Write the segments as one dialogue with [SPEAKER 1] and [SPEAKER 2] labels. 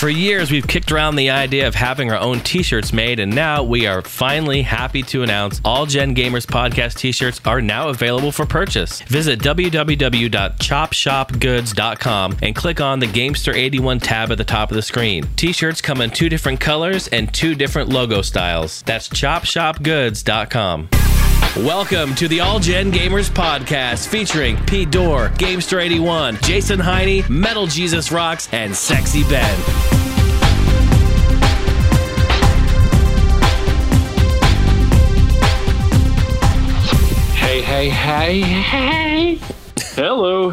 [SPEAKER 1] For years, we've kicked around the idea of having our own t shirts made, and now we are finally happy to announce all Gen Gamers podcast t shirts are now available for purchase. Visit www.chopshopgoods.com and click on the Gamester81 tab at the top of the screen. T shirts come in two different colors and two different logo styles. That's chopshopgoods.com. Welcome to the All Gen Gamers Podcast featuring Pete Dore, Gamester81, Jason Heine, Metal Jesus Rocks, and Sexy Ben.
[SPEAKER 2] Hey, hey, hey, hey. Hello.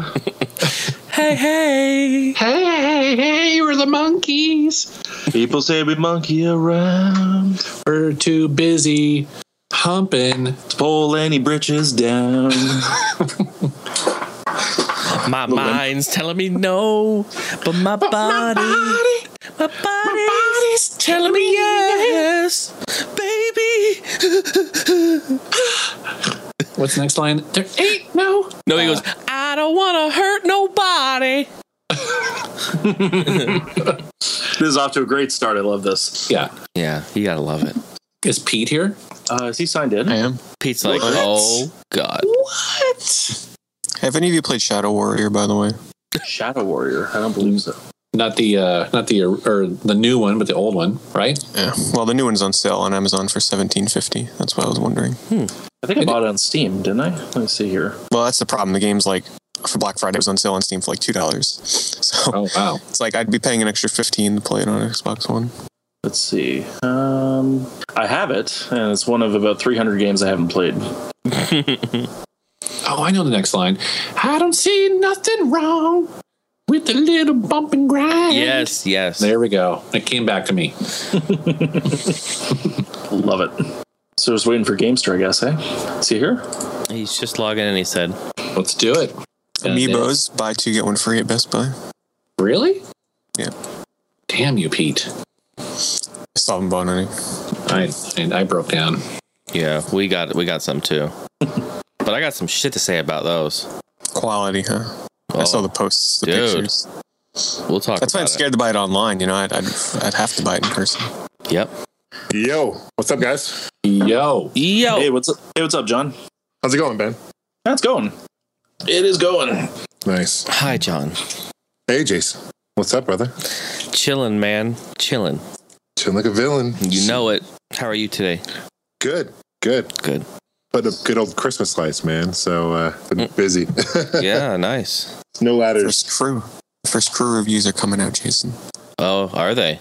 [SPEAKER 1] Hey, hey.
[SPEAKER 2] Hey, hey, hey, we're the monkeys. People say we monkey around. We're too busy humping. To pull any britches down.
[SPEAKER 1] My mind's telling me no, but my body, my body's telling me yes, baby.
[SPEAKER 2] What's the next line? There ain't no.
[SPEAKER 1] No, he goes, I don't want to hurt nobody.
[SPEAKER 3] This is off to a great start. I love this.
[SPEAKER 2] Yeah.
[SPEAKER 1] Yeah, you gotta love it.
[SPEAKER 2] Is Pete here?
[SPEAKER 3] Uh, is he signed in?
[SPEAKER 4] I am.
[SPEAKER 1] Pete's like,
[SPEAKER 3] What?
[SPEAKER 1] oh, God.
[SPEAKER 2] What?
[SPEAKER 4] Have any of you played Shadow Warrior, by the way?
[SPEAKER 3] Shadow Warrior. I don't believe so.
[SPEAKER 2] Not the uh not the or the new one, but the old one, right?
[SPEAKER 4] Yeah. Well, the new one's on sale on Amazon for seventeen fifty. That's what I was wondering.
[SPEAKER 3] I think I bought it on Steam, didn't I? Let me see here.
[SPEAKER 4] Well, that's the problem. The game's like for Black Friday it was on sale on Steam for like two dollars. So
[SPEAKER 2] Oh wow.
[SPEAKER 4] it's like I'd be paying an extra fifteen to play it on Xbox One.
[SPEAKER 3] Let's see. Um, I have it, and it's one of about 300 games I haven't played.
[SPEAKER 2] Oh, I know the next line. I don't see nothing wrong with the little bump and grind.
[SPEAKER 1] Yes, yes.
[SPEAKER 2] There we go. It came back to me.
[SPEAKER 3] Love it. So just waiting for Gamester, I guess, eh? See here?
[SPEAKER 1] He's just logging in. He said,
[SPEAKER 2] Let's do it.
[SPEAKER 4] Amiibos, buy two get one free at Best Buy.
[SPEAKER 2] Really?
[SPEAKER 4] Yeah.
[SPEAKER 2] Damn you, Pete.
[SPEAKER 4] I still haven't bought any.
[SPEAKER 2] I and I broke down.
[SPEAKER 1] "Yeah, we got we got some too." but I got some shit to say about those.
[SPEAKER 4] Quality, huh? I saw
[SPEAKER 1] Oh,
[SPEAKER 4] the posts, the
[SPEAKER 1] dude.
[SPEAKER 4] pictures.
[SPEAKER 1] We'll talk.
[SPEAKER 4] That's why I'm
[SPEAKER 1] about it.
[SPEAKER 4] scared to buy it online. You know, I'd, I'd, I'd have to buy it in person.
[SPEAKER 1] Yep.
[SPEAKER 5] Yo, what's up, guys?
[SPEAKER 2] Yo.
[SPEAKER 1] Yo,
[SPEAKER 3] Hey, what's up? Hey, what's up, John?
[SPEAKER 5] How's it going, Ben?
[SPEAKER 3] That's going. It is going.
[SPEAKER 5] Nice.
[SPEAKER 1] hi, John.
[SPEAKER 5] Hey, Jason. What's up, brother?
[SPEAKER 1] Chillin', man. Chillin'.
[SPEAKER 5] Chilling like a villain.
[SPEAKER 1] You know it. How are you today?
[SPEAKER 5] Good, good.
[SPEAKER 1] Good.
[SPEAKER 5] Put up good old Christmas lights, man. So uh,
[SPEAKER 3] Mm.
[SPEAKER 5] been busy.
[SPEAKER 1] Yeah, nice.
[SPEAKER 5] no ladders.
[SPEAKER 4] First crew. First crew reviews are coming out, Jason.
[SPEAKER 1] Oh, are they?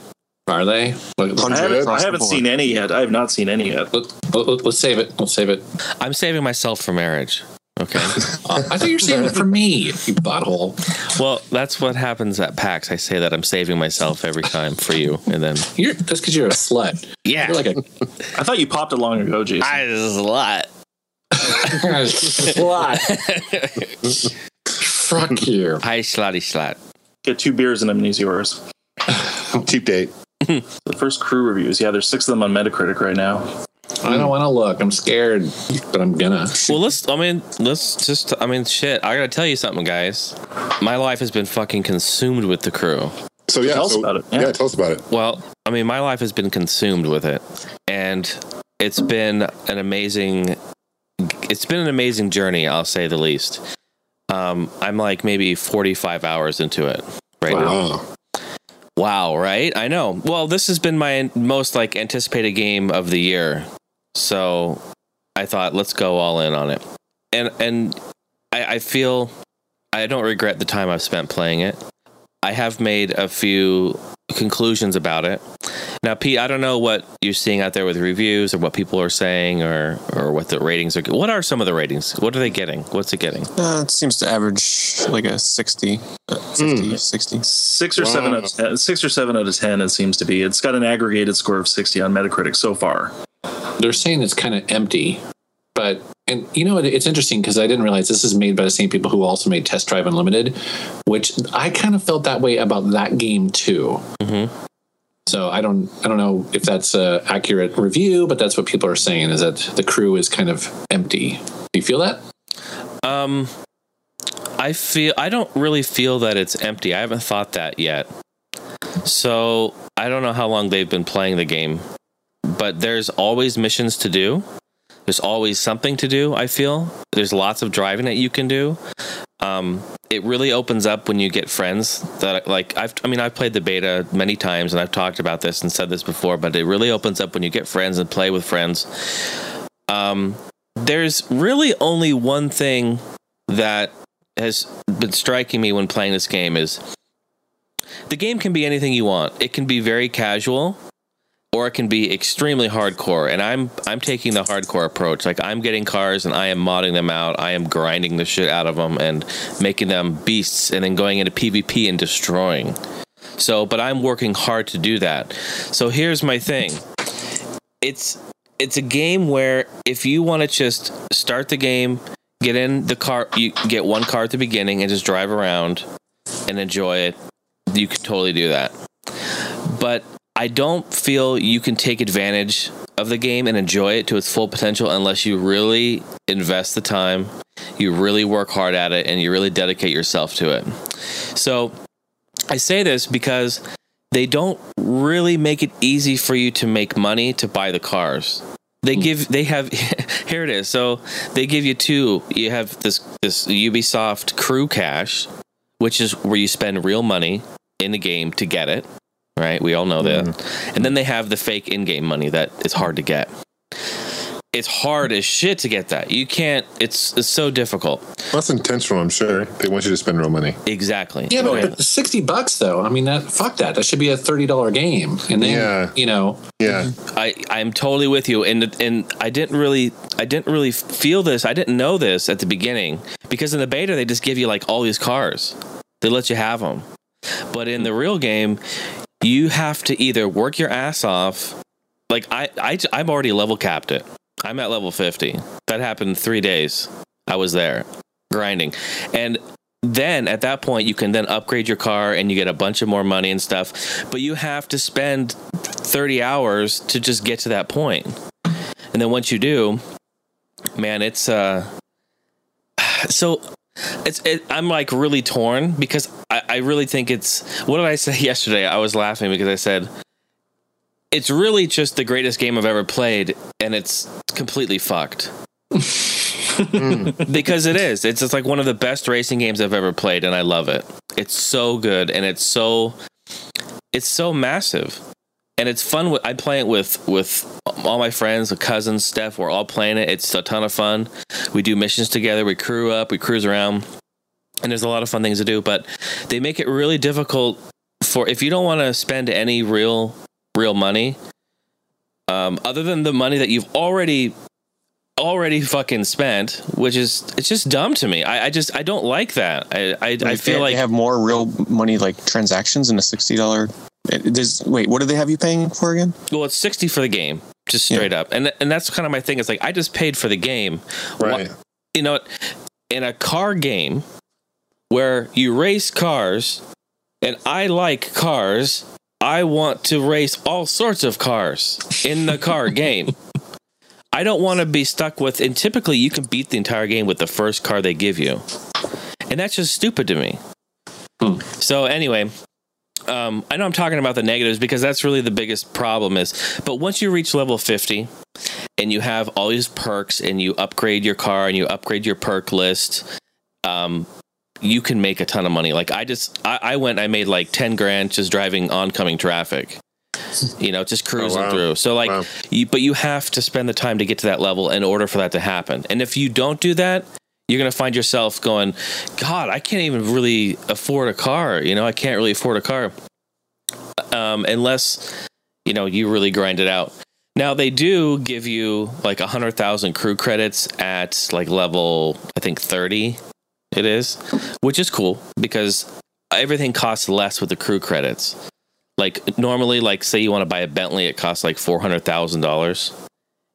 [SPEAKER 2] Are they? Look,
[SPEAKER 3] I
[SPEAKER 4] Hundred
[SPEAKER 3] haven't,
[SPEAKER 4] across the
[SPEAKER 3] I haven't
[SPEAKER 4] board.
[SPEAKER 3] seen any yet. I have not seen any yet.
[SPEAKER 2] Let, let, us save it. Let's save it.
[SPEAKER 1] I'm saving myself for marriage. Okay.
[SPEAKER 2] Uh, I thought you were saving it for me, you butthole.
[SPEAKER 1] well, that's what happens at PAX. I say that I'm saving myself every time for you, and then
[SPEAKER 2] You're, that's because you're a slut.
[SPEAKER 1] yeah,
[SPEAKER 2] You're like a,
[SPEAKER 3] I thought you popped it long ago, Jason.
[SPEAKER 1] I this is a lot.
[SPEAKER 2] you're a slut. Fuck you.
[SPEAKER 1] Hi, slotty slot.
[SPEAKER 3] Get two beers and I'm gonna use yours.
[SPEAKER 5] Cheap date.
[SPEAKER 3] The first crew reviews. Yeah, there's six of them on Metacritic right now.
[SPEAKER 2] I don't want to look. I'm scared, but I'm gonna.
[SPEAKER 1] Well, let's. I mean, let's just. I mean, shit. I gotta tell you something, guys. My life has been fucking consumed with the crew.
[SPEAKER 5] So yeah,
[SPEAKER 3] Tell us
[SPEAKER 5] so-
[SPEAKER 3] about it.
[SPEAKER 5] Yeah.
[SPEAKER 3] Yeah.
[SPEAKER 5] tell us about it.
[SPEAKER 1] Well, I mean, my life has been consumed with it, and it's been an amazing. It's been an amazing journey, I'll say the least. Um, I'm like maybe 45 hours into it right now.
[SPEAKER 5] Wow.
[SPEAKER 1] Wow, right? I know. Well, this has been my most like anticipated game of the year. So I thought let's go all in on it. And and I, I feel I don't regret the time I've spent playing it. I have made a few conclusions about it. Now, Pete, I don't know what you're seeing out there with reviews or what people are saying or or what the ratings are. What are some of the ratings? What are they getting? What's it getting?
[SPEAKER 4] Uh, it seems to average like a 60, uh, 50, 60.
[SPEAKER 3] Six or
[SPEAKER 5] Wow.
[SPEAKER 3] seven out of ten, six or seven out of ten. It seems to be. It's got an aggregated score of sixty on Metacritic so far.
[SPEAKER 2] they're saying it's kind of empty, but and you know it, it's interesting because I didn't realize this is made by the same people who also made Test Drive Unlimited, which I kind of felt that way about that game too.
[SPEAKER 1] Mhm.
[SPEAKER 2] So I don't I don't know if that's a accurate review, but that's what people are saying is that the crew is kind of empty. Do you feel that?
[SPEAKER 1] Um, I feel I don't really feel that it's empty. I haven't thought that yet. So I don't know how long they've been playing the game, but there's always missions to do. There's always something to do. I feel there's lots of driving that you can do. Um, it really opens up when you get friends that like I've, I mean I've played the beta many times and I've talked about this and said this before, but it really opens up when you get friends and play with friends. Um, there's really only one thing that has been striking me when playing this game is the game can be anything you want. It can be very casual or it can be extremely hardcore. And I'm I'm taking the hardcore approach. Like I'm getting cars and I am modding them out. I am grinding the shit out of them and making them beasts and then going into PvP and destroying. So, but I'm working hard to do that. So here's my thing. It's it's a game where if you want to just start the game, get in the car, you get one car at the beginning and just drive around and enjoy it you can totally do that. But I don't feel you can take advantage of the game and enjoy it to its full potential unless you really invest the time, you really work hard at it, and you really dedicate yourself to it. So I say this because they don't really make it easy for you to make money to buy the cars. They give they have here it is. So they give you two. You have this this Ubisoft crew cash, which is where you spend real money in the game to get it, right? We all know that. And then they have the fake in-game money that is hard to get. It's hard as shit to get that. You can't. It's it's so difficult.
[SPEAKER 5] That's intentional, I'm sure. They want you to spend real money.
[SPEAKER 3] Mm-hmm.
[SPEAKER 1] Exactly.
[SPEAKER 2] Yeah, but
[SPEAKER 1] Right.
[SPEAKER 2] but sixty bucks though. I mean, that fuck that. That should be a thirty dollar game. And then
[SPEAKER 5] Yeah.
[SPEAKER 2] you know,
[SPEAKER 5] Yeah.
[SPEAKER 1] I I'm totally with you, and and I didn't really I didn't really feel this. I didn't know this at the beginning because in the beta they just give you like all these cars, they let you have them, but in the real game, you have to either work your ass off. Like I I I'm already level capped it. I'm at level fifty. That happened in three days. I was there grinding, and then at that point you can then upgrade your car and you get a bunch of more money and stuff but you have to spend 30 hours to just get to that point and then once you do man it's uh so it's it, i'm like really torn because I, I really think it's what did i say yesterday i was laughing because i said it's really just the greatest game i've ever played and it's completely fucked because it is. It's just like one of the best racing games I've ever played, and I love it. It's so good, and it's so it's so massive, and it's fun. With, I play it with with all my friends, the cousins, Steph. We're all playing it. It's a ton of fun. We do missions together. We crew up. We cruise around, and there's a lot of fun things to do. But they make it really difficult for if you don't want to spend any real real money. Um, other than the money that you've already already fucking spent, which is it's just dumb to me. I, I just I don't like that. I I, I
[SPEAKER 4] Like,
[SPEAKER 1] feel
[SPEAKER 4] they,
[SPEAKER 1] like
[SPEAKER 4] they have more real money like transactions in a sixty dollar. There's wait, what do they have you paying for again?
[SPEAKER 1] well, it's sixty for the game, just straight up, and and that's kind of my thing. It's like I just paid for the game. Why-
[SPEAKER 5] Right.
[SPEAKER 1] you know, in a car game where you race cars, and I like cars, I want to race all sorts of cars in the car game. I don't want to be stuck with, and typically you can beat the entire game with the first car they give you. And that's just stupid to me.
[SPEAKER 2] Hmm.
[SPEAKER 1] So, anyway. Um, I know I'm talking about the negatives because that's really the biggest problem is. But once you reach level 50, and you have all these perks and you upgrade your car and you upgrade your perk list um you can make a ton of money like i just i, I went i made like 10 grand just driving oncoming traffic you know just cruising
[SPEAKER 5] Oh, wow.
[SPEAKER 1] through so like
[SPEAKER 5] Wow.
[SPEAKER 1] you but you have to spend the time to get to that level in order for that to happen and if you don't do that you're going to find yourself going god i can't even really afford a car you know i can't really afford a car um unless you know you really grind it out now they do give you like a hundred thousand crew credits at like level I think thirty, it is, which is cool because everything costs less with the crew credits. Like normally, like say you want to buy a Bentley, it costs like four hundred thousand dollars.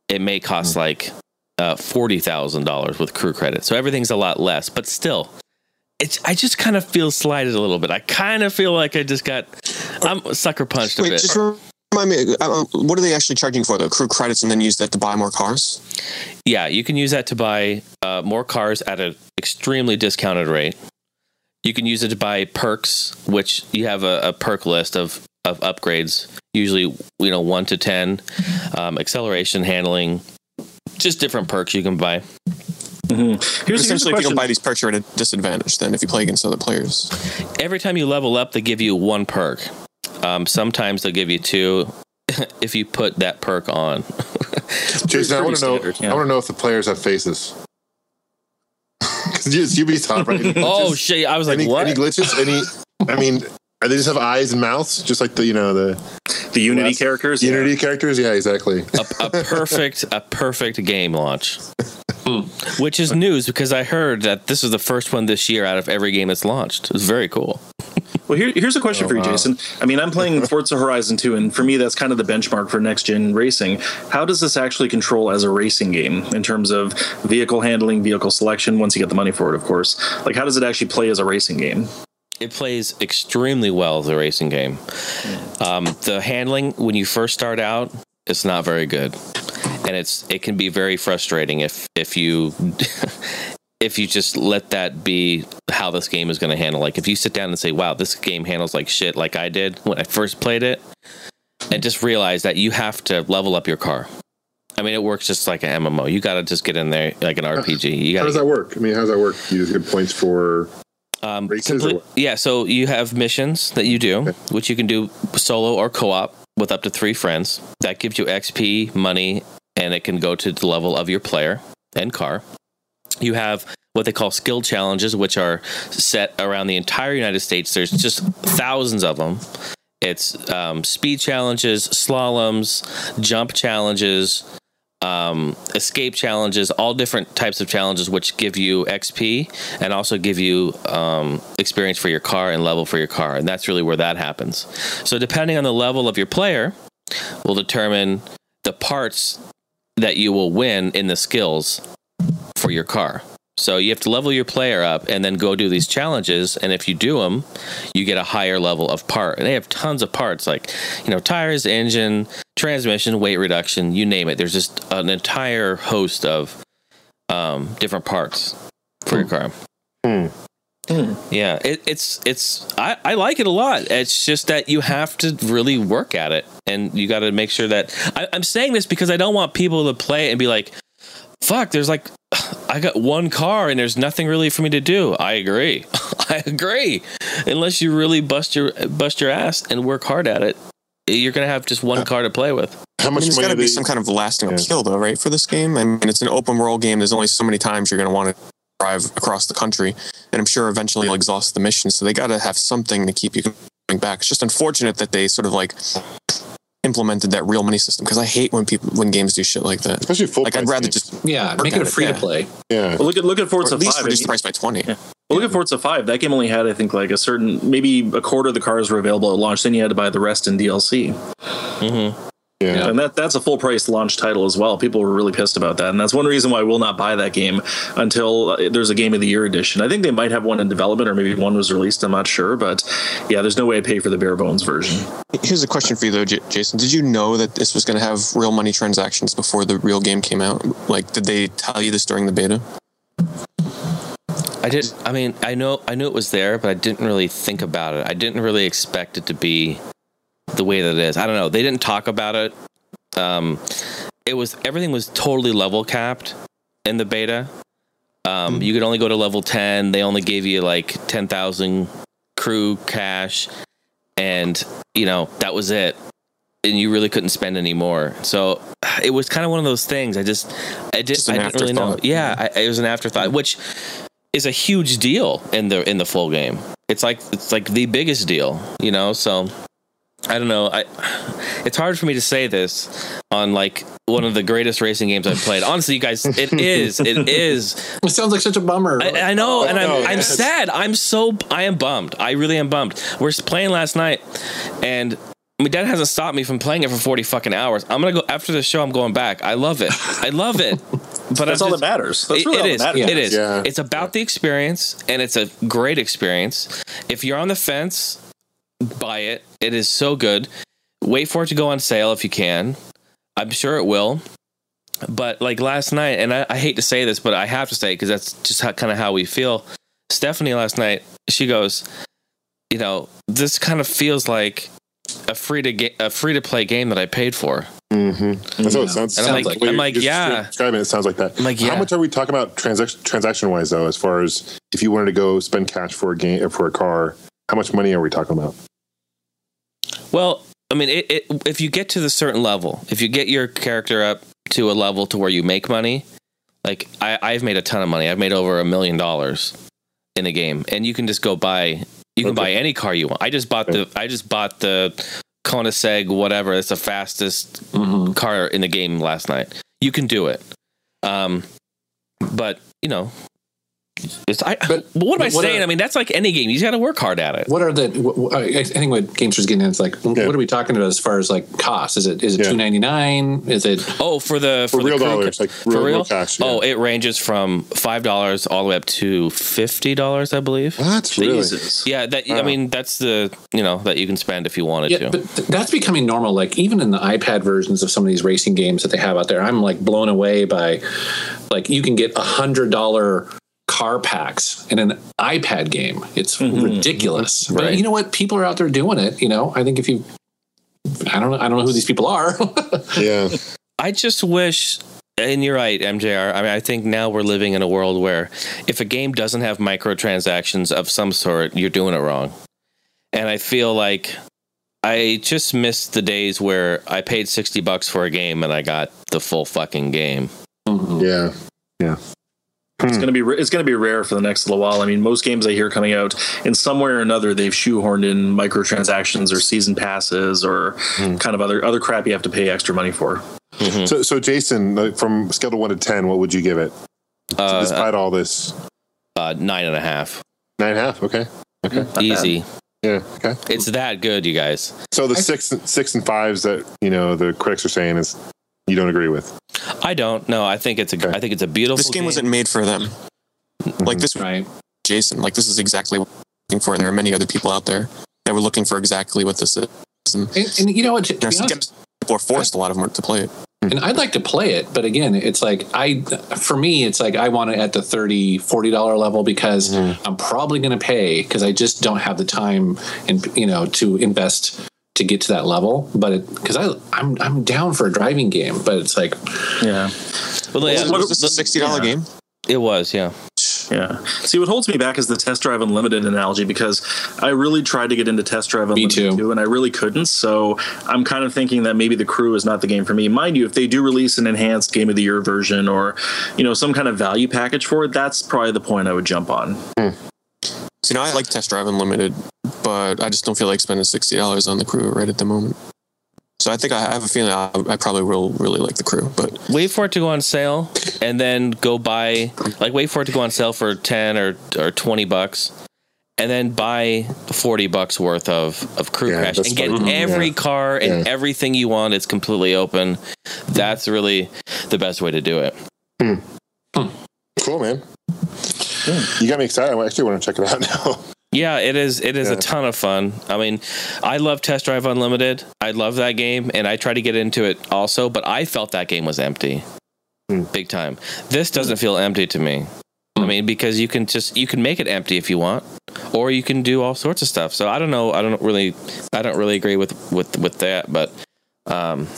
[SPEAKER 1] It may
[SPEAKER 4] Hmm.
[SPEAKER 1] cost like uh, forty thousand dollars with crew credits, so everything's a lot less. But still, it's I just kind of feel slighted a little bit. I kind of feel like I just got I'm sucker punched a
[SPEAKER 4] Wait,
[SPEAKER 1] bit.
[SPEAKER 4] just remind me, uh, uh, what are they actually charging for? The crew credits and then use that to buy more cars?
[SPEAKER 1] Yeah, you can use that to buy uh, more cars at an extremely discounted rate. You can use it to buy perks, which you have a, a perk list of
[SPEAKER 6] of upgrades. Usually, you know, one to ten, um, acceleration, handling, just different perks you can buy.
[SPEAKER 3] Here's, here's
[SPEAKER 4] Essentially,
[SPEAKER 3] a
[SPEAKER 4] if you
[SPEAKER 3] question.
[SPEAKER 4] don't buy these perks, you're at a disadvantage then if you play against other players.
[SPEAKER 6] Every time you level up, they give you one perk. Um, sometimes they'll give you two if you put that perk on.
[SPEAKER 5] Jason, I
[SPEAKER 3] pretty
[SPEAKER 5] want to know.
[SPEAKER 3] standard, yeah.
[SPEAKER 5] I want to know if the players have faces. Because you Ubisoft, right? Any
[SPEAKER 6] oh
[SPEAKER 5] glitches?
[SPEAKER 6] shit! I was like,
[SPEAKER 5] any,
[SPEAKER 6] what?
[SPEAKER 5] any glitches? Any? I mean, are they just have eyes and mouths, just like the you know the
[SPEAKER 3] the Unity
[SPEAKER 5] Last-
[SPEAKER 3] characters.
[SPEAKER 5] Unity characters? Yeah, exactly.
[SPEAKER 6] a, a perfect a perfect game launch which is news because i heard that this is the first one this year out of every game that's launched it's very cool
[SPEAKER 3] Well, here, here's a question for you, Jason. I mean, I'm playing Forza Horizon 2, and for me, that's kind of the benchmark for next gen racing. How does this actually control as a racing game in terms of vehicle handling, vehicle selection, once you get the money for it, of course? Like, how does it actually play as a racing game?
[SPEAKER 6] it plays extremely well as a racing game um, the handling when you first start out it's not very good and it's it can be very frustrating if if you if you just let that be how this game is going to handle like if you sit down and say wow this game handles like shit like i did when i first played it and just realize that you have to level up your car i mean it works just like an mmo you got to just get in there like an rpg you
[SPEAKER 5] How
[SPEAKER 6] got
[SPEAKER 5] does that work? I mean, how does that work? You just get points for.
[SPEAKER 6] um,
[SPEAKER 5] Races or
[SPEAKER 6] complete-
[SPEAKER 5] what?
[SPEAKER 6] yeah, so you have missions that you do, which you can do solo or co-op with up to three friends. That gives you XP, money, and it can go to the level of your player and car. You have what they call skill challenges, which are set around the entire United States. There's just thousands of them. It's um, speed challenges, slaloms, jump challenges, um, escape challenges, all different types of challenges, which give you XP and also give you um, experience for your car and level for your car. And that's really where that happens. So, depending on the level of your player, will determine the parts that you will win in the skills for your car. So, you have to level your player up and then go do these challenges. And if you do them, you get a higher level of part. And they have tons of parts like, you know, tires, engine, transmission, weight reduction, you name it. There's just an entire host of um, different parts for your car.
[SPEAKER 5] Hmm.
[SPEAKER 6] Yeah, it, it's it's I, I like it a lot. It's just that you have to really work at it, and you got to make sure that I, I'm saying this because I don't want people to play it and be like, "Fuck, there's like, I got one car and there's nothing really for me to do." I agree, I agree. Unless you really bust your bust your ass and work hard at it, you're gonna have just one car to play with.
[SPEAKER 4] I
[SPEAKER 5] How
[SPEAKER 4] mean,
[SPEAKER 5] much
[SPEAKER 4] there's got
[SPEAKER 5] money?
[SPEAKER 4] to
[SPEAKER 5] do They,
[SPEAKER 4] be some kind of lasting
[SPEAKER 5] Yeah.
[SPEAKER 4] appeal, though, right? For this game, I mean, it's an open world game. There's only so many times you're going to want to drive across the country, and I'm sure eventually you'll exhaust the mission. So they got to have something to keep you coming back. It's just unfortunate that they sort of like implemented that real money system because I hate when people when games do shit like that.
[SPEAKER 5] especially full.
[SPEAKER 4] Like I'd
[SPEAKER 5] price
[SPEAKER 4] rather
[SPEAKER 5] games.
[SPEAKER 4] just
[SPEAKER 2] Yeah,
[SPEAKER 4] Work
[SPEAKER 2] make
[SPEAKER 4] at
[SPEAKER 2] it
[SPEAKER 4] it,
[SPEAKER 2] free
[SPEAKER 4] yeah.
[SPEAKER 2] to play.
[SPEAKER 5] yeah.
[SPEAKER 3] Well, look at look at
[SPEAKER 4] or
[SPEAKER 3] Forza
[SPEAKER 4] at least
[SPEAKER 3] 5.
[SPEAKER 4] reduce
[SPEAKER 3] and-
[SPEAKER 4] the price by twenty.
[SPEAKER 3] Well, look at Forza Five. That game only had, I think, like a certain maybe a quarter of the cars were available at launch. Then you had to buy the rest in DLC,
[SPEAKER 6] Mm-hmm.
[SPEAKER 5] yeah.
[SPEAKER 2] Yeah.
[SPEAKER 3] and that that's a full price launch title as well. People were really pissed about that, and that's one reason why I will not buy that game until uh, there's a Game of the Year edition. I think they might have one in development, or maybe one was released. I'm not sure, but yeah, there's no way I pay for the bare bones version.
[SPEAKER 4] Here's a question for you though, J- Jason. Did you know that this was going to have real money transactions before the real game came out? Like, did they tell you this during the beta?
[SPEAKER 6] I did. I mean, I know I knew it was there, but I didn't really think about it. I didn't really expect it to be the way that it is. I don't know. They didn't talk about it. Um, it was everything was totally level capped in the beta. Um, you could only go to level ten. They only gave you like ten thousand crew cash, and you know that was it. And you really couldn't spend any more. So it was kind of one of those things. I just, I did,
[SPEAKER 4] Just
[SPEAKER 6] I
[SPEAKER 4] an
[SPEAKER 6] didn't really know.
[SPEAKER 4] afterthought.
[SPEAKER 6] Yeah, I, it was an afterthought, which is a huge deal in the in the full game. It's like it's like the biggest deal, you know. So I don't know. I it's hard for me to say this on like one of the greatest racing games I've played. Honestly, you guys, it is. It is.
[SPEAKER 2] It sounds like such a bummer.
[SPEAKER 6] I, I
[SPEAKER 3] Oh,
[SPEAKER 6] know, and I'm
[SPEAKER 5] no,
[SPEAKER 6] I'm
[SPEAKER 5] yes.
[SPEAKER 6] sad. I'm so I am bummed. I really am bummed. We're playing last night, and. My dad hasn't stopped me from playing it for forty fucking hours. I'm gonna go after the show. I'm going back. I love it. I love it. But
[SPEAKER 3] That's
[SPEAKER 6] I'm
[SPEAKER 3] all
[SPEAKER 6] just-
[SPEAKER 3] that matters. That's really
[SPEAKER 6] it
[SPEAKER 3] all
[SPEAKER 6] is.
[SPEAKER 3] that matters.
[SPEAKER 6] It is.
[SPEAKER 5] Yeah.
[SPEAKER 6] It's about the experience, and it's a great experience. If you're on the fence, buy it. It is so good. Wait for it to go on sale if you can. I'm sure it will. But like last night, and I, I hate to say this, but I have to say because that's just how, kind of how we feel. Stephanie last night, she goes, you know, this kind of feels like
[SPEAKER 1] a free to ga- a free to play game that I paid for.
[SPEAKER 5] Mm-hmm. That's what it sounds,
[SPEAKER 1] And I'm
[SPEAKER 5] sounds
[SPEAKER 1] like- I'm like,
[SPEAKER 5] you're
[SPEAKER 1] yeah.
[SPEAKER 5] Describing it, it sounds like that.
[SPEAKER 1] I'm like, yeah.
[SPEAKER 5] How much are we talking about transaction transaction wise though? As far as if you wanted to go spend cash for a game for a car, how much money are we talking about?
[SPEAKER 1] Well, I mean, it, it, if you get to the certain level, if you get your character up to a level to where you make money, like I, I've made a ton of money. I've made over a million dollars in a game, and you can just go buy. You can
[SPEAKER 5] Okay.
[SPEAKER 1] buy any car you want. I just bought the. I just bought the Koenigsegg, whatever. It's the fastest
[SPEAKER 2] Mm-hmm.
[SPEAKER 1] car in the game last night. You can do it. Um, but you know, it's, I,
[SPEAKER 2] But-
[SPEAKER 1] but what am I
[SPEAKER 2] but what
[SPEAKER 1] saying?
[SPEAKER 2] are-
[SPEAKER 1] I mean, that's like any game. You just got to work hard at it.
[SPEAKER 2] What are the? wh- wh- I I think what Gamesters getting at is like,
[SPEAKER 5] Yeah.
[SPEAKER 2] what are we talking about as far as like cost? Is it is it
[SPEAKER 5] Yeah.
[SPEAKER 2] two ninety nine? Is it
[SPEAKER 1] Oh, for the
[SPEAKER 5] For,
[SPEAKER 1] the
[SPEAKER 5] real
[SPEAKER 1] crew
[SPEAKER 5] dollars,
[SPEAKER 1] ca-
[SPEAKER 5] like real, real cash. yeah.
[SPEAKER 1] Oh, it ranges from five dollars all the way up to fifty dollars, I believe.
[SPEAKER 5] what really?
[SPEAKER 3] Jesus.
[SPEAKER 1] Yeah, that I
[SPEAKER 5] Wow.
[SPEAKER 1] mean, that's the you know that you can spend if you wanted
[SPEAKER 2] Yeah,
[SPEAKER 1] to.
[SPEAKER 2] but th- that's becoming normal. Like even in the iPad versions of some of these racing games that they have out there, I'm like blown away by like you can get a hundred dollar car packs in an iPad game. It's ridiculous. But
[SPEAKER 1] Right.
[SPEAKER 2] you know what? People are out there doing it. You know, I think if you, I don't know, I don't know who these people are.
[SPEAKER 5] Yeah,
[SPEAKER 1] I just wish, and you're right, MJR. I mean, I think now we're living in a world where if a game doesn't have microtransactions of some sort, you're doing it wrong. And I feel like I just missed the days where I paid 60 bucks for a game and I got the full fucking game.
[SPEAKER 2] Mhm.
[SPEAKER 5] yeah, yeah.
[SPEAKER 3] It's gonna be ra- it's gonna be rare for the next little while. I mean, most games I hear coming out in some way or another, they've shoehorned in microtransactions or season passes or kind of other other crap you have to pay extra money for.
[SPEAKER 5] So, so Jason, like, from scale to one to ten, what would you give it?
[SPEAKER 1] Uh,
[SPEAKER 5] Despite all this,
[SPEAKER 1] uh, nine and a half.
[SPEAKER 5] nine and a half. Okay,
[SPEAKER 1] Easy.
[SPEAKER 5] yeah, okay.
[SPEAKER 1] It's that good, you guys.
[SPEAKER 5] So the six, six and fives that you know the critics are saying is you don't agree with.
[SPEAKER 1] I don't know. I think it's a. I
[SPEAKER 5] Okay.
[SPEAKER 1] think it's a beautiful.
[SPEAKER 4] This game wasn't made for them. Like this was
[SPEAKER 2] Right.
[SPEAKER 4] Jason. Like this is exactly what we're looking for, and there are many other people out there that were looking for exactly what this is. And
[SPEAKER 2] And, and you know what? To- to be
[SPEAKER 4] there's
[SPEAKER 2] honest,
[SPEAKER 4] people are forced a lot of them to play it.
[SPEAKER 2] and I'd like to play it, but again, it's like I for me it's like I want it at the 30 40 dollar level because I'm probably going to pay cuz I just don't have the time and you know to invest to get to that level, but it cuz I I'm I'm down for a driving game, but it's like
[SPEAKER 3] Yeah.
[SPEAKER 1] Well, yeah,
[SPEAKER 4] was this a sixty dollar
[SPEAKER 3] yeah.
[SPEAKER 4] game?
[SPEAKER 1] it was. Yeah.
[SPEAKER 3] Yeah. See, what holds me back is the Test Drive Unlimited analogy because I really tried to get into Test Drive Unlimited
[SPEAKER 2] too.
[SPEAKER 3] and I really couldn't. So I'm kind of thinking that maybe the crew is not the game for me. Mind you, if they do release an enhanced Game of the Year version or, you know, some kind of value package for it, that's probably the point I would jump on.
[SPEAKER 4] So, you know, I like Test Drive Unlimited, but I just don't feel like spending sixty dollars on the crew right at the moment. So I think I I have a feeling I, I probably will really like the crew, but
[SPEAKER 1] wait for it to go on sale and then go buy like wait for it to go on sale for 10 or or 20 bucks and then buy 40 bucks worth of of crew
[SPEAKER 5] Yeah,
[SPEAKER 1] crash
[SPEAKER 5] that's
[SPEAKER 1] and get
[SPEAKER 5] fine. Mhm.
[SPEAKER 1] every
[SPEAKER 5] Yeah.
[SPEAKER 1] car and
[SPEAKER 5] Yeah.
[SPEAKER 1] everything you want it's completely open that's really the best way to do it
[SPEAKER 5] Cool, man. You got me excited. I actually want to check it out now.
[SPEAKER 1] yeah it is it is a
[SPEAKER 5] Yeah.
[SPEAKER 1] ton of fun i mean i love test drive unlimited i love that game and i try to get into it also but i felt that game was empty big time this doesn't feel empty to me I mean, because you can just you can make it empty if you want, or you can do all sorts of stuff. So I don't know. I don't really. I don't really agree with with with that. But, um,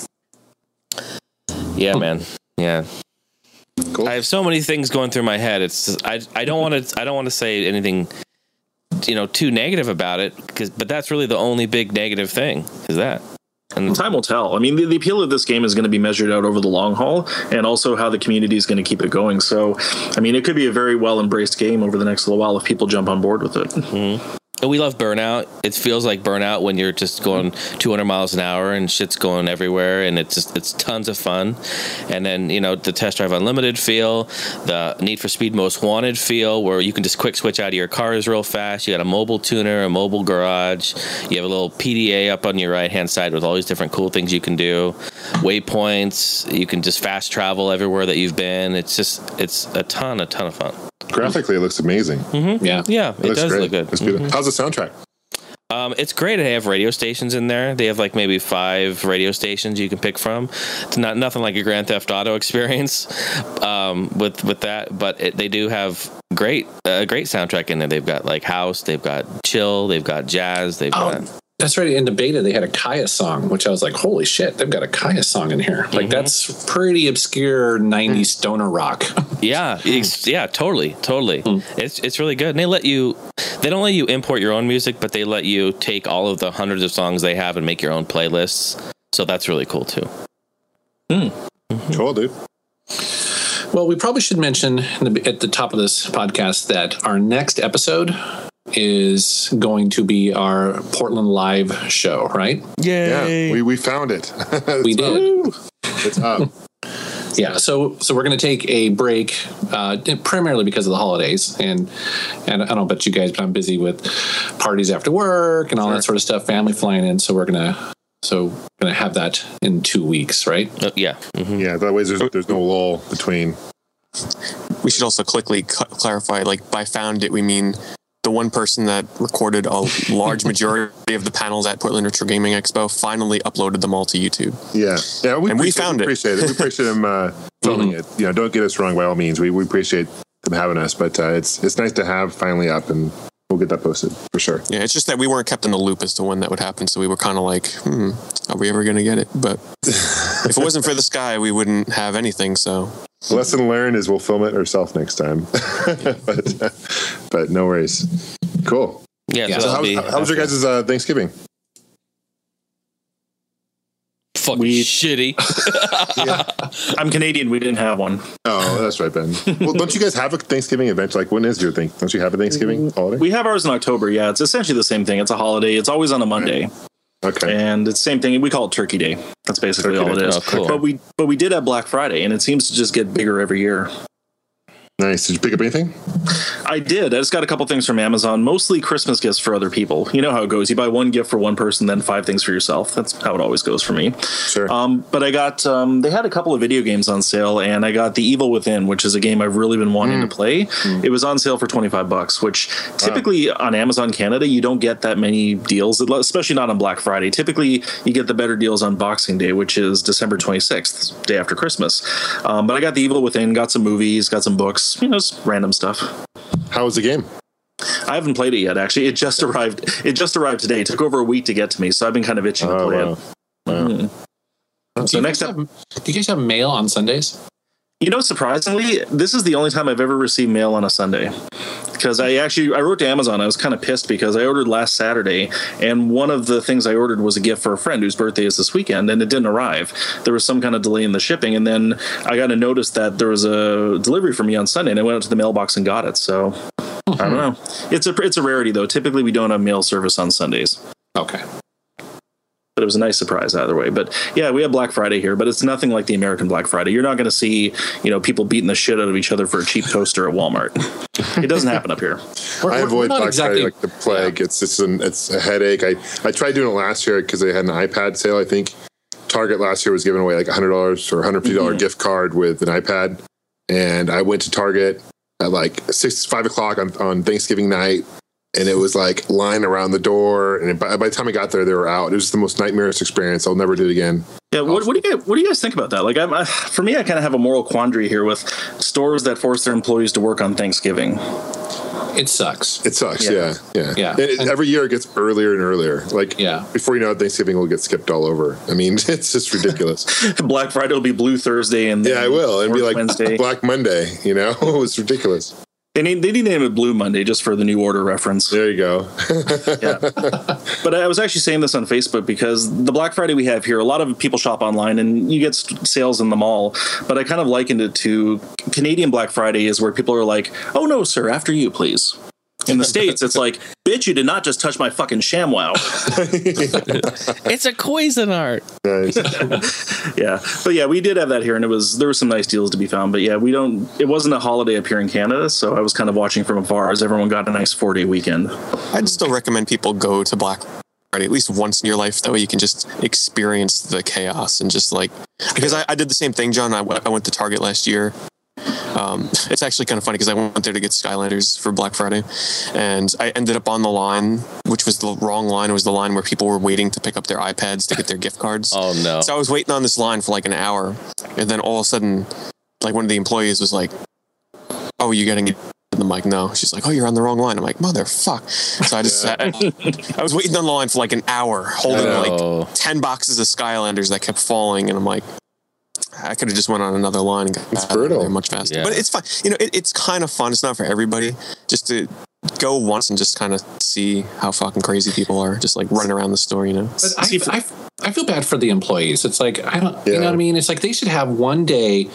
[SPEAKER 1] yeah, man, yeah.
[SPEAKER 5] Cool.
[SPEAKER 1] I have so many things going through my head. It's just- I I don't want to I don't want to say anything, you know, too negative about it. Because but that's really the only big negative thing is that. And
[SPEAKER 3] Time will tell. I mean, the, the appeal of this game is going to be measured out over the long haul and also how the community is going to keep it going. So, I mean, it could be a very well embraced game over the next little while if people jump on board with it.
[SPEAKER 1] and we love burnout. It feels like burnout when you're just going 200 miles an hour and shit's going everywhere, and it's just it's tons of fun. And then you know the test drive unlimited feel, the Need for Speed Most Wanted feel, where you can just quick switch out of your cars real fast. You got a mobile tuner, a mobile garage. You have a little PDA up on your right hand side with all these different cool things you can do, waypoints. You can just fast travel everywhere that you've been. It's just it's a ton, a ton of fun.
[SPEAKER 5] Graphically, it looks amazing.
[SPEAKER 2] yeah.
[SPEAKER 1] Yeah, it,
[SPEAKER 5] It, looks
[SPEAKER 1] does
[SPEAKER 5] great.
[SPEAKER 1] look good.
[SPEAKER 5] It's beautiful. How's the soundtrack?
[SPEAKER 1] Um, it's great. They have radio stations in there. They have like maybe five radio stations you can pick from. It's not nothing like a Grand Theft Auto experience um, with with that, but it, they do have great a great soundtrack in there. They've got like house, they've got chill, they've got jazz, they've
[SPEAKER 2] Oh,
[SPEAKER 1] got
[SPEAKER 2] That's right. In the beta, they had a Kaya song, which I was like, "Holy shit! They've got a Kaya song in here." Like that's pretty obscure '90s stoner rock.
[SPEAKER 1] Yeah, ex- yeah, totally, totally. It's it's really good. And they let you they don't let you import your own music, but they let you take all of the hundreds of songs they have and make your own playlists. So that's really cool too.
[SPEAKER 5] Cool, dude.
[SPEAKER 2] Well, we probably should mention in the, at the top of this podcast that our next episode is going to be our Portland live show, right?
[SPEAKER 5] Yeah, we, we found it.
[SPEAKER 2] We did.
[SPEAKER 5] it's up.
[SPEAKER 2] Yeah. So so we're going to take a break, uh, primarily because of the holidays, and and I don't know about you guys, but I'm busy with parties after work and all that sort of stuff, family flying in. So we're gonna so we're gonna have that in two weeks, right?
[SPEAKER 1] Uh, yeah. Mhm.
[SPEAKER 5] Yeah, that way there's, there's no lull between.
[SPEAKER 4] We should also quickly cl- clarify like by found it, we mean the one person that recorded a large majority of the panels at Portland Retro Gaming Expo finally uploaded them all to YouTube.
[SPEAKER 5] Yeah, yeah, we,
[SPEAKER 4] And we
[SPEAKER 5] appreciate-
[SPEAKER 4] found it.
[SPEAKER 5] Appreciate it. We appreciate them uh, filming it. You know, don't get us wrong. By all means, we, we appreciate them having us, but uh, it's it's nice to have finally up, and we'll get that posted for sure.
[SPEAKER 4] Yeah, it's just that we weren't kept in the loop as to when that would happen, so we were kind of like, hmm, are we ever going to get it? But if it wasn't for this guy, we wouldn't have anything. So
[SPEAKER 5] Lesson learned is we'll film it ourselves next time. but uh, but no worries. Cool.
[SPEAKER 1] Yeah.
[SPEAKER 2] Yeah.
[SPEAKER 1] So,
[SPEAKER 5] So
[SPEAKER 1] that'll
[SPEAKER 5] how,
[SPEAKER 1] be
[SPEAKER 5] how, was your guys' uh, Thanksgiving?
[SPEAKER 1] fucking
[SPEAKER 3] we-
[SPEAKER 1] shitty.
[SPEAKER 3] I'm Canadian. We didn't have one.
[SPEAKER 5] Oh, that's right, Ben. Well, don't you guys have a Thanksgiving event? Like, when is your thing? Don't you have a Thanksgiving holiday?
[SPEAKER 3] We have ours in October. Yeah, it's essentially the same thing. It's a holiday. It's always on a Monday,
[SPEAKER 5] okay.
[SPEAKER 3] and it's the same thing. We call it Turkey Day. That's basically
[SPEAKER 5] Turkey
[SPEAKER 3] all
[SPEAKER 5] Day.
[SPEAKER 3] it is.
[SPEAKER 1] Oh, cool.
[SPEAKER 3] But we but we did have Black Friday, and it seems to just get bigger every year.
[SPEAKER 5] Nice. Did you pick up anything?
[SPEAKER 3] I did. I just got a couple things from Amazon, mostly Christmas gifts for other people. You know how it goes. You buy one gift for one person, then five things for yourself. That's how it always goes for me.
[SPEAKER 5] Sure.
[SPEAKER 3] Um, but I got um, they had a couple of video games on sale, and I got The Evil Within, which is a game I've really been wanting to
[SPEAKER 5] Mm.
[SPEAKER 3] play. It was on sale for twenty five bucks, which typically on Amazon Canada you don't get that many deals, especially not on Black Friday. Typically you get the better deals on Boxing Day, which is December twenty sixth, day after Christmas. Um, but I got The Evil Within, got some movies, got some books, you know, just random stuff.
[SPEAKER 5] How was the game?
[SPEAKER 3] I haven't played it yet. Actually, it just arrived. It just arrived today. It took over a week to get to me, so I've been kind of itching to
[SPEAKER 5] Oh,
[SPEAKER 3] play
[SPEAKER 5] wow.
[SPEAKER 3] it. Mhm. So
[SPEAKER 2] do you
[SPEAKER 3] next
[SPEAKER 2] guys
[SPEAKER 3] up,
[SPEAKER 2] have- do you guys have mail on Sundays?
[SPEAKER 3] you know, surprisingly, this is the only time I've ever received mail on a Sunday. Because I actually I wrote to Amazon. I was kind of pissed because I ordered last Saturday, and one of the things I ordered was a gift for a friend whose birthday is this weekend, and it didn't arrive. There was some kind of delay in the shipping, and then I got a notice that there was a delivery for me on Sunday, and I went out to the mailbox and got it. So I don't know. It's a it's a rarity though. Typically, we don't have mail service on Sundays.
[SPEAKER 2] Okay.
[SPEAKER 3] but it was a nice surprise either way. But yeah, we have Black Friday here, but it's nothing like the American Black Friday. You're not going to see, you know, people beating the shit out of each other for a cheap toaster at Walmart. it doesn't happen up here.
[SPEAKER 2] We're, we're-
[SPEAKER 5] I
[SPEAKER 2] we're
[SPEAKER 5] avoid
[SPEAKER 2] not
[SPEAKER 5] Black
[SPEAKER 2] exactly-
[SPEAKER 5] Friday like the plague. It's it's an it's a headache. I I tried doing it last year because they had an iPad sale. I think Target last year was giving away like a hundred dollars or a hundred fifty
[SPEAKER 2] Mm-hmm.
[SPEAKER 5] dollar gift card with an iPad, and I went to Target at like six five o'clock on, on Thanksgiving night, and it was like line around the door. And by, by the time I got there, they were out. It was the most nightmarish experience. I'll never do it again.
[SPEAKER 3] Yeah, what, what do you guys, what do you guys think about that? Like, I'm, I, for me, I kind of have a moral quandary here with stores that force their employees to work on Thanksgiving.
[SPEAKER 2] It sucks.
[SPEAKER 5] It sucks. Yeah,
[SPEAKER 3] Yeah.
[SPEAKER 5] yeah,
[SPEAKER 2] Yeah.
[SPEAKER 5] And it- every year it gets earlier and earlier. Like
[SPEAKER 2] Yeah.
[SPEAKER 5] before you know it, Thanksgiving will get skipped all over. I mean, it's just ridiculous.
[SPEAKER 3] Black Friday will be Blue Thursday, and
[SPEAKER 5] Yeah, I will. It'd be
[SPEAKER 3] Orange
[SPEAKER 5] like
[SPEAKER 3] Wednesday.
[SPEAKER 5] Black Monday, you know? it was ridiculous.
[SPEAKER 3] They need they need to name it Blue Monday just for the New Order reference.
[SPEAKER 5] There you go.
[SPEAKER 3] yeah. But I was actually saying this on Facebook because the Black Friday we have here, a lot of people shop online and you get st- sales in the mall. But I kind of likened it to Canadian Black Friday is where people are like, "Oh no, sir, after you, please." In the states, it's like, "Bitch, you did not just touch my fucking ShamWow."
[SPEAKER 1] it's a Cuisinart.
[SPEAKER 5] nice.
[SPEAKER 3] yeah, but yeah, we did have that here, and it was there were some nice deals to be found. But yeah, we don't. It wasn't a holiday up here in Canada, so I was kind of watching from afar as everyone got a nice four day weekend.
[SPEAKER 4] I'd still recommend people go to Black Friday at least once in your life. That way you can just experience the chaos and just like, because I, I did the same thing, John. I, w- I went to Target last year. Um, it's actually kind of funny because I went there to get Skylanders for Black Friday and I ended up on the line, which was the wrong line. It was the line where people were waiting to pick up their iPads to get their gift cards.
[SPEAKER 1] Oh no.
[SPEAKER 4] So I was waiting on this line for like an hour, and then all of a sudden, like one of the employees was like, "Oh, you getting And I'm like, no. She's like, oh, you're on the wrong line. I'm like, motherfuck. So I just sat. I was waiting on the line for like an hour, holding like
[SPEAKER 1] Oh.
[SPEAKER 4] 10 boxes of Skylanders that kept falling. And I'm like, I could have just went on another line and got
[SPEAKER 5] It's
[SPEAKER 4] out of
[SPEAKER 5] brutal.
[SPEAKER 4] there much faster.
[SPEAKER 1] Yeah.
[SPEAKER 4] But it's fun. You know, it, it's kind of fun. It's not for everybody. Just to go once and just kind of see how fucking crazy people are, just like running around the store, you know?
[SPEAKER 2] But
[SPEAKER 3] See,
[SPEAKER 2] I,
[SPEAKER 3] for-
[SPEAKER 2] I, I feel bad for the employees. It's like I don't, you
[SPEAKER 5] Yeah.
[SPEAKER 2] know what I mean. It's like they should have one day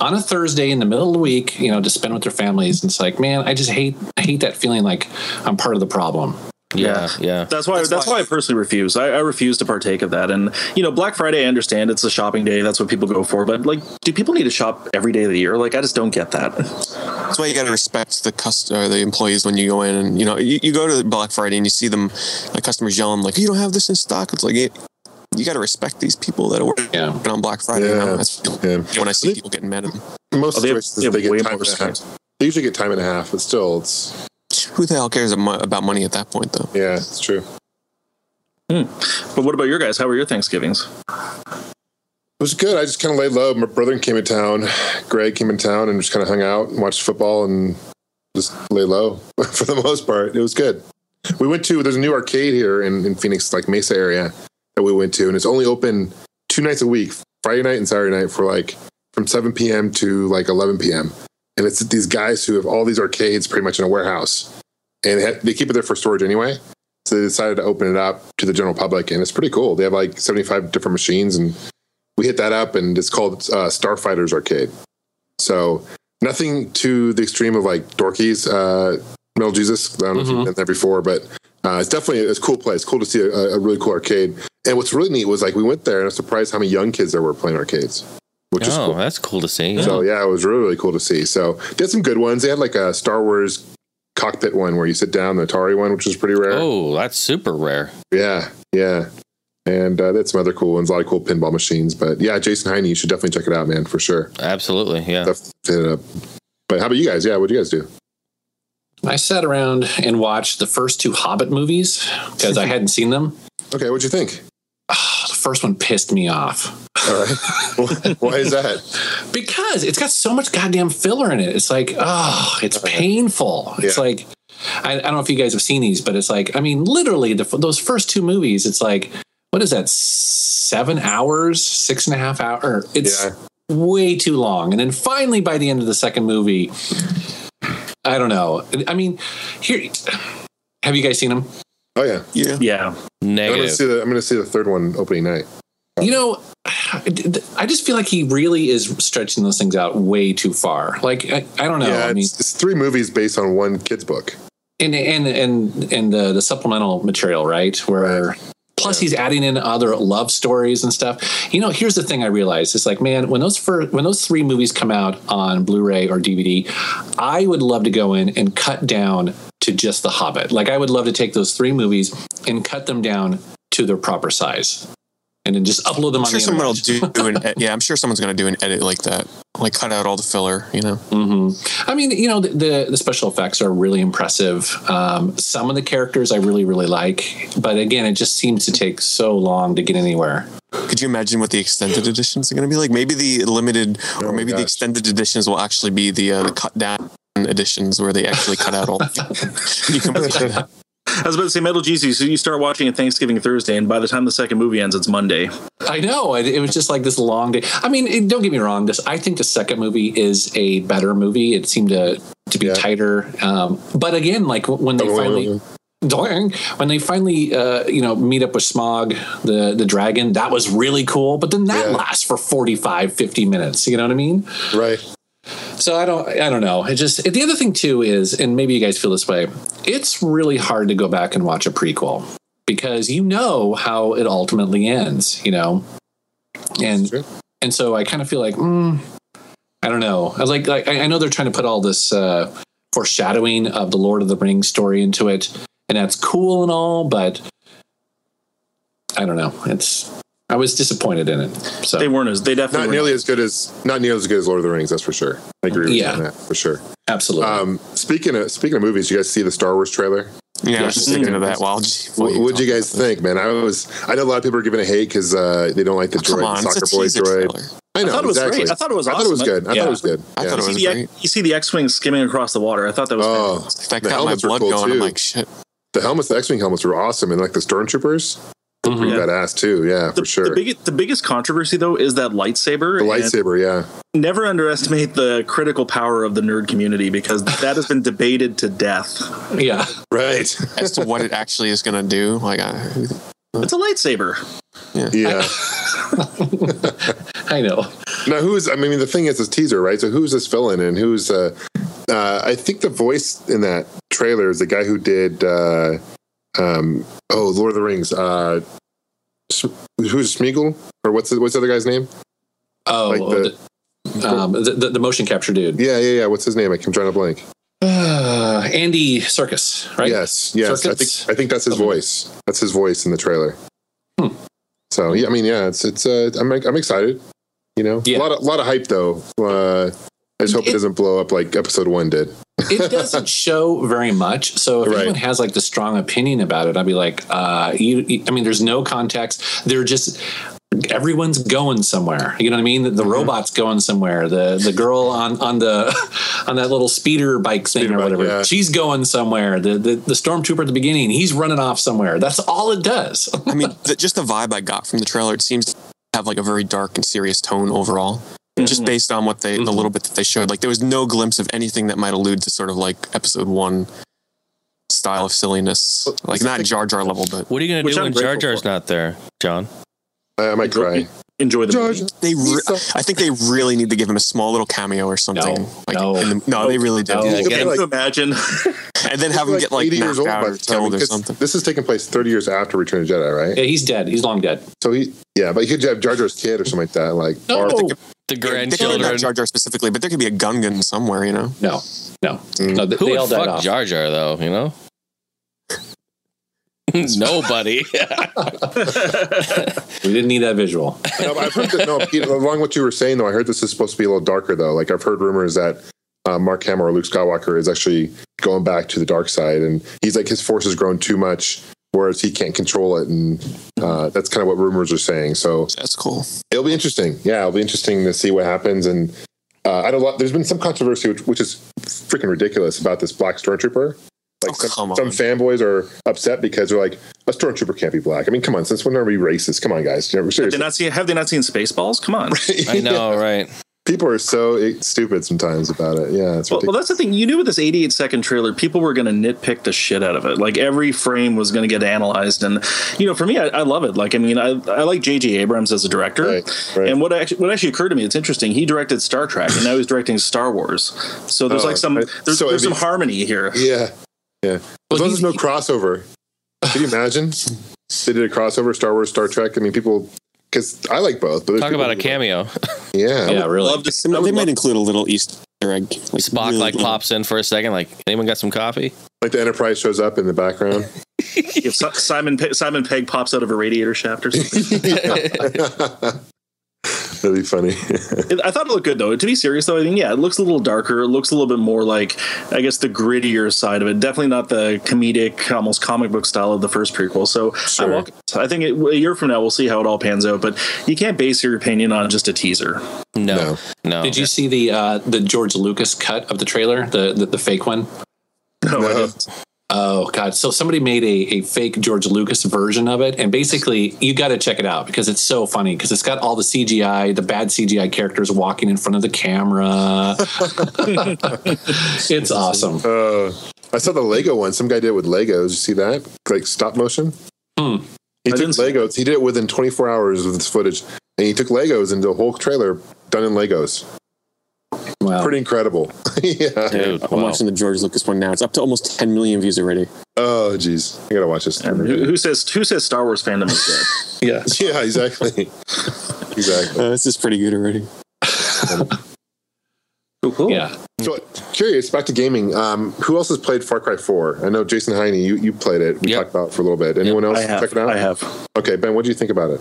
[SPEAKER 2] on a Thursday in the middle of the week, you know, to spend with their families. And it's like, man, I just hate, I hate that feeling like I'm part of the problem.
[SPEAKER 1] Yeah, yeah.
[SPEAKER 3] That's why. That's, why. I personally refuse. I, I refuse to partake of that. And you know, Black Friday, I understand it's a shopping day. That's what people go for. But like, do people need to shop every day of the year? Like, I just don't get that.
[SPEAKER 4] That's why you got to respect the cust- or the employees when you go in and you know you, you go to Black Friday and you see them like customers yelling like you don't have this in stock. It's like it, you got to respect these people that are working
[SPEAKER 2] Yeah.
[SPEAKER 4] on Black Friday. you know?
[SPEAKER 5] Yeah.
[SPEAKER 4] That's
[SPEAKER 5] Yeah.
[SPEAKER 4] when I see people getting mad at them.
[SPEAKER 5] Most
[SPEAKER 3] Oh, they have-
[SPEAKER 5] situations
[SPEAKER 3] they
[SPEAKER 5] they,
[SPEAKER 3] have way
[SPEAKER 5] get
[SPEAKER 3] more
[SPEAKER 5] time and a half.
[SPEAKER 3] respect.
[SPEAKER 5] They usually get time and a half, but still, it's
[SPEAKER 4] Who the hell cares amo- about money at that point though?
[SPEAKER 5] yeah, it's true.
[SPEAKER 3] But what about your guys? How were your Thanksgivings?
[SPEAKER 5] It was good. I just kind of laid low. My brother came in town. Greg came in town and just kind of hung out and watched football and just lay low for the most part. It was good. We went to there's a new arcade here in, in Phoenix, like Mesa area, that we went to, and it's only open two nights a week, Friday night and Saturday night, for like from 7 p.m. to like 11 p.m. And it's these guys who have all these arcades pretty much in a warehouse, and they, have, they keep it there for storage anyway. So they decided to open it up to the general public, and it's pretty cool. They have like 75 different machines and we hit that up and it's called uh, starfighters arcade so nothing to the extreme of like dorky's uh metal jesus i don't know if you've been there before but uh, it's definitely a cool place cool to see a, a really cool arcade and what's really neat was like we went there and i was surprised how many young kids there were playing arcades which is
[SPEAKER 1] oh,
[SPEAKER 5] cool
[SPEAKER 1] that's cool to see.
[SPEAKER 5] so yeah, it was really, really cool to see. So they had some good ones. They had like a Star Wars cockpit one where you sit down, the Atari one, which was pretty rare.
[SPEAKER 1] Oh, that's super rare.
[SPEAKER 5] Yeah, yeah. And uh, that's some other cool ones, a lot of cool pinball machines. But yeah, Jason Heine, you should definitely check it out, man, for sure.
[SPEAKER 1] Absolutely,
[SPEAKER 2] Oh.
[SPEAKER 1] yeah.
[SPEAKER 5] Stuff fit it up. But how about you guys? Yeah, what do you guys do?
[SPEAKER 2] I sat around and watched the first two Hobbit movies because I hadn't seen them.
[SPEAKER 5] Okay, what'd you think?
[SPEAKER 2] The first one pissed me off
[SPEAKER 5] All right. Why is that?
[SPEAKER 2] because it's got so much goddamn filler in it. It's like, oh, it's painful. It's
[SPEAKER 5] Yeah.
[SPEAKER 2] like, I, I don't know if you guys have seen these, but it's like, I mean, literally, the, f- those first two movies, it's like, what is that, seven hours, six and a half hour? It's
[SPEAKER 5] Yeah.
[SPEAKER 2] way too long. And then finally, by the end of the second movie, I don't know. I mean, here, have you guys seen them?
[SPEAKER 5] Oh yeah,
[SPEAKER 4] Yeah,
[SPEAKER 3] Yeah,
[SPEAKER 5] I'm gonna
[SPEAKER 1] Negative.
[SPEAKER 5] see the I'm gonna see the third one opening night.
[SPEAKER 2] You know, I just feel like he really is stretching those things out way too far. Like, I, I don't know.
[SPEAKER 5] yeah,
[SPEAKER 2] I mean,
[SPEAKER 5] it's, it's three movies based on one kid's book.
[SPEAKER 2] and and and and the, the supplemental material, right? Where plus he's adding in other love stories and stuff. You know, here's the thing I realized: it's like, man, when those first, when those three movies come out on Blu-ray or DVD, I would love to go in and cut down to just The Hobbit. Like, I would love to take those three movies and cut them down to their proper size, and then just upload them
[SPEAKER 4] I'm
[SPEAKER 2] on the
[SPEAKER 4] sure someone will
[SPEAKER 2] internet.
[SPEAKER 4] do. do an, ed- yeah, I'm sure someone's gonna do an edit like that, like cut out all the filler. You know,
[SPEAKER 2] hmm I mean, you know, the, the the special effects are really impressive. Um, some of the characters I really really like, but again, it just seems to take so long to get anywhere.
[SPEAKER 4] could you imagine what the extended editions are gonna be like? Maybe the limited or
[SPEAKER 5] Oh,
[SPEAKER 4] maybe the
[SPEAKER 5] gosh.
[SPEAKER 4] extended editions will actually be the uh, the cut down editions where they actually cut out all. you can
[SPEAKER 3] I was about to say Metal Jesus. So you start watching it Thanksgiving Thursday, and by the time the second movie ends, it's Monday.
[SPEAKER 2] I know it, it was just like this long day. I mean, it, don't get me wrong. This I think the second movie is a better movie. It seemed to to be
[SPEAKER 5] Yeah.
[SPEAKER 2] tighter, um, but again, like w- when they finally. Doing when they finally uh, you know meet up with Smog the the dragon that was really cool but then that
[SPEAKER 5] Yeah.
[SPEAKER 2] lasts for 45 50 minutes you know what I mean
[SPEAKER 5] Right.
[SPEAKER 2] So I don't I don't know. It just the other thing too is, and maybe you guys feel this way, it's really hard to go back and watch a prequel because you know how it ultimately ends, you know? And
[SPEAKER 5] Sure.
[SPEAKER 2] and so I kind of feel like, mm, I don't know. I like like I I know they're trying to put all this uh foreshadowing of the Lord of the Rings story into it, and that's cool and all, but I don't know. It's I was disappointed in it. So
[SPEAKER 3] They weren't as they definitely
[SPEAKER 5] Not
[SPEAKER 3] were
[SPEAKER 5] nearly as good as not nearly as good as Lord of the Rings. That's for sure. I agree with
[SPEAKER 2] Yeah.
[SPEAKER 5] you on that for sure.
[SPEAKER 2] absolutely.
[SPEAKER 5] Um, speaking of speaking of movies, you guys see the Star Wars trailer?
[SPEAKER 4] Yeah, I was just thinking of that. While
[SPEAKER 5] What would you guys think, man? I was I know a lot of people are giving a hate because uh, they don't like the
[SPEAKER 4] Oh, Come
[SPEAKER 5] droid,
[SPEAKER 4] on,
[SPEAKER 5] soccer
[SPEAKER 4] it's a
[SPEAKER 5] boy
[SPEAKER 4] teaser
[SPEAKER 5] droid.
[SPEAKER 4] trailer.
[SPEAKER 5] I I know.
[SPEAKER 3] thought it was
[SPEAKER 5] exactly.
[SPEAKER 3] great. I thought it was
[SPEAKER 5] I thought it was
[SPEAKER 3] awesome.
[SPEAKER 5] good. I
[SPEAKER 3] Yeah.
[SPEAKER 5] thought it was good.
[SPEAKER 4] I thought
[SPEAKER 5] Yeah.
[SPEAKER 4] it
[SPEAKER 3] You
[SPEAKER 4] was
[SPEAKER 3] see, the,
[SPEAKER 4] great.
[SPEAKER 3] you see the X-wing skimming across the water. I thought that was.
[SPEAKER 5] Oh,
[SPEAKER 4] That
[SPEAKER 5] The
[SPEAKER 4] got my
[SPEAKER 5] helmets were
[SPEAKER 4] blood
[SPEAKER 5] cool,
[SPEAKER 4] going. I'm
[SPEAKER 5] too.
[SPEAKER 4] like, shit.
[SPEAKER 5] the helmets, the X-wing helmets were awesome, and like the stormtroopers,
[SPEAKER 2] Mhm.
[SPEAKER 5] pretty
[SPEAKER 3] Yeah.
[SPEAKER 5] badass too. Yeah,
[SPEAKER 3] the,
[SPEAKER 5] for sure.
[SPEAKER 3] the, biggest, the biggest controversy though is that lightsaber.
[SPEAKER 5] the
[SPEAKER 3] and
[SPEAKER 5] lightsaber, yeah.
[SPEAKER 3] Never underestimate the critical power of the nerd community because that has been debated to death.
[SPEAKER 2] Yeah.
[SPEAKER 5] Right.
[SPEAKER 4] As to what it actually is going to do, like, I,
[SPEAKER 3] It's a lightsaber.
[SPEAKER 5] Yeah.
[SPEAKER 2] I know.
[SPEAKER 5] now, who's? I mean, the thing is, this teaser, right? So, who's this villain, and who's? Uh, uh, I think the voice in that trailer is the guy who did. Uh, um, oh, Lord of the Rings. Uh, S- who's Smeagol, or what's the, what's the other guy's name?
[SPEAKER 2] Oh,
[SPEAKER 5] Like the-
[SPEAKER 2] the, um, the, the, the motion capture dude.
[SPEAKER 5] Yeah, yeah, yeah. What's his name? I'm trying to blank.
[SPEAKER 2] Uh, Andy Circus, right?
[SPEAKER 5] Yes, yes. I
[SPEAKER 2] Circuits?
[SPEAKER 5] think I think that's his
[SPEAKER 2] Something.
[SPEAKER 5] voice. That's his voice in the trailer. Hmm. So yeah, I mean, yeah, it's it's. Uh, I'm I'm excited. You know,
[SPEAKER 2] Yeah.
[SPEAKER 5] a lot of lot of hype though. Uh, I just hope it,
[SPEAKER 2] It-
[SPEAKER 5] doesn't blow up like episode one did.
[SPEAKER 2] it doesn't show very much. So if
[SPEAKER 5] Right.
[SPEAKER 2] anyone has like the strong opinion about it, I'd be like, uh, you, you- I mean, there's no context. They're just everyone's going somewhere. You know what I mean? The,
[SPEAKER 5] Mm-hmm.
[SPEAKER 2] the robot's going somewhere. The the girl on on the on that little speeder bike thing
[SPEAKER 5] Speeder
[SPEAKER 2] or
[SPEAKER 5] bike,
[SPEAKER 2] whatever,
[SPEAKER 5] yeah.
[SPEAKER 2] she's going somewhere. The, the the stormtrooper at the beginning, he's running off somewhere. That's all it does.
[SPEAKER 4] I mean, the, just the vibe I got from the trailer, it seems to have like a very dark and serious tone overall.
[SPEAKER 5] Mm-hmm.
[SPEAKER 4] Just based on what they, the little bit that they showed, like there was no glimpse of anything that might allude to sort of like episode one style of silliness, like not Jar Jar level, but
[SPEAKER 1] What are you going to
[SPEAKER 3] Which
[SPEAKER 1] do
[SPEAKER 3] I'm
[SPEAKER 1] when Jar
[SPEAKER 3] grateful
[SPEAKER 1] Jar's
[SPEAKER 3] for.
[SPEAKER 1] not there, John?
[SPEAKER 5] I, I might cry.
[SPEAKER 3] Enjoy the
[SPEAKER 5] George,
[SPEAKER 3] movie.
[SPEAKER 4] they, re-
[SPEAKER 5] Lisa.
[SPEAKER 4] I think they really need to give him a small little cameo or something.
[SPEAKER 2] No,
[SPEAKER 4] like,
[SPEAKER 2] no,
[SPEAKER 4] in the, no, they really do.
[SPEAKER 2] no.
[SPEAKER 5] He'll be
[SPEAKER 1] get
[SPEAKER 3] Can
[SPEAKER 1] him.
[SPEAKER 5] like-
[SPEAKER 3] you imagine?
[SPEAKER 4] And then have him
[SPEAKER 5] he'll be
[SPEAKER 4] get like
[SPEAKER 5] 80
[SPEAKER 4] knocked
[SPEAKER 5] years old
[SPEAKER 4] out
[SPEAKER 5] by
[SPEAKER 4] or
[SPEAKER 5] the time
[SPEAKER 4] killed or
[SPEAKER 5] because
[SPEAKER 4] something.
[SPEAKER 5] this is taking place 30 years after Return of the Jedi, right?
[SPEAKER 2] Yeah, he's dead. He's long dead.
[SPEAKER 5] so he, yeah, but he could have Jar Jar's kid or something like that. Like,
[SPEAKER 2] No,
[SPEAKER 5] or-
[SPEAKER 1] The
[SPEAKER 4] They don't have
[SPEAKER 1] grandchildren.
[SPEAKER 4] Jar Jar specifically, but there could be a gun gun somewhere, you know.
[SPEAKER 2] no, no.
[SPEAKER 5] Mm.
[SPEAKER 2] no they,
[SPEAKER 1] Who
[SPEAKER 2] they all
[SPEAKER 1] would
[SPEAKER 2] died
[SPEAKER 1] fuck
[SPEAKER 2] off.
[SPEAKER 1] Jar Jar though? You know. Nobody.
[SPEAKER 2] We didn't need that visual.
[SPEAKER 1] Oh,
[SPEAKER 5] no, but I've heard that, no, Pete, along what you were saying though, I heard this is supposed to be a little darker though. Like I've heard rumors that uh, Mark Hamill or Luke Skywalker is actually going back to the dark side, and he's like his force has grown too much, whereas he can't control it, and uh, that's kind of what rumors are saying. So
[SPEAKER 4] That's cool.
[SPEAKER 5] it'll be interesting. Yeah, it'll be interesting to see what happens. And uh, I don't. There's been some controversy, which, which is freaking ridiculous, about this black stormtrooper. Like
[SPEAKER 4] Oh, come
[SPEAKER 5] some,
[SPEAKER 4] on.
[SPEAKER 5] some fanboys are upset because they're like, a stormtrooper can't be black. I mean, come on, since when are we racist? Come on, guys. You know,
[SPEAKER 3] Did they
[SPEAKER 5] seriously.
[SPEAKER 3] not see? Have they not seen Spaceballs? Come on.
[SPEAKER 1] I know, right?
[SPEAKER 5] People are so i- stupid sometimes about it. Yeah, it's
[SPEAKER 3] Well, well,
[SPEAKER 5] ridiculous.
[SPEAKER 3] that's the thing. You knew with this 88 second trailer, people were going to nitpick the shit out of it. Like every frame was going to get analyzed, and you know, for me, I, I love it. Like, I mean, I, I like J.J. Abrams as a director,
[SPEAKER 5] Right, right.
[SPEAKER 3] and what actually what actually occurred to me, it's interesting. He directed Star Trek, and now he's directing Star Wars. So there's
[SPEAKER 5] Oh,
[SPEAKER 3] like some
[SPEAKER 5] right.
[SPEAKER 3] there's,
[SPEAKER 5] So
[SPEAKER 3] there's
[SPEAKER 5] it'd
[SPEAKER 3] some
[SPEAKER 5] be-
[SPEAKER 3] harmony here.
[SPEAKER 5] yeah, yeah. As long as there's no crossover. Could you imagine? they did a crossover Star Wars, Star Trek. I mean, people. Because I like both, but there's
[SPEAKER 1] Talk
[SPEAKER 5] people
[SPEAKER 1] about a
[SPEAKER 5] who-
[SPEAKER 1] cameo.
[SPEAKER 5] Yeah,
[SPEAKER 2] Yeah, really.
[SPEAKER 3] Love to,
[SPEAKER 4] They
[SPEAKER 3] I would
[SPEAKER 4] might
[SPEAKER 3] love-
[SPEAKER 4] include a little Easter egg. Like,
[SPEAKER 1] Spock
[SPEAKER 4] really
[SPEAKER 1] like
[SPEAKER 4] little.
[SPEAKER 1] pops in for a second. Like, anyone got some coffee?
[SPEAKER 5] like the Enterprise shows up in the background.
[SPEAKER 3] if Si- Simon Pe- Simon Pegg pops out of a radiator shaft or something.
[SPEAKER 5] That'd be funny.
[SPEAKER 3] It- I thought it looked good though. To be serious though, I mean, yeah, it looks a little darker. It looks a little bit more like, I guess, the grittier side of it. Definitely not the comedic, almost comic book style of the first prequel. So I, welcome it. I think it, a year from now we'll see how it all pans out. But you can't base your opinion on just a teaser.
[SPEAKER 1] No, no.
[SPEAKER 2] Did you see the uh, the George Lucas cut of the trailer, the the, the fake one?
[SPEAKER 3] No, I
[SPEAKER 5] No.
[SPEAKER 3] didn't.
[SPEAKER 2] Oh god! So somebody made a, a fake George Lucas version of it, and basically you got to check it out because it's so funny because it's got all the CGI, the bad CGI characters walking in front of the camera. it's awesome.
[SPEAKER 5] Uh, I saw the Lego one. Some guy did it with Legos. You see that? Like stop motion.
[SPEAKER 2] Hmm.
[SPEAKER 5] He
[SPEAKER 3] I
[SPEAKER 5] took
[SPEAKER 3] didn't see
[SPEAKER 5] Legos. He did it within 24 hours of this footage, and he took Legos and the whole trailer done in Legos.
[SPEAKER 3] Oh.
[SPEAKER 2] Wow.
[SPEAKER 5] Pretty incredible. yeah.
[SPEAKER 1] Dude,
[SPEAKER 4] I'm
[SPEAKER 1] wow.
[SPEAKER 4] watching the George Lucas one now. It's up to almost 10 million views already.
[SPEAKER 5] Oh, jeez. I gotta watch this.
[SPEAKER 3] Who, who says who says Star Wars fandom is dead?
[SPEAKER 2] yeah.
[SPEAKER 5] Yeah, exactly. exactly.
[SPEAKER 4] Uh, this is pretty good already.
[SPEAKER 5] Oh,
[SPEAKER 3] Cool, cool.
[SPEAKER 2] Yeah.
[SPEAKER 5] So, curious. Back to gaming. Um, who else has played Far Cry 4? I know Jason Heine. You, you played it. We
[SPEAKER 1] Yep.
[SPEAKER 5] talked about it for a little bit. Anyone else
[SPEAKER 3] I have.
[SPEAKER 5] check it out?
[SPEAKER 3] I have.
[SPEAKER 5] Okay, Ben. What do you think about it?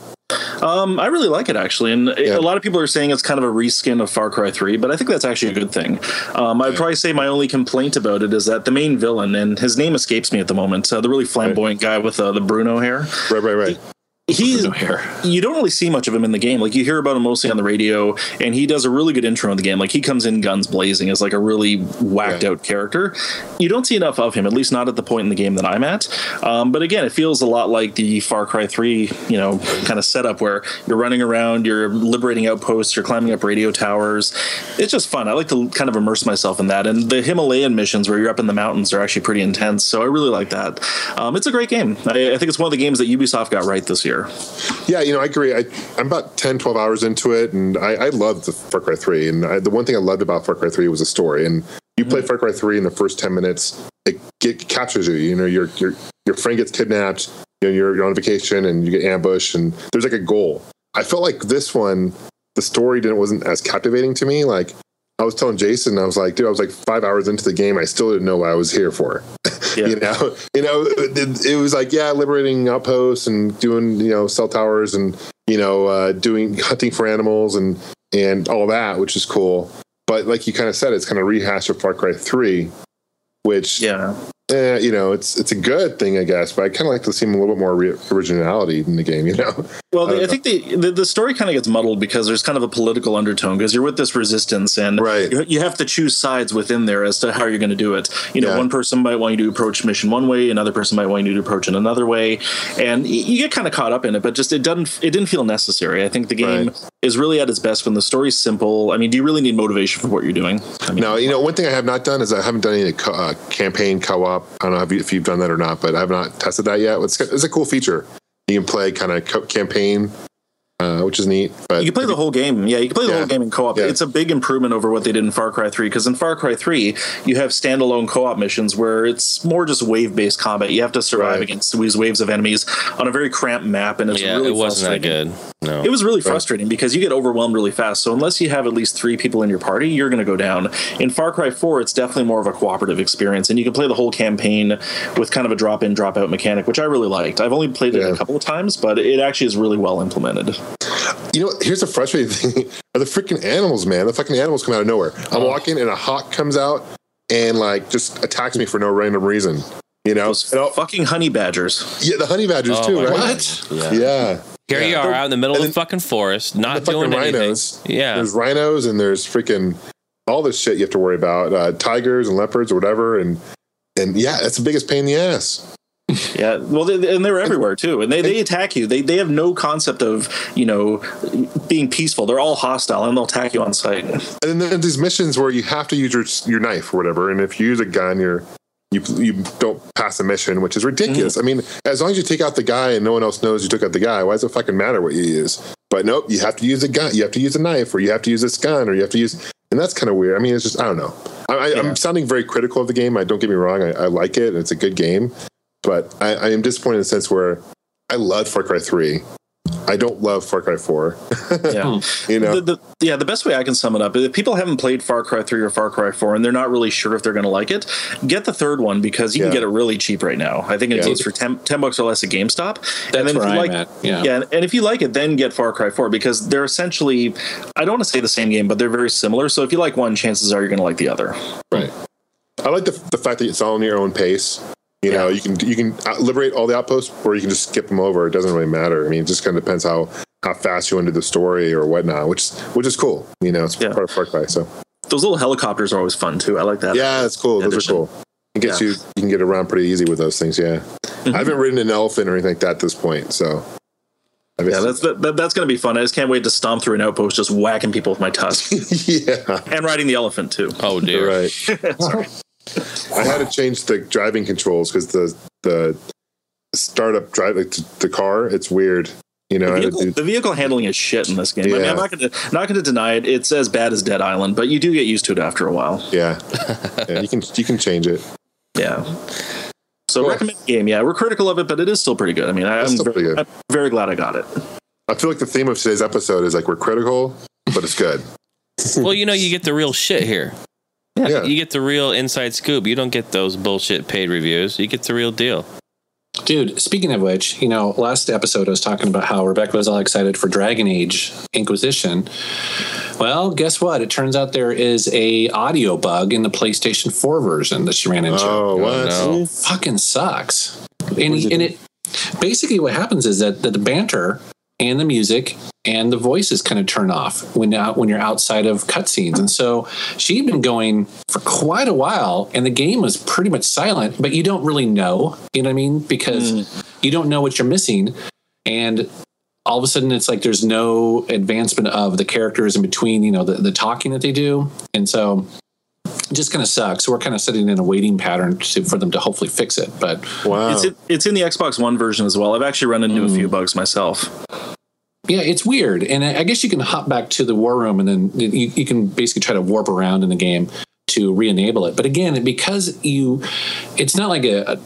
[SPEAKER 3] Um, I really like it actually, and
[SPEAKER 5] Yeah.
[SPEAKER 3] a lot of people are saying it's kind of a reskin of Far Cry Three, but I think that's actually a good thing. Um, I'd probably say my only complaint about it is that the main villain, and his name escapes me at the moment, uh, the really flamboyant guy with uh, the Bruno hair,
[SPEAKER 5] Right, right, right.
[SPEAKER 3] He's
[SPEAKER 2] no hair.
[SPEAKER 3] you don't really see much of him in the game. Like you hear about him mostly on the radio, and he does a really good intro in the game. Like he comes in guns blazing as like a really whacked
[SPEAKER 5] Yeah.
[SPEAKER 3] out character. You don't see enough of him, at least not at the point in the game that I'm at. Um, but again, it feels a lot like the Far Cry Three, you know, kind of setup where you're running around, you're liberating outposts, you're climbing up radio towers. It's just fun. I like to kind of immerse myself in that. And the Himalayan missions where you're up in the mountains are actually pretty intense. So I really like that. Um, it's a great game. I, I think it's one of the games that Ubisoft got right this year.
[SPEAKER 5] Yeah, you know, I agree. I, I'm about 10, 12 hours into it, and I, I loved the Far Cry 3. And I, the one thing I loved about Far Cry 3 was the story. And you play Far Cry 3 in the first 10 minutes, it get, captures you. You know, your, your, your friend gets kidnapped, you know, you're, you're on vacation, and you get ambushed, and there's like a goal. I felt like this one, the story didn't wasn't as captivating to me. Like, I was telling Jason, I was like, dude, I was like five hours into the game, I still didn't know what I was here for.
[SPEAKER 3] Yeah.
[SPEAKER 5] you know, you know, it, it was like, yeah, liberating outposts and doing, you know, cell towers and you know, uh, doing hunting for animals and and all that, which is cool. But like you kind of said, it's kind of rehash of Far Cry Three, which
[SPEAKER 3] Yeah.
[SPEAKER 5] eh, you know, it's it's a good thing, I guess. But I kind of like to see a little bit more re- originality in the game, you know.
[SPEAKER 3] Well,
[SPEAKER 5] I don't
[SPEAKER 3] I, think the, the the story kind of gets muddled because there's kind of a political undertone because you're with this resistance and
[SPEAKER 5] Right.
[SPEAKER 3] you, you have to choose sides within there as to how you're going to do it. You know,
[SPEAKER 5] Yeah.
[SPEAKER 3] one person might want you to approach mission one way, another person might want you to approach it another way, and y- you get kind of caught up in it. But just it doesn't it didn't feel necessary. I think the game is really at its best when the story's simple. I mean, do you really need motivation for what you're doing? I mean,
[SPEAKER 5] Now, you know, one thing I have not done is I haven't done any co- uh, campaign co-op. I don't know if, you, if you've done that or not, but I have not tested that yet. It's, it's a cool feature. You can play kind of co- campaign, uh, which is neat. But
[SPEAKER 3] You can play the whole game. Yeah, you can play the
[SPEAKER 5] Yeah.
[SPEAKER 3] whole game in co-op.
[SPEAKER 5] Yeah.
[SPEAKER 3] It's a big improvement over what they did in Far Cry 3 because in Far Cry 3, you have standalone co-op missions where it's more just wave-based combat. You have to survive
[SPEAKER 5] Right.
[SPEAKER 3] against these waves of enemies on a very cramped map and it's
[SPEAKER 1] yeah,
[SPEAKER 3] really
[SPEAKER 1] it wasn't that
[SPEAKER 3] frustrating.
[SPEAKER 1] good. No.
[SPEAKER 3] It was really frustrating because you get overwhelmed really fast. So unless you have at least three people in your party, you're going to go down. In Far Cry 4, it's definitely more of a cooperative experience, and you can play the whole campaign with kind of a drop in, drop out mechanic, which I really liked. I've only played it
[SPEAKER 5] Yeah.
[SPEAKER 3] a couple of times, but it actually is really well implemented.
[SPEAKER 5] you know, here's the frustrating thing: are the freaking animals, man? The fucking animals come out of nowhere.
[SPEAKER 1] Oh.
[SPEAKER 5] I'm walking and a hawk comes out and like just attacks me for no random reason. You know,
[SPEAKER 3] Those
[SPEAKER 5] And I'll-
[SPEAKER 3] fucking honey badgers.
[SPEAKER 5] yeah, the honey badgers
[SPEAKER 1] Oh
[SPEAKER 5] too,
[SPEAKER 1] my
[SPEAKER 5] right?
[SPEAKER 1] God. Yeah.
[SPEAKER 5] Yeah,
[SPEAKER 1] Here you are out in the middle of
[SPEAKER 5] And
[SPEAKER 1] the fucking forest, not
[SPEAKER 5] the
[SPEAKER 1] doing
[SPEAKER 5] fucking
[SPEAKER 1] anything.
[SPEAKER 5] rhinos.
[SPEAKER 1] Yeah.
[SPEAKER 5] there's rhinos and there's freaking all this shit you have to worry about, uh, tigers and leopards or whatever, and and yeah, that's the biggest pain in the ass.
[SPEAKER 3] Yeah, well, they, and they're everywhere too, and they, they attack you. They they have no concept of you know being peaceful. They're all hostile, and they'll attack you on sight.
[SPEAKER 5] And then there's these missions where you have to use your your knife or whatever, and if you use a gun, you're you, you don't pass a mission, which is ridiculous.
[SPEAKER 3] Mm-hmm.
[SPEAKER 5] I mean, as long as you take out the guy and no one else knows you took out the guy, why does it fucking matter what you use? But nope, you have to use a gun, you have to use a knife, or you have to use this gun, or you have to use, and that's kind of weird. I mean, it's just I don't know. I, I,
[SPEAKER 3] Yeah.
[SPEAKER 5] I'm sounding very critical of the game. I don't get me wrong, I, I like it, and it's a good game, but I, I am disappointed in the sense where I loved Far Cry Three. I don't love Far Cry Four.
[SPEAKER 3] Yeah.
[SPEAKER 5] you know,
[SPEAKER 3] The, the, yeah, the best way I can sum it up is if people haven't played Far Cry 3 or Far Cry 4 and they're not really sure if they're going to like it, get the third one because you
[SPEAKER 5] Yeah.
[SPEAKER 3] can get it really cheap right now. I think it
[SPEAKER 5] Yeah.
[SPEAKER 3] goes for 10, 10 bucks or less at GameStop.
[SPEAKER 2] That's where
[SPEAKER 3] if you
[SPEAKER 2] I'm
[SPEAKER 3] like,
[SPEAKER 2] at. Yeah.
[SPEAKER 3] yeah, and if you like it, then get Far Cry 4 because they're essentially, I don't want to say the same game, but they're very similar. So if you like one, chances are you're going to like the other.
[SPEAKER 5] Right. I like the, the fact that it's all on your own pace. You know, you can you can out- liberate all the outposts, or you can just skip them over. It doesn't really matter. I mean, it just kind of depends how how fast you into the story or whatnot, which which is cool. You know, it's
[SPEAKER 3] Yeah.
[SPEAKER 5] part of Far Cry. So
[SPEAKER 3] Those little helicopters are always fun too. I like that.
[SPEAKER 5] yeah, it's cool. Those
[SPEAKER 3] Addition.
[SPEAKER 5] are cool. It gets
[SPEAKER 3] Yeah. Mm-hmm.
[SPEAKER 5] you you can get around pretty easy with those things. Yeah, I haven't ridden an elephant or anything like that at this point. So I
[SPEAKER 3] Yeah, that's that, that, that's going to be fun. I just can't wait to stomp through an outpost, just whacking people with my tusk
[SPEAKER 5] yeah.
[SPEAKER 3] and riding the elephant too.
[SPEAKER 1] Oh dear.
[SPEAKER 5] Right. I had to change the driving controls because the the startup drive like, t- the car. It's weird. You know,
[SPEAKER 3] The
[SPEAKER 5] I had to
[SPEAKER 3] vehicle,
[SPEAKER 5] do-
[SPEAKER 3] the vehicle handling is shit in this game. I mean,
[SPEAKER 5] Yeah.
[SPEAKER 3] I'm not going to not going to deny it. It's as bad as Dead Island, but you do get used to it after a while.
[SPEAKER 5] yeah. yeah. You can you can change it.
[SPEAKER 3] Yeah. So
[SPEAKER 5] Cool.
[SPEAKER 3] recommend the game. Yeah, we're critical of it, but it is still pretty good. I mean, I,
[SPEAKER 5] It's
[SPEAKER 3] am
[SPEAKER 5] still pretty
[SPEAKER 3] very,
[SPEAKER 5] good.
[SPEAKER 3] I'm very glad I got it.
[SPEAKER 5] I feel like the theme of today's episode is like we're critical, but it's good.
[SPEAKER 1] Well, you know, you get the real shit here.
[SPEAKER 5] Yeah.
[SPEAKER 1] You get the real inside scoop. You don't get those bullshit paid reviews. You get the real deal.
[SPEAKER 2] Dude, speaking of which, you know, last episode I was talking about how Rebecca was all excited for Dragon Age Inquisition. Well, guess what? It turns out there is a audio bug in the Oh, PlayStation 4 version that she ran into.
[SPEAKER 5] Oh, what?
[SPEAKER 1] no.
[SPEAKER 2] Fucking sucks. And, and it basically what happens is that, that the banter and the music and the voices kind of turn off when out, when you're outside of cutscenes. And so she'd been going for quite a while, and the game was pretty much silent. But you don't really know, you know what I mean? Because you don't know what you're missing, and all of a sudden it's like there's no advancement of the characters in between. You know the the talking that they do, and so. It just kind of sucks. So we're kind of sitting in a waiting pattern to, for them to hopefully fix it. But
[SPEAKER 5] Wow.
[SPEAKER 3] It's in, it's in the Xbox One version as well. I've actually run into
[SPEAKER 5] Mm.
[SPEAKER 3] a few bugs myself.
[SPEAKER 2] yeah, it's weird. And I I guess you can hop back to the war room and then you, you can basically try to warp around in the game to re-enable it. But again, because you, it's not like a,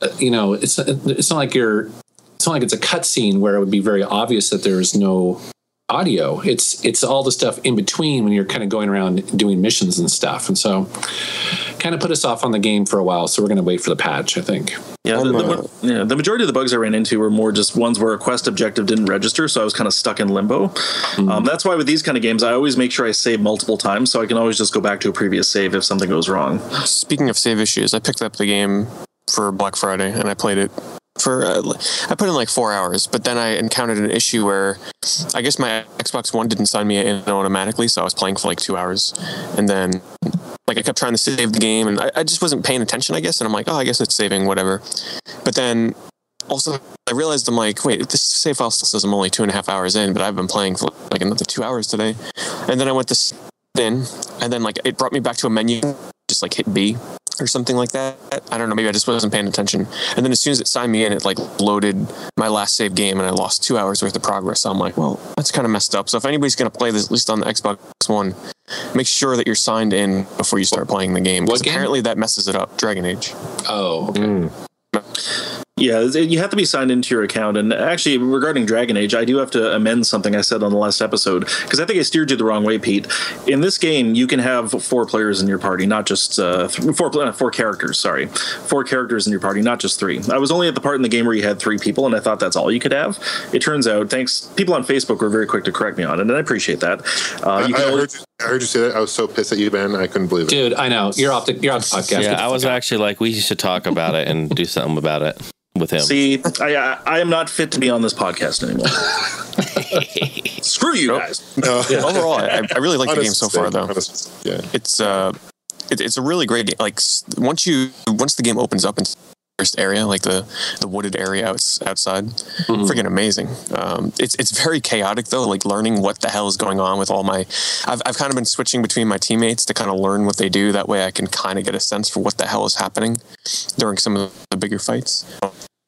[SPEAKER 2] a- you know, it's it's not like you're, it's not like it's a cutscene where it would be very obvious that there's no audio. It's it's all the stuff in between when you're kind of going around doing missions and stuff. And so, kind of put us off on the game for a while. So we're going to wait for the patch, I think.
[SPEAKER 3] Yeah the,
[SPEAKER 4] I'm,
[SPEAKER 3] the,
[SPEAKER 4] uh,
[SPEAKER 3] one- yeah, the majority of the bugs I ran into were more just ones where a quest objective didn't register, so I was kind of stuck in limbo. Um, that's why with these kind of games, I always make sure I save multiple times, so I can always just go back to a previous save if something goes wrong.
[SPEAKER 4] Speaking of save issues, I picked up the game for Black Friday and I played it for uh, I put in like four hours, but then I encountered an issue where I guess my Xbox One didn't sign me in automatically, so I was playing for like two hours, and then like I kept trying to save the game, and I, I just wasn't paying attention, I guess, and I'm like, oh, I guess it's saving, whatever. But then also I realized I'm like, wait, this save file still says I'm only two and a half hours in, but I've been playing for like another two hours today, and then I went to s- in, and then like it brought me back to a menu, just like hit B or something like that. I don't know. Maybe I just wasn't paying attention. And then as soon as it signed me in, it like loaded my last save game, and I lost two hours worth of progress. So I'm like, well, that's kind of messed up. So if anybody's gonna play this, at least on the Xbox One, make sure that you're signed in before you start playing the game. Because
[SPEAKER 2] What game?
[SPEAKER 4] apparently that messes it up. Dragon Age.
[SPEAKER 2] Oh, okay.
[SPEAKER 3] Yeah, it's- it- you have to be signed into your account. And actually, regarding Dragon Age, I do have to amend something I said on the last episode because I think I steered you the wrong way, Pete. In this game, you can have four players in your party, not just uh, th- four pla- four characters. Sorry, four characters in your party, not just three. I was only at the part in the game where you had three people, and I thought that's all you could have. It turns out, thanks, people on Facebook were very quick to correct me on it, and I appreciate that. Uh,
[SPEAKER 5] I,
[SPEAKER 3] you
[SPEAKER 5] I
[SPEAKER 3] can only-
[SPEAKER 5] heard you, I heard you say that. I was so pissed at you, Ben. I couldn't believe it.
[SPEAKER 2] dude, I know you're off the you're off the podcast.
[SPEAKER 1] yeah,
[SPEAKER 2] Get the
[SPEAKER 1] I was
[SPEAKER 2] fuck out.
[SPEAKER 1] actually like, we should talk about it and do something about it with him.
[SPEAKER 3] See, I, I I am not fit to be on this podcast anymore. Screw you guys.
[SPEAKER 5] No.
[SPEAKER 4] Overall, I, I really like the game so far,
[SPEAKER 5] Honest
[SPEAKER 4] though.
[SPEAKER 5] mistake. Honest mistake.
[SPEAKER 4] it's uh it, it's a really great game. like s- once you once the game opens up in the first area like the the wooded area outs, outside freaking amazing um it's it's very chaotic though like learning what the hell is going on with all my I've, I've kind of been switching between my teammates to kind of learn what they do that way i can kind of get a sense for what the hell is happening during some of the bigger fights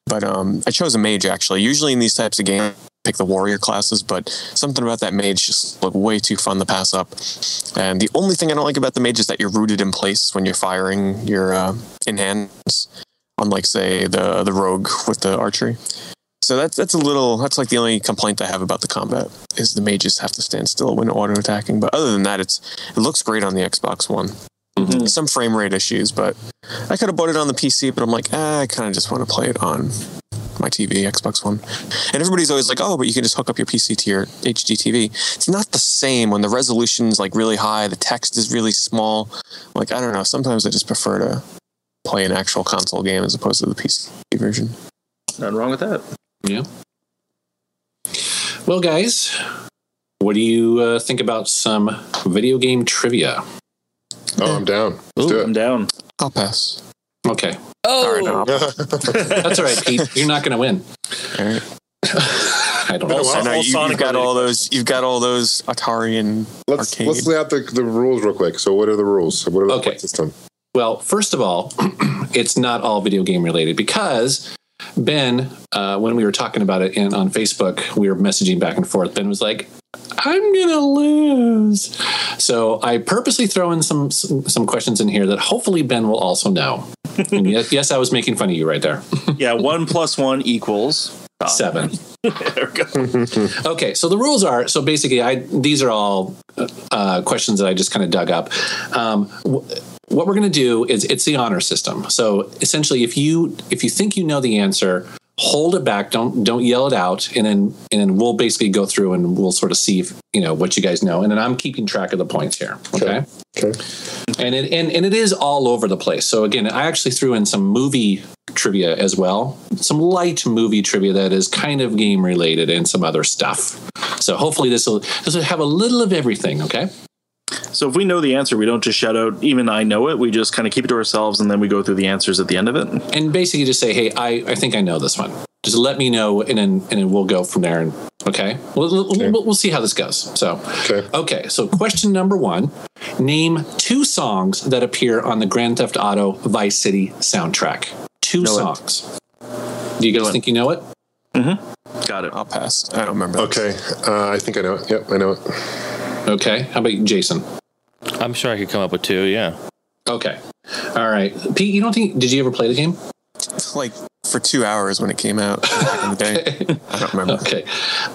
[SPEAKER 4] but um i chose a mage actually usually in these types of games pick the warrior classes, but something about that mage just looked way too fun to pass up. And the only thing I don't like about the mage is that you're rooted in place when you're firing your uh, in hands, unlike say the the rogue with the archery. So that's that's a little that's like the only complaint I have about the combat is the mages have to stand still when auto attacking. But other than that, it's it looks great on the Xbox One. Some frame rate issues, but I could have bought it on the PC. But I'm like, ah, I kind of just want to play it on my TV, Xbox One. And everybody's always like, oh, but you can just hook up your PC to your HD TV. It's not the same when the resolution's like really high, the text is really small. Like, I don't know. Sometimes I just prefer to play an actual console game as opposed to the PC version.
[SPEAKER 3] Nothing wrong with that.
[SPEAKER 2] Yeah. Well, guys, what do you uh, think about some video game trivia?
[SPEAKER 5] Oh, I'm down. Let's
[SPEAKER 3] I'm down.
[SPEAKER 4] I'll pass.
[SPEAKER 2] Okay,
[SPEAKER 4] Sorry, no, I'll pass.
[SPEAKER 5] do it.
[SPEAKER 2] that's all right, Pete. You're not going to win.
[SPEAKER 4] All right.
[SPEAKER 2] I don't know.
[SPEAKER 5] Oh,
[SPEAKER 4] I
[SPEAKER 5] wow.
[SPEAKER 4] know
[SPEAKER 3] All
[SPEAKER 4] you,
[SPEAKER 3] Sonic
[SPEAKER 4] have got
[SPEAKER 3] related
[SPEAKER 4] all those. You've got all those Atari and
[SPEAKER 5] Let's
[SPEAKER 4] Arcade.
[SPEAKER 5] let's lay out the, the rules real quick. So, what are the rules? What are the
[SPEAKER 2] Okay.
[SPEAKER 5] point system?
[SPEAKER 2] Well, first of all, it's not all video game related because Ben, uh, when we were talking about it in, on Facebook, we were messaging back and forth. Ben was like, "I'm gonna lose," so I purposely throw in some some, some questions in here that hopefully Ben will also know. and yes, yes, I was making fun of you right there.
[SPEAKER 3] Yeah, one plus one equals
[SPEAKER 2] Seven.
[SPEAKER 3] There we go.
[SPEAKER 2] Okay, so the rules are so basically, I these are all uh, questions that I just kind of dug up. Um, wh- what we're going to do is it's the honor system. So essentially, if you if you think you know the answer, hold it back don't don't yell it out and then and then we'll basically go through and we'll sort of see if you know what you guys know and then i'm keeping track of the points here okay
[SPEAKER 5] Okay.
[SPEAKER 2] and it and, and it is all over the place so again i actually threw in some movie trivia as well some light movie trivia that is kind of game related and some other stuff so hopefully this will this will have a little of everything okay
[SPEAKER 3] So if we know the answer, we don't just shout out, even I know it. We just kind of keep it to ourselves and then we go through the answers at the end of it.
[SPEAKER 2] and basically just say hey i i think i know this one just let me know and then and then we'll go from there and okay we'll, we'll-
[SPEAKER 5] Okay.
[SPEAKER 2] We'll, we'll see how this goes so
[SPEAKER 5] Okay.
[SPEAKER 2] Okay, so question number one Name two songs that appear on the Grand Theft Auto Vice City soundtrack. Two
[SPEAKER 3] Know it.
[SPEAKER 2] songs. Do you guys
[SPEAKER 3] it.
[SPEAKER 2] think you know it?
[SPEAKER 3] Got it.
[SPEAKER 4] I'll pass. I don't remember.
[SPEAKER 5] Okay. Uh, I think I know it. Yep, I know it.
[SPEAKER 2] Okay, how about you, Jason?
[SPEAKER 1] I'm sure I could come up with two. Yeah.
[SPEAKER 2] Okay, all right. Pete, you don't think, did you ever play the game?
[SPEAKER 4] Like for two hours when it came out back in the day. I don't remember.
[SPEAKER 2] Okay.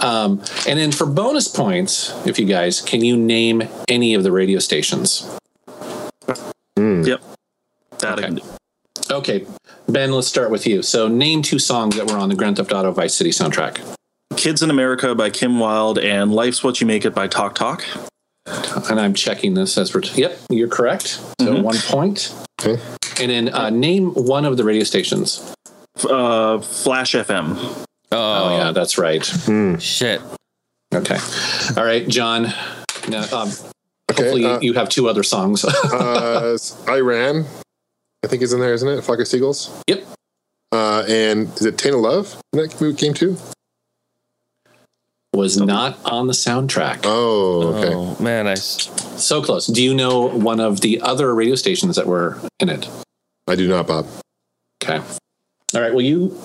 [SPEAKER 2] Um, and then for bonus points, if you guys, can you name any of the radio stations?
[SPEAKER 3] Yep. That I can do.
[SPEAKER 2] Okay, Ben, let's start with you. So name two songs that were on the Grand Theft Auto Vice City soundtrack.
[SPEAKER 3] Kids in America by Kim Wilde and Life's What You Make It by Talk Talk.
[SPEAKER 2] and I'm checking this as we're. yep, you're correct. So one point.
[SPEAKER 5] Okay.
[SPEAKER 2] And then uh, name one of the radio stations.
[SPEAKER 3] F- Uh, Flash FM.
[SPEAKER 1] Oh,
[SPEAKER 2] Oh, yeah, that's right.
[SPEAKER 1] shit.
[SPEAKER 2] Okay. All right, John. Now, um, hopefully,
[SPEAKER 5] uh,
[SPEAKER 2] you have two other songs.
[SPEAKER 5] Uh, Iran, I think is in there, isn't it? Flock of Seagulls.
[SPEAKER 2] yep.
[SPEAKER 5] Uh, and is it Taint of Love? in That movie came too.
[SPEAKER 2] Was not on the soundtrack.
[SPEAKER 5] Oh, okay.
[SPEAKER 1] Oh man, I s-
[SPEAKER 2] So close. Do you know one of the other radio stations that were in it?
[SPEAKER 5] I do not, Bob.
[SPEAKER 2] Okay. All right. Well, you.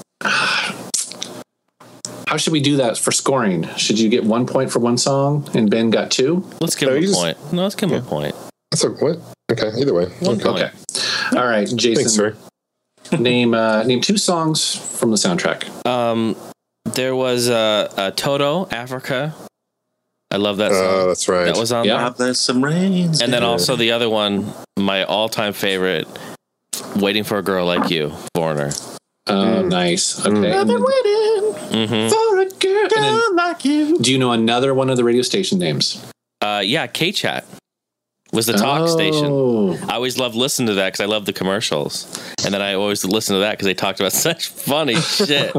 [SPEAKER 2] How should we do that for scoring? Should you get one point for one song and Ben got two?
[SPEAKER 1] let's give
[SPEAKER 5] No,
[SPEAKER 1] him
[SPEAKER 5] you
[SPEAKER 1] a
[SPEAKER 5] just-
[SPEAKER 1] point. No, let's give him a point.
[SPEAKER 5] That's a what? Okay. Either way.
[SPEAKER 1] One
[SPEAKER 5] okay.
[SPEAKER 1] point.
[SPEAKER 2] Okay. All right, Jason.
[SPEAKER 5] Thanks, sir.
[SPEAKER 2] name uh, name two songs from the soundtrack.
[SPEAKER 1] Um, there was uh, uh, Toto Africa. I love that
[SPEAKER 5] Uh,
[SPEAKER 1] song.
[SPEAKER 5] that's right.
[SPEAKER 1] that was on
[SPEAKER 2] Yeah.
[SPEAKER 1] there.
[SPEAKER 3] Pop that some rains.
[SPEAKER 1] And then also the other one, my all-time favorite, "Waiting for a Girl Like You," Foreigner.
[SPEAKER 2] Oh, nice. Okay.
[SPEAKER 1] Mm. Mm-hmm.
[SPEAKER 2] For a girl and
[SPEAKER 3] like you.
[SPEAKER 2] then, do you know another one of the radio station names?
[SPEAKER 1] Uh, yeah, K Chat was the talk station.
[SPEAKER 2] Oh.
[SPEAKER 1] I always loved listening to that because I loved the commercials, and then I always listened to that because they talked about such funny shit.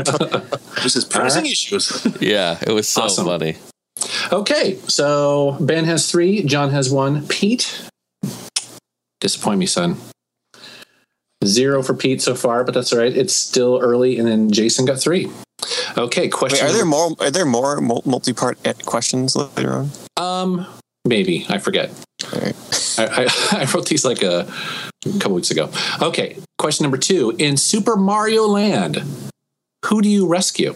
[SPEAKER 3] This is pressing issues.
[SPEAKER 1] Yeah, it was so
[SPEAKER 2] Awesome.
[SPEAKER 1] funny.
[SPEAKER 2] Okay, so Ben has three, John has one, Pete. Disappoint me, son. Zero for Pete so far, but that's all right. It's still early, and then Jason got three. Okay,
[SPEAKER 4] Wait,
[SPEAKER 2] question.
[SPEAKER 4] are there
[SPEAKER 2] number-
[SPEAKER 4] more? Are there more mul- multi-part e- questions later on?
[SPEAKER 2] Um, maybe I forget.
[SPEAKER 4] Alright.
[SPEAKER 2] I, I, I wrote these like a, couple weeks ago. Okay, question number two: In Super Mario Land, who do you rescue?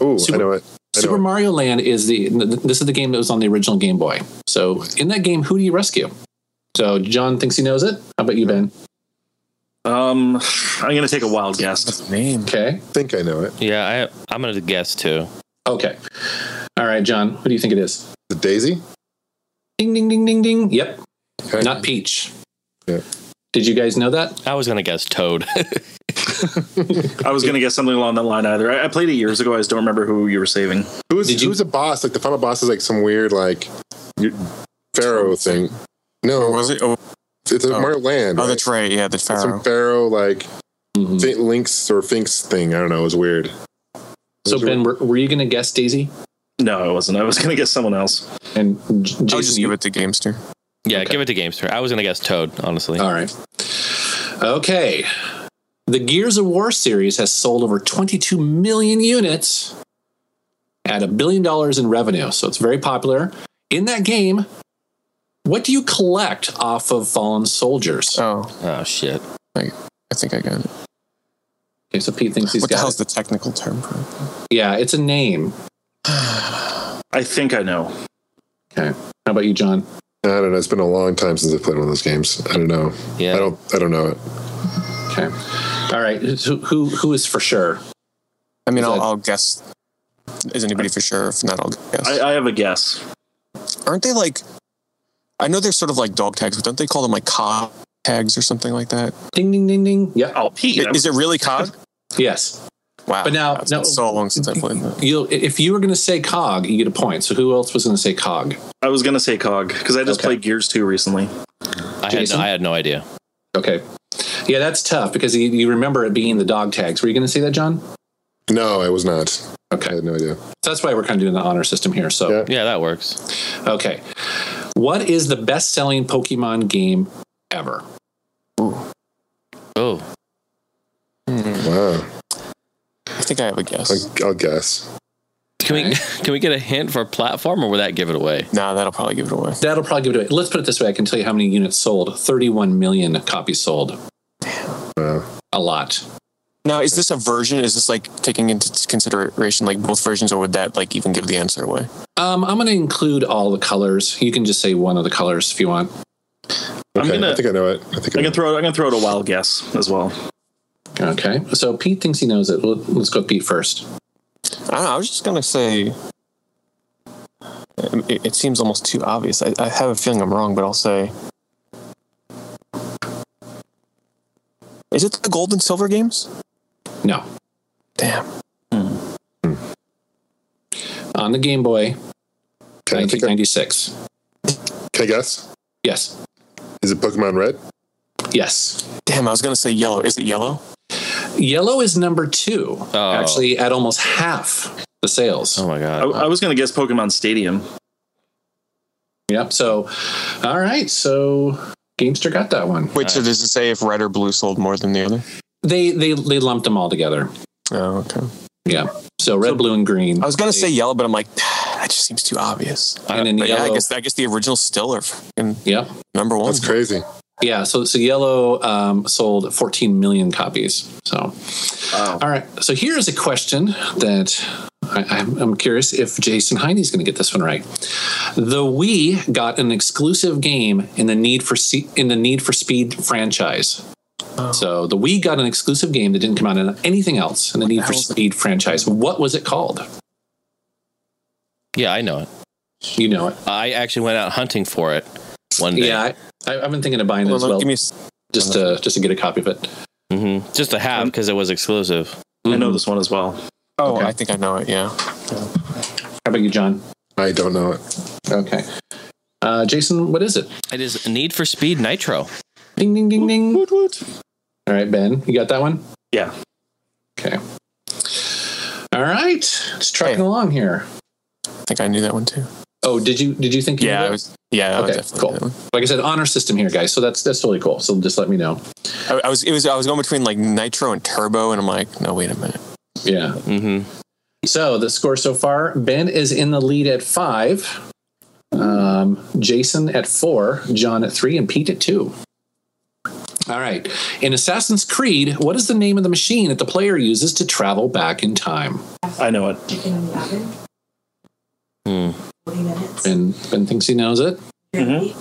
[SPEAKER 5] Oh, I
[SPEAKER 2] Super-
[SPEAKER 5] know it. I know
[SPEAKER 2] Super
[SPEAKER 5] it.
[SPEAKER 2] Mario Land is the this is the game that was on the original Game Boy. So in that game, who do you rescue? So John thinks he knows it. How about you, Ben?
[SPEAKER 3] Um, I'm going to take a wild guess.
[SPEAKER 4] Name.
[SPEAKER 2] Okay,
[SPEAKER 5] I think I know it.
[SPEAKER 1] Yeah, I I'm gonna guess too.
[SPEAKER 2] okay, all right, John. Who do you think it is?
[SPEAKER 5] The Daisy.
[SPEAKER 2] Ding, ding, ding, ding, ding. Yep,
[SPEAKER 5] Okay.
[SPEAKER 2] not Peach.
[SPEAKER 5] Yeah.
[SPEAKER 2] Did you guys know that?
[SPEAKER 1] I was gonna guess Toad.
[SPEAKER 3] I was going to guess something along that line either. I, I played it years ago. I just don't remember who you were saving.
[SPEAKER 5] Who's
[SPEAKER 2] Did you-
[SPEAKER 5] who's the boss? Like the final boss is like some weird like you- pharaoh thing.
[SPEAKER 4] Or
[SPEAKER 5] No,
[SPEAKER 4] was it? Oh,
[SPEAKER 5] it's a
[SPEAKER 4] Oh.
[SPEAKER 5] Mario Land.
[SPEAKER 4] oh
[SPEAKER 5] right?
[SPEAKER 4] that's right. Yeah, the pharaoh.
[SPEAKER 5] Some pharaoh like
[SPEAKER 2] Mhm.
[SPEAKER 5] Fin- Lynx or Finks thing. I don't know. It was weird.
[SPEAKER 2] So
[SPEAKER 5] Those were-
[SPEAKER 2] Ben, were, were you going to guess Daisy?
[SPEAKER 3] No, I wasn't. I was going to guess someone else.
[SPEAKER 2] And J- Jason,
[SPEAKER 4] I'll just
[SPEAKER 2] you-
[SPEAKER 4] give it to Gamester.
[SPEAKER 1] yeah, give it to Gamester. I was gonna guess Toad, honestly.
[SPEAKER 2] All right. Okay. The Gears of War series has sold over 22 million units at a billion dollars in revenue. So it's very popular. In that game, what do you collect off of fallen soldiers?
[SPEAKER 4] Oh,
[SPEAKER 1] oh shit.
[SPEAKER 4] I think I got it.
[SPEAKER 2] Okay, so Pete thinks he's
[SPEAKER 4] what the
[SPEAKER 2] got
[SPEAKER 4] hell's
[SPEAKER 2] it.
[SPEAKER 4] the technical term for it?
[SPEAKER 2] Yeah, it's a name.
[SPEAKER 3] I think I know.
[SPEAKER 2] Okay. How about you, John?
[SPEAKER 5] I don't know. It's been a long time since I played one of those games. I don't know.
[SPEAKER 1] Yeah.
[SPEAKER 5] I don't. I don't know it.
[SPEAKER 2] Okay. All right. Who who, who is for sure?
[SPEAKER 4] I
[SPEAKER 2] Is
[SPEAKER 4] mean, I'll,
[SPEAKER 2] that-
[SPEAKER 4] I'll guess. Is anybody for sure? If not, I'll guess.
[SPEAKER 3] I, I have a guess.
[SPEAKER 4] Aren't they like? I know they're sort of like dog tags, but don't they call them like cod tags or something like that? Uh,
[SPEAKER 2] Ding ding ding ding. Yeah.
[SPEAKER 3] Oh, Pete.
[SPEAKER 4] Is it really cod?
[SPEAKER 2] Yes.
[SPEAKER 4] Wow.
[SPEAKER 2] But now-
[SPEAKER 4] it's
[SPEAKER 2] now-
[SPEAKER 4] been so long since I played that.
[SPEAKER 2] You'll, if you were going to say cog, you get a point. So who else was going to say cog?
[SPEAKER 3] I was gonna say Cog because I just
[SPEAKER 2] Okay.
[SPEAKER 3] played Gears Two recently.
[SPEAKER 1] I had, no,
[SPEAKER 2] Jason?
[SPEAKER 1] I had no idea.
[SPEAKER 2] Okay. Yeah, that's tough because you, you remember it being the dog tags. Were you going to say that, John?
[SPEAKER 5] No, I was not. I
[SPEAKER 2] Okay.
[SPEAKER 5] had no idea.
[SPEAKER 2] So that's why we're kind of doing the honor system here. So,
[SPEAKER 5] Yeah.
[SPEAKER 1] Yeah, that works.
[SPEAKER 2] okay. What is the best selling Pokemon game ever?
[SPEAKER 1] Oh,
[SPEAKER 5] Wow.
[SPEAKER 4] I think I have a guess.
[SPEAKER 5] I'll, I'll guess.
[SPEAKER 1] can we can we get a hint for platform, or would that give it away?
[SPEAKER 4] Nah, that'll probably give it away.
[SPEAKER 2] That'll probably give it away. Let's put it this way I can tell you how many units sold 31 million copies sold.
[SPEAKER 5] Wow.
[SPEAKER 2] A lot.
[SPEAKER 4] Now, is this a version? Is this like taking into consideration like both versions, or would that like even give the answer away?
[SPEAKER 2] Um, I'm going to include all the colors. You can just say one of the colors if you want.
[SPEAKER 3] I'm
[SPEAKER 5] Okay,
[SPEAKER 3] gonna-
[SPEAKER 5] I think I know it. I think I
[SPEAKER 3] I'm
[SPEAKER 5] know
[SPEAKER 3] gonna
[SPEAKER 5] it.
[SPEAKER 3] throw. I'm gonna throw it a wild guess as well.
[SPEAKER 2] Okay. So Pete thinks he knows it. Let- Let's go with Pete first.
[SPEAKER 4] I don't know. I was just gonna say. It, it seems almost too obvious. I, I have a feeling I'm wrong, but I'll say. Is it the gold and silver games?
[SPEAKER 2] No.
[SPEAKER 4] Damn.
[SPEAKER 2] On the Game Boy,
[SPEAKER 5] Can I, think I,
[SPEAKER 2] 1996.
[SPEAKER 5] can I guess?
[SPEAKER 2] Yes.
[SPEAKER 5] Is it Pokemon Red?
[SPEAKER 2] Yes.
[SPEAKER 4] Damn, I was gonna say yellow. Is it yellow?
[SPEAKER 2] Yellow is number two,
[SPEAKER 1] Oh.
[SPEAKER 2] actually, at almost half the sales.
[SPEAKER 1] Oh my
[SPEAKER 3] I,
[SPEAKER 1] god.
[SPEAKER 3] I was gonna guess Pokemon Stadium.
[SPEAKER 2] Yep. So, all right. So, Gamester got that one.
[SPEAKER 4] Wait, so does it say if red or blue sold more than the other?
[SPEAKER 2] They they they lumped them all together.
[SPEAKER 4] Oh, okay.
[SPEAKER 2] Yeah. So red, blue, and green,
[SPEAKER 1] uh,
[SPEAKER 4] I was gonna say yellow, but I'm like, that just seems too obvious.
[SPEAKER 2] and then
[SPEAKER 4] But yeah,
[SPEAKER 2] yellow.
[SPEAKER 4] I guess I guess the original still are fucking
[SPEAKER 2] Yep.
[SPEAKER 4] number one.
[SPEAKER 5] That's crazy.
[SPEAKER 2] Yeah. So so yellow um, sold 14 million copies. So, all right. So here is a question that I, I'm, I'm curious if Jason Heine's going to get this one right. The Wii got an exclusive game in the Need for Se- in the Need for Speed franchise.
[SPEAKER 4] Oh.
[SPEAKER 2] So the Wii got an exclusive game that didn't come out in anything else in the Need for
[SPEAKER 4] hell's that?
[SPEAKER 2] Speed franchise. What was it called?
[SPEAKER 1] yeah, I know it.
[SPEAKER 2] You know it.
[SPEAKER 1] I actually went out hunting for it one day.
[SPEAKER 2] Yeah, I, I, I've been thinking of buying it
[SPEAKER 4] Hold
[SPEAKER 2] as
[SPEAKER 4] on,
[SPEAKER 2] well,
[SPEAKER 4] give me a s-
[SPEAKER 2] just to just to get a copy of it.
[SPEAKER 1] hmm Just a half because it was exclusive.
[SPEAKER 3] I know this one as well.
[SPEAKER 4] oh,
[SPEAKER 2] Okay.
[SPEAKER 4] I think I know it. Yeah.
[SPEAKER 2] How about you, John?
[SPEAKER 5] I don't know it.
[SPEAKER 2] Okay. Uh, Jason, what is it?
[SPEAKER 1] It is Need for Speed Nitro.
[SPEAKER 2] Ding ding ding ding.
[SPEAKER 3] Woot woot.
[SPEAKER 2] All right, Ben, you got that one.
[SPEAKER 3] Yeah.
[SPEAKER 2] Okay. All right, just trucking
[SPEAKER 4] Hey.
[SPEAKER 2] along here.
[SPEAKER 4] I think I knew that one too.
[SPEAKER 2] Oh, did you did you think? You
[SPEAKER 4] Yeah,
[SPEAKER 2] knew
[SPEAKER 4] I
[SPEAKER 2] it?
[SPEAKER 4] was. Yeah, I
[SPEAKER 2] Okay,
[SPEAKER 4] definitely
[SPEAKER 2] cool.
[SPEAKER 4] knew that one.
[SPEAKER 2] Like I said, honor system here, guys. So that's that's totally cool. So just let me know.
[SPEAKER 4] I, I was. It was. I was going between like nitro and turbo, and I'm like, no, wait a minute.
[SPEAKER 2] Yeah.
[SPEAKER 1] Mm-hmm.
[SPEAKER 2] So the score so far: Ben is in the lead at five, um, Jason at four, John at three, and Pete at two. All right. In Assassin's Creed, what is the name of the machine that the player uses to travel back in time?
[SPEAKER 3] I know it.
[SPEAKER 6] chicken in the oven.
[SPEAKER 1] Hmm.
[SPEAKER 6] 40 minutes.
[SPEAKER 2] Ben Ben thinks he knows it.
[SPEAKER 3] Mhm.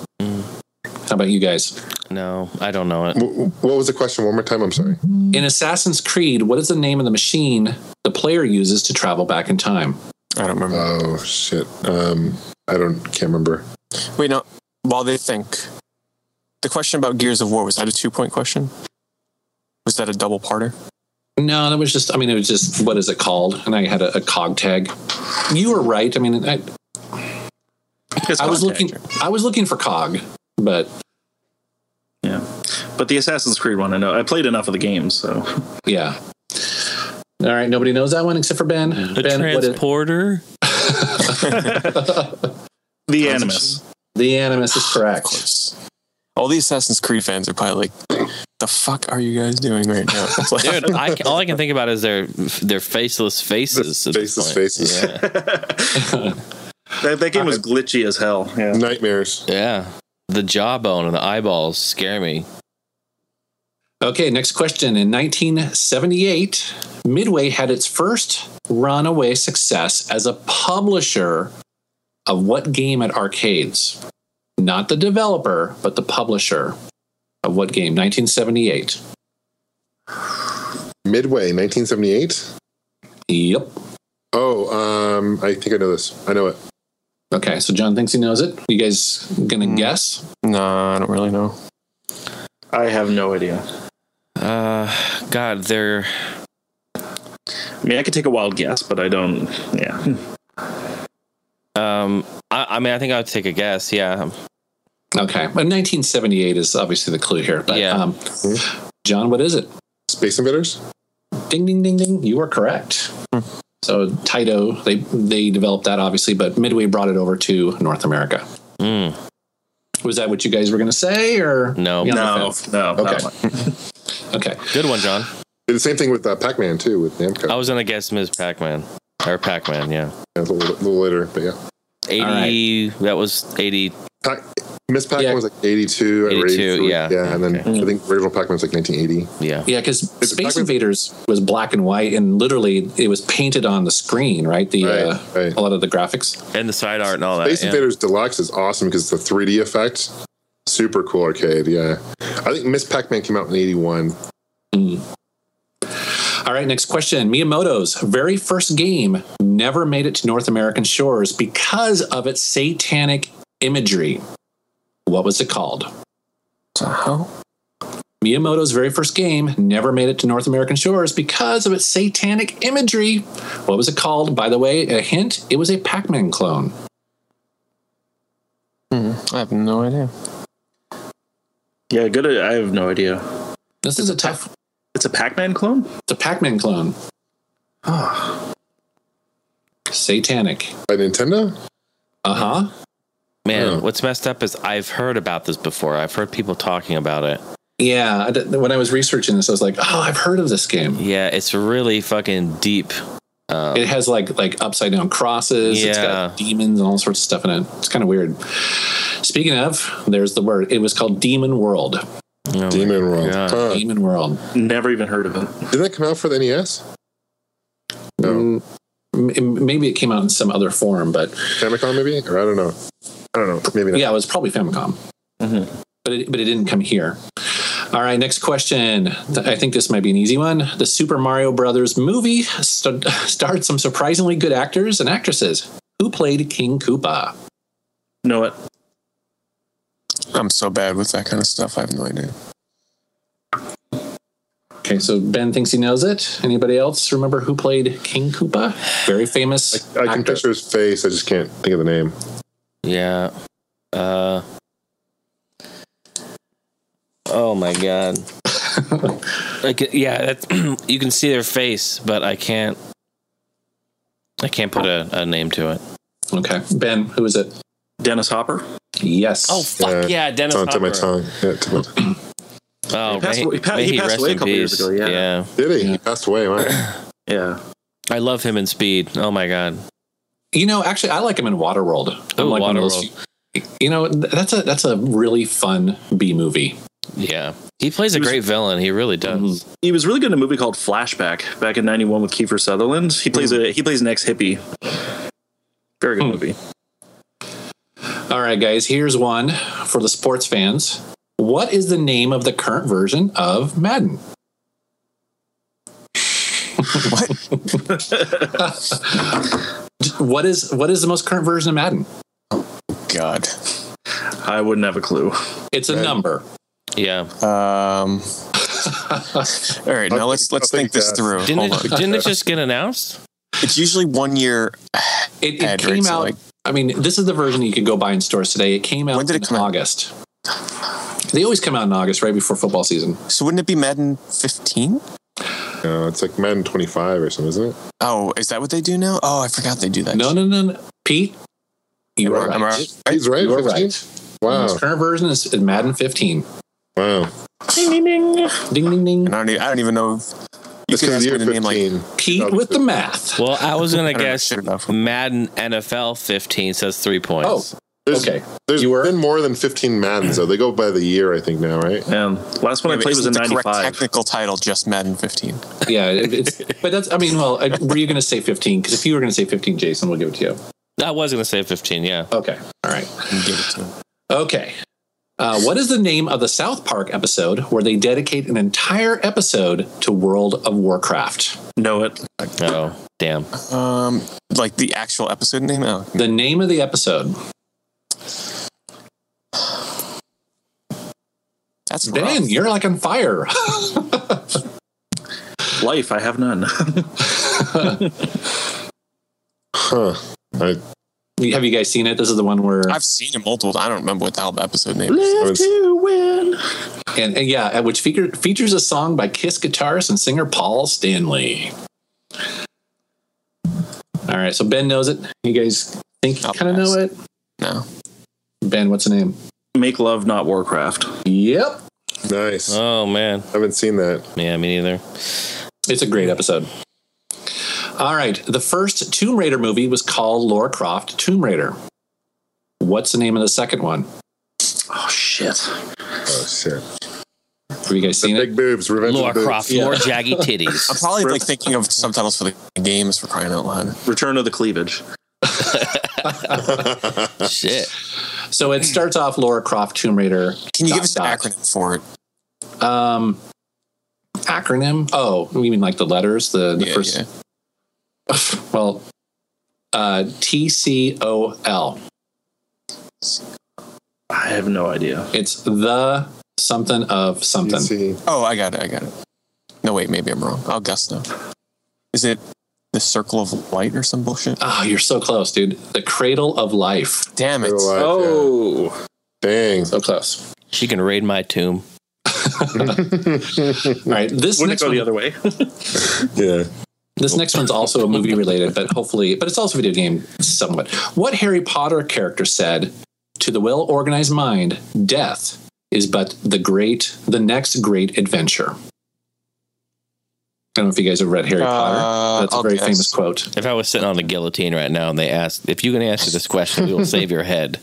[SPEAKER 2] How about you guys?
[SPEAKER 1] No, I don't know it.
[SPEAKER 5] W- What was the question? One more time. I'm sorry.
[SPEAKER 2] In Assassin's Creed, what is the name of the machine the player uses to travel back in time?
[SPEAKER 4] I don't remember.
[SPEAKER 5] Oh shit. Um, I don't. Can't remember.
[SPEAKER 4] wait, no. While they think, the question about Gears of War was that a two point question? Was that a double parter?
[SPEAKER 2] No, that was just. I mean, it was just. What is it called? And I had a, a cog tag. You were right. I mean, I,
[SPEAKER 3] It's
[SPEAKER 2] I was
[SPEAKER 3] contact.
[SPEAKER 2] looking. I was looking for cog, but
[SPEAKER 3] Yeah, but the Assassin's Creed one, I know. I played enough of the games, so
[SPEAKER 2] yeah. All right, nobody knows that one except for Ben.
[SPEAKER 1] The
[SPEAKER 2] ben, what is
[SPEAKER 1] transporter.
[SPEAKER 3] the Animus.
[SPEAKER 2] the Animus is
[SPEAKER 4] Of
[SPEAKER 2] correct.
[SPEAKER 4] course. All the Assassin's Creed fans are probably like, the fuck are you guys doing right now? It's like,
[SPEAKER 1] Dude, I, all I can think about is their their faceless faces. at this
[SPEAKER 5] faceless
[SPEAKER 1] point.
[SPEAKER 5] faces.
[SPEAKER 1] Yeah.
[SPEAKER 3] That, that game was glitchy as hell. Yeah.
[SPEAKER 5] Nightmares.
[SPEAKER 1] yeah. The jawbone and the eyeballs scare me.
[SPEAKER 2] Okay, next question. In 1978, Midway had its first runaway success as a publisher of what game at arcades? Not the developer, but the publisher of what game? 1978.
[SPEAKER 5] Midway, 1978.
[SPEAKER 2] Yep.
[SPEAKER 5] Oh, um, I think I know this. I know it.
[SPEAKER 2] Okay, so John thinks he knows it. You guys gonna guess?
[SPEAKER 4] no, I don't really know.
[SPEAKER 3] I have no idea.
[SPEAKER 1] Uh, God, they're
[SPEAKER 3] mean, I could take a wild guess, but I don't. Yeah.
[SPEAKER 1] Um, I, I mean, I think I would take a guess. Yeah,
[SPEAKER 2] Okay. But 1978 is obviously the clue here. But
[SPEAKER 1] Yeah.
[SPEAKER 2] um, John, what is it?
[SPEAKER 5] Space Invaders?
[SPEAKER 2] Ding, ding, ding, ding. You are correct. So Taito, they they developed that obviously, but Midway brought it over to North America.
[SPEAKER 1] Mm.
[SPEAKER 2] Was that what you guys were going to say, or
[SPEAKER 1] No.
[SPEAKER 2] Yeah,
[SPEAKER 3] No, no.
[SPEAKER 5] Okay.
[SPEAKER 3] not
[SPEAKER 2] Okay.
[SPEAKER 1] good one, John.
[SPEAKER 5] Did the same thing with uh, Pac Man, too, with Namco.
[SPEAKER 1] I was gonna guess Ms. Pac-Man or Pac-Man. Yeah,
[SPEAKER 5] Yeah, it's a little, little later, but yeah.
[SPEAKER 1] eighty. That was eighty.
[SPEAKER 5] Pac- Miss Pac Man
[SPEAKER 2] Yeah.
[SPEAKER 5] was like 82, or
[SPEAKER 1] 82,
[SPEAKER 5] 83.
[SPEAKER 1] yeah.
[SPEAKER 5] Yeah, and then I think original Pac Man was like 1980.
[SPEAKER 1] Yeah,
[SPEAKER 2] Yeah, because
[SPEAKER 5] Is it
[SPEAKER 2] Space
[SPEAKER 5] Pac-Man?
[SPEAKER 2] Invaders was black and white, and literally it was painted on the screen, right? The
[SPEAKER 5] Right,
[SPEAKER 2] uh,
[SPEAKER 5] right.
[SPEAKER 2] a lot of the graphics.
[SPEAKER 1] and the side art and all that.
[SPEAKER 5] Space
[SPEAKER 1] yeah.
[SPEAKER 5] Invaders Deluxe is awesome because it's the 3D effect. Super cool arcade, yeah. I think Miss Pac Man came out in 81.
[SPEAKER 2] All right, next question. Miyamoto's very first game never made it to North American shores because of its satanic imagery. What was it called? Miyamoto's very first game never made it to North American shores because of its satanic imagery. What was it called? By the way, a hint it was a Pac Man clone.
[SPEAKER 4] I have no idea.
[SPEAKER 3] Yeah, good. I have no idea.
[SPEAKER 2] This is a tough.
[SPEAKER 3] It's a Pac-Man clone.
[SPEAKER 2] It's a Pac Man clone. Satanic.
[SPEAKER 5] By Nintendo?
[SPEAKER 2] Uh huh.
[SPEAKER 1] Man,
[SPEAKER 5] Yeah.
[SPEAKER 1] what's messed up is I've heard about this before. I've heard people talking about it.
[SPEAKER 2] Yeah. I d- When I was researching this, I was like, oh, I've heard of this game.
[SPEAKER 1] Yeah, it's really fucking deep.
[SPEAKER 2] It has like like upside down crosses. It's
[SPEAKER 1] Yeah.
[SPEAKER 2] got demons and all sorts of stuff in it. It's kind of weird. Speaking of, there's the word. It was called Demon World.
[SPEAKER 1] Oh,
[SPEAKER 5] Demon World.
[SPEAKER 1] God.
[SPEAKER 5] Huh.
[SPEAKER 2] Demon World.
[SPEAKER 3] Never even heard of it.
[SPEAKER 5] Didn't that come out for the NES? No.
[SPEAKER 2] M- m- maybe it came out in some other form, but
[SPEAKER 5] Famicom, maybe? Or I don't know. I don't know. Maybe not.
[SPEAKER 2] yeah, it was probably Famicom. But it, but it didn't come here. All right, next question. Th- I think this might be an easy one. The Super Mario Brothers movie st- starred some surprisingly good actors and actresses. Who played King Koopa?
[SPEAKER 3] Know it.
[SPEAKER 4] I'm so bad with that kind of stuff. I have no idea.
[SPEAKER 2] Okay, so Ben thinks he knows it. Anybody else remember who played King Koopa? Very famous
[SPEAKER 5] I can
[SPEAKER 2] actor.
[SPEAKER 5] picture his face. I just can't think of the name.
[SPEAKER 1] Yeah. Uh. Oh my god. like yeah, that's, you can see their face, but I can't. I can't put a, a name to it.
[SPEAKER 2] Okay, Ben, who is it?
[SPEAKER 3] Dennis Hopper.
[SPEAKER 2] Yes.
[SPEAKER 1] Oh fuck yeah, Dennis
[SPEAKER 5] It's on tip of my
[SPEAKER 1] Hopper.
[SPEAKER 5] tongue. Yeah, tip of my-
[SPEAKER 1] Oh,
[SPEAKER 3] He passed
[SPEAKER 1] may-
[SPEAKER 3] away- he pa-
[SPEAKER 1] may
[SPEAKER 3] he passed
[SPEAKER 1] rest
[SPEAKER 3] away a
[SPEAKER 1] in
[SPEAKER 3] couple years
[SPEAKER 1] peace.
[SPEAKER 3] ago, yeah.
[SPEAKER 5] Did he? He passed away. Wow.
[SPEAKER 3] Yeah.
[SPEAKER 1] I love him in Speed. Oh my god.
[SPEAKER 2] You know, actually, I like him in Waterworld. I'm
[SPEAKER 1] Ooh,
[SPEAKER 2] like one of those
[SPEAKER 1] Waterworld.
[SPEAKER 2] few- You know, th- that's a that's a really fun B movie.
[SPEAKER 1] Yeah, he plays a
[SPEAKER 3] was- Mm-hmm.
[SPEAKER 1] great villain. He really does.
[SPEAKER 3] He was really good in a movie called Flashback back in '91 with Kiefer Sutherland. He plays a he plays an ex hippie. Very good movie.
[SPEAKER 2] All right, guys, here's one for the sports fans. What is the name of the current version of Madden? what? what is what is the most current version of Madden?
[SPEAKER 4] God.
[SPEAKER 3] I wouldn't have a clue.
[SPEAKER 2] It's a number.
[SPEAKER 1] Yeah.
[SPEAKER 4] Um. all right, now let's let's
[SPEAKER 5] I'll
[SPEAKER 4] think
[SPEAKER 5] take
[SPEAKER 4] this
[SPEAKER 5] that.
[SPEAKER 4] through.
[SPEAKER 1] Didn't
[SPEAKER 4] Hold
[SPEAKER 1] it,
[SPEAKER 4] on.
[SPEAKER 1] didn't it just get announced?
[SPEAKER 4] It's usually one year.
[SPEAKER 2] It, it
[SPEAKER 4] Add
[SPEAKER 2] came
[SPEAKER 4] rates,
[SPEAKER 2] out.
[SPEAKER 4] like-
[SPEAKER 2] I mean, this is the version you could go buy in stores today. It came out
[SPEAKER 4] When did it
[SPEAKER 2] in
[SPEAKER 4] come out?
[SPEAKER 2] August. They always come out in August, right before football season.
[SPEAKER 4] So wouldn't it be Madden 15?
[SPEAKER 5] No, Uh, it's like Madden 25 or something, isn't it?
[SPEAKER 4] Oh, is that what they do now? Oh, I forgot they do that.
[SPEAKER 2] No, no, no, no. Pete, you are
[SPEAKER 4] Am I
[SPEAKER 2] right.
[SPEAKER 4] right?
[SPEAKER 5] He's right.
[SPEAKER 2] You are
[SPEAKER 5] 15?
[SPEAKER 2] right.
[SPEAKER 5] Wow.
[SPEAKER 2] This current version is Madden 15.
[SPEAKER 5] Wow.
[SPEAKER 2] Ding, ding,
[SPEAKER 4] And
[SPEAKER 2] ding.
[SPEAKER 4] I don't even, I don't even know. If, you
[SPEAKER 5] It's
[SPEAKER 4] could
[SPEAKER 5] because
[SPEAKER 4] ask
[SPEAKER 5] the
[SPEAKER 4] me
[SPEAKER 5] year
[SPEAKER 4] the name like
[SPEAKER 5] 15.
[SPEAKER 2] Pete with the math.
[SPEAKER 1] Well, I was gonna
[SPEAKER 4] don't know,
[SPEAKER 1] guess
[SPEAKER 4] shit enough.
[SPEAKER 1] Madden NFL 15 says three
[SPEAKER 2] Oh,
[SPEAKER 1] points.
[SPEAKER 5] There's,
[SPEAKER 2] okay.
[SPEAKER 5] There's
[SPEAKER 2] You were-
[SPEAKER 5] been more than 15 Maddens, though. They go by the year, I think, now, right?
[SPEAKER 3] And last one I
[SPEAKER 4] Wait,
[SPEAKER 3] played was
[SPEAKER 4] isn't
[SPEAKER 3] in
[SPEAKER 4] the correct
[SPEAKER 3] '95.
[SPEAKER 4] technical title just Madden 15.
[SPEAKER 2] Yeah, it- it's, but that's, I mean, well, uh, were you going to say 15? Because if you were going to say 15, Jason, we'll give it to you.
[SPEAKER 1] I was gonna say 15. Yeah.
[SPEAKER 2] Okay. All right.
[SPEAKER 4] You give it to him.
[SPEAKER 2] Okay. Uh, what is the name of the South Park episode where they dedicate an entire episode to World of Warcraft?
[SPEAKER 3] Know it.
[SPEAKER 1] Oh damn.
[SPEAKER 4] Um, like the actual episode name. Oh,
[SPEAKER 2] The name of the episode.
[SPEAKER 4] that's
[SPEAKER 2] Dan,
[SPEAKER 4] rough.
[SPEAKER 2] you're like on fire.
[SPEAKER 3] Life. I have none.
[SPEAKER 5] Huh. I
[SPEAKER 2] Have you guys seen it? This is the one where
[SPEAKER 4] I've seen it multiple. I don't remember what the album episode name is.
[SPEAKER 5] I
[SPEAKER 3] Live
[SPEAKER 5] was-
[SPEAKER 3] to win.
[SPEAKER 2] and, and yeah, uh, which feature, features a song by Kiss guitarist and singer Paul Stanley. All right, so Ben knows it. You guys think you
[SPEAKER 4] I'll
[SPEAKER 2] kind of know it?
[SPEAKER 4] No.
[SPEAKER 2] Ben, what's the name?
[SPEAKER 3] Make love, not Warcraft.
[SPEAKER 2] Yep,
[SPEAKER 5] nice.
[SPEAKER 1] Oh man,
[SPEAKER 5] Haven't seen that.
[SPEAKER 1] yeah, me neither.
[SPEAKER 2] it's a great episode. All right, the first Tomb Raider movie was called Laura Croft Tomb Raider. What's the name of the second one?
[SPEAKER 3] Oh shit.
[SPEAKER 5] Oh shit.
[SPEAKER 2] Have you guys
[SPEAKER 5] The
[SPEAKER 2] seen it?
[SPEAKER 5] big boobs. Revenge
[SPEAKER 1] Laura
[SPEAKER 5] of the boobs.
[SPEAKER 1] Croft,
[SPEAKER 2] Yeah.
[SPEAKER 1] more jaggy
[SPEAKER 4] I'm
[SPEAKER 1] titties.
[SPEAKER 4] probably like thinking of subtitles for the games for crying out loud.
[SPEAKER 3] Return of the cleavage.
[SPEAKER 1] Shit.
[SPEAKER 2] So it starts off Laura Croft Tomb Raider.
[SPEAKER 4] Can you
[SPEAKER 2] dot,
[SPEAKER 4] give us an
[SPEAKER 2] dot.
[SPEAKER 4] acronym for it?
[SPEAKER 2] Um, acronym? Oh, you mean like the letters? The, the
[SPEAKER 4] Yeah,
[SPEAKER 2] first.
[SPEAKER 4] yeah.
[SPEAKER 2] Well, uh, T C O L.
[SPEAKER 3] I have no idea.
[SPEAKER 2] It's the something of
[SPEAKER 5] You
[SPEAKER 2] something.
[SPEAKER 5] see.
[SPEAKER 4] Oh, I got it. I got it. No, wait, maybe I'm wrong. I'll guess now. Is it the Circle of Light or some bullshit?
[SPEAKER 2] Oh, you're so close, dude. The Cradle of Life.
[SPEAKER 4] Damn it.
[SPEAKER 5] Real
[SPEAKER 2] uh,
[SPEAKER 5] life,
[SPEAKER 3] Oh,
[SPEAKER 5] yeah. dang.
[SPEAKER 2] So close.
[SPEAKER 1] She can raid my tomb.
[SPEAKER 2] All right. This
[SPEAKER 3] wouldn't
[SPEAKER 2] next
[SPEAKER 3] it go
[SPEAKER 2] one,
[SPEAKER 3] the other way?
[SPEAKER 5] Yeah.
[SPEAKER 2] this next one's also a movie related, but hopefully, but it's also a video game somewhat. What Harry Potter character said to the well organized mind, death is but the great, the next great adventure. I don't know if you guys have read Harry
[SPEAKER 4] Uh,
[SPEAKER 2] Potter. That's a
[SPEAKER 4] I'll
[SPEAKER 2] very
[SPEAKER 4] guess.
[SPEAKER 2] famous quote.
[SPEAKER 1] If I was sitting on a guillotine right now and they asked, if you can answer this question, we will save your head.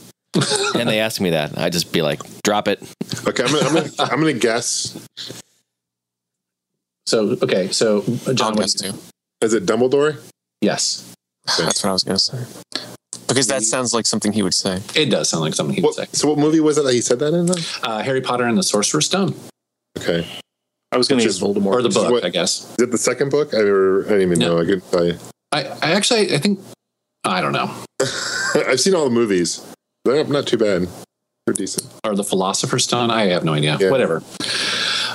[SPEAKER 1] And they asked me that, I'd just be like, drop it.
[SPEAKER 5] Okay. I'm gonna, I'm gonna, I'm gonna guess.
[SPEAKER 2] So okay, so uh,
[SPEAKER 4] I'll
[SPEAKER 2] John, what
[SPEAKER 4] guess
[SPEAKER 2] do you-
[SPEAKER 4] too.
[SPEAKER 5] Is it Dumbledore?
[SPEAKER 2] yes,
[SPEAKER 4] That's what I was going to say. Because that sounds like something he would say.
[SPEAKER 2] it does sound like something he would say.
[SPEAKER 5] What, so what movie was it that he said that in? Though?
[SPEAKER 2] Uh, Harry Potter and the Sorcerer's Stone,
[SPEAKER 5] Okay.
[SPEAKER 3] I was going to
[SPEAKER 5] Which
[SPEAKER 3] use
[SPEAKER 5] is-
[SPEAKER 3] Voldemort.
[SPEAKER 2] or the book,
[SPEAKER 5] what-
[SPEAKER 2] I guess.
[SPEAKER 5] Is it the second book? I, never, I don't even
[SPEAKER 2] No.
[SPEAKER 5] know. I couldn't tell you.
[SPEAKER 2] I, I actually, I think, I don't know,
[SPEAKER 5] I've seen all the movies. They're not too bad. They're decent.
[SPEAKER 2] or the Philosopher's Stone. I have no idea.
[SPEAKER 5] Yeah.
[SPEAKER 2] Whatever.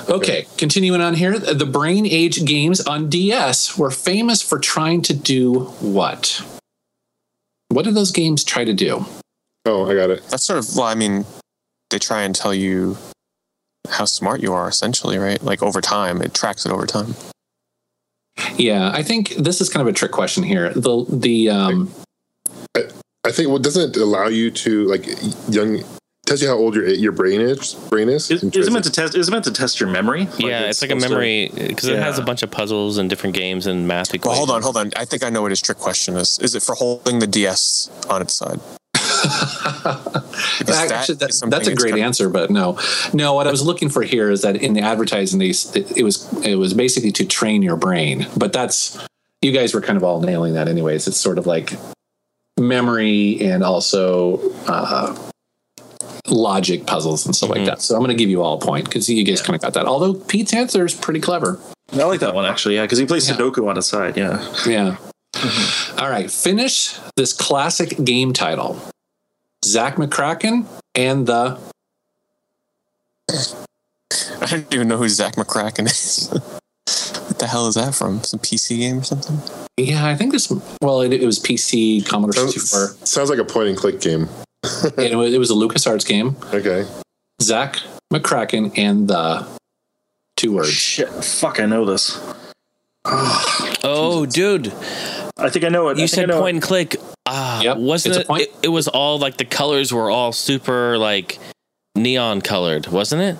[SPEAKER 2] Okay, continuing on here, the Brain Age games on DS were famous for trying to do what? What did those games try to do?
[SPEAKER 5] Oh, I got it.
[SPEAKER 4] That's sort of, well, I mean, they try and tell you how smart you are, essentially, right? Like over time, it tracks it over time.
[SPEAKER 2] Yeah, I think this is kind of a trick question here. The the um,
[SPEAKER 5] I think well, doesn't it allow you to like young tells you how old your your brain is. Brain is.
[SPEAKER 3] Is, is it meant to test? Is it meant to test your memory?
[SPEAKER 1] yeah, it's, like a
[SPEAKER 3] supposed to-
[SPEAKER 1] memory because it has a
[SPEAKER 3] Yeah.
[SPEAKER 1] bunch of puzzles and different games and math.
[SPEAKER 4] Well, hold on,
[SPEAKER 1] equations.
[SPEAKER 4] hold on. I think I know what his trick question is. Is it for holding the DS on its side? that
[SPEAKER 2] Actually,
[SPEAKER 4] is
[SPEAKER 2] that,
[SPEAKER 4] something
[SPEAKER 2] that's a
[SPEAKER 4] that's
[SPEAKER 2] great
[SPEAKER 4] kinda-
[SPEAKER 2] answer, but no, no. What I was looking for here is that in the advertising, they s- it, it was it was basically to train your brain. But that's you guys were kind of all nailing that, anyways. It's sort of like memory and also uh, logic puzzles and stuff
[SPEAKER 4] Mm-hmm.
[SPEAKER 2] like that. So I'm going to give you all a point because you guys kind of got that. Although Pete's answer is pretty clever.
[SPEAKER 3] I like that one actually. Yeah, because he plays
[SPEAKER 2] Yeah.
[SPEAKER 3] Sudoku on his side. Yeah.
[SPEAKER 2] Yeah.
[SPEAKER 4] Mm-hmm.
[SPEAKER 2] All right. Finish this classic game title Zach McCracken and the.
[SPEAKER 4] I don't even know who Zach McCracken is. what the hell is that from? Some PC game or something?
[SPEAKER 2] Yeah, I think this. Well, it, it was PC, Commodore
[SPEAKER 5] Sounds,
[SPEAKER 2] 64.
[SPEAKER 5] sounds like a point and click game.
[SPEAKER 2] and it was, it was a LucasArts game.
[SPEAKER 5] Okay.
[SPEAKER 2] Zach McCracken and the. Two words.
[SPEAKER 3] Shit. Fuck. I know this.
[SPEAKER 1] Oh, dude,
[SPEAKER 3] I think I know it. I
[SPEAKER 1] you
[SPEAKER 3] think I
[SPEAKER 1] said
[SPEAKER 3] know
[SPEAKER 1] point and click. Ah,
[SPEAKER 2] Yep,
[SPEAKER 1] wasn't
[SPEAKER 2] it's a
[SPEAKER 1] it,
[SPEAKER 2] point-
[SPEAKER 1] it? It was all like the colors were all super like neon colored, wasn't it?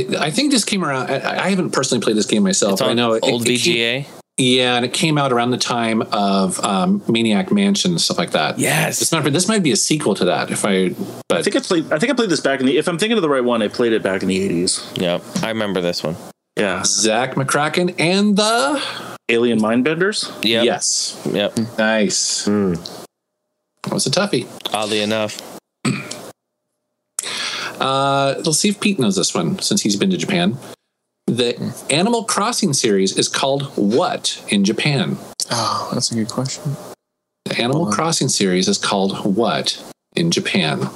[SPEAKER 2] And I think this came around. I, I haven't personally played this game myself.
[SPEAKER 1] It's
[SPEAKER 2] but
[SPEAKER 1] on
[SPEAKER 2] I know it-
[SPEAKER 1] old
[SPEAKER 2] it, it came-
[SPEAKER 1] VGA.
[SPEAKER 2] yeah, and it came out around the time of um, Maniac Mansion and stuff like that. This
[SPEAKER 1] yes.
[SPEAKER 2] might, this might be a sequel to that. If I,
[SPEAKER 3] I think I played. I think I played this back in the. If I'm thinking of the right one, I played it back in the '80s.
[SPEAKER 1] Yeah, I remember this one.
[SPEAKER 3] Yeah.
[SPEAKER 2] Zach McCracken and the
[SPEAKER 3] Alien Mindbenders.
[SPEAKER 1] Yep,
[SPEAKER 2] Yes.
[SPEAKER 1] Yep.
[SPEAKER 2] Nice.
[SPEAKER 5] Hmm.
[SPEAKER 2] That was a toughie.
[SPEAKER 1] Oddly enough,
[SPEAKER 2] Uh, let's see if Pete knows this one since he's been to Japan. The Animal Crossing series is called what in Japan?
[SPEAKER 4] Oh, that's a good question.
[SPEAKER 2] The Animal
[SPEAKER 4] Hold on.
[SPEAKER 2] Crossing series is called what in Japan?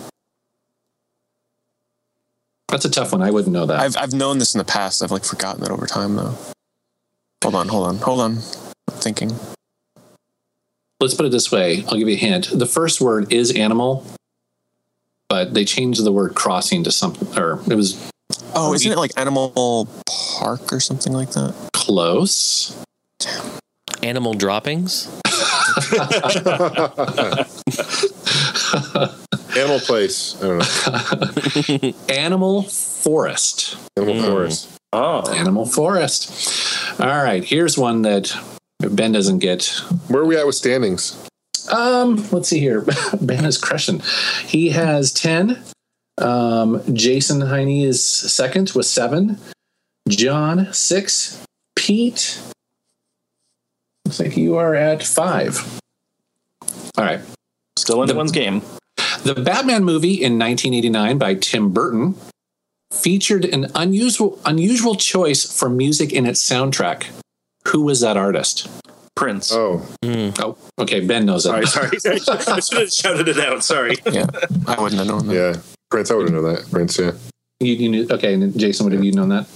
[SPEAKER 2] That's a tough one. I wouldn't know that.
[SPEAKER 4] I've I've known this in the past. I've like forgotten it over time though. Hold on, hold on, hold on. I'm thinking.
[SPEAKER 2] let's put it this way. I'll give you a hint. The first word is animal, but they changed the word crossing to something, or it was
[SPEAKER 4] Oh, isn't it like Animal Park or something like that?
[SPEAKER 2] close.
[SPEAKER 1] Animal droppings.
[SPEAKER 5] Animal Place. I don't know.
[SPEAKER 2] Animal forest.
[SPEAKER 5] Animal
[SPEAKER 3] Hmm.
[SPEAKER 5] Forest.
[SPEAKER 3] Oh,
[SPEAKER 2] Animal forest. All right. Here's one that Ben doesn't get.
[SPEAKER 5] Where are we at with standings?
[SPEAKER 2] Um, let's see here. ben is crushing. He has 10. Um, Jason Heine is second with seven. John, six. Pete, looks like you are at five. All right.
[SPEAKER 3] still
[SPEAKER 2] The-
[SPEAKER 3] in one's game.
[SPEAKER 2] The Batman movie in 1989 by Tim Burton featured an unusual unusual choice for music in its soundtrack. Who was that artist?
[SPEAKER 3] Prince.
[SPEAKER 5] Oh,
[SPEAKER 2] Oh, okay. Ben knows that.
[SPEAKER 3] Sorry, sorry. I should have shouted it out. Sorry.
[SPEAKER 4] Yeah, I wouldn't have known that.
[SPEAKER 5] yeah. Prince. I wouldn't know that. Prince. Yeah.
[SPEAKER 2] You, you knew, okay, and then Jason, would have you known that?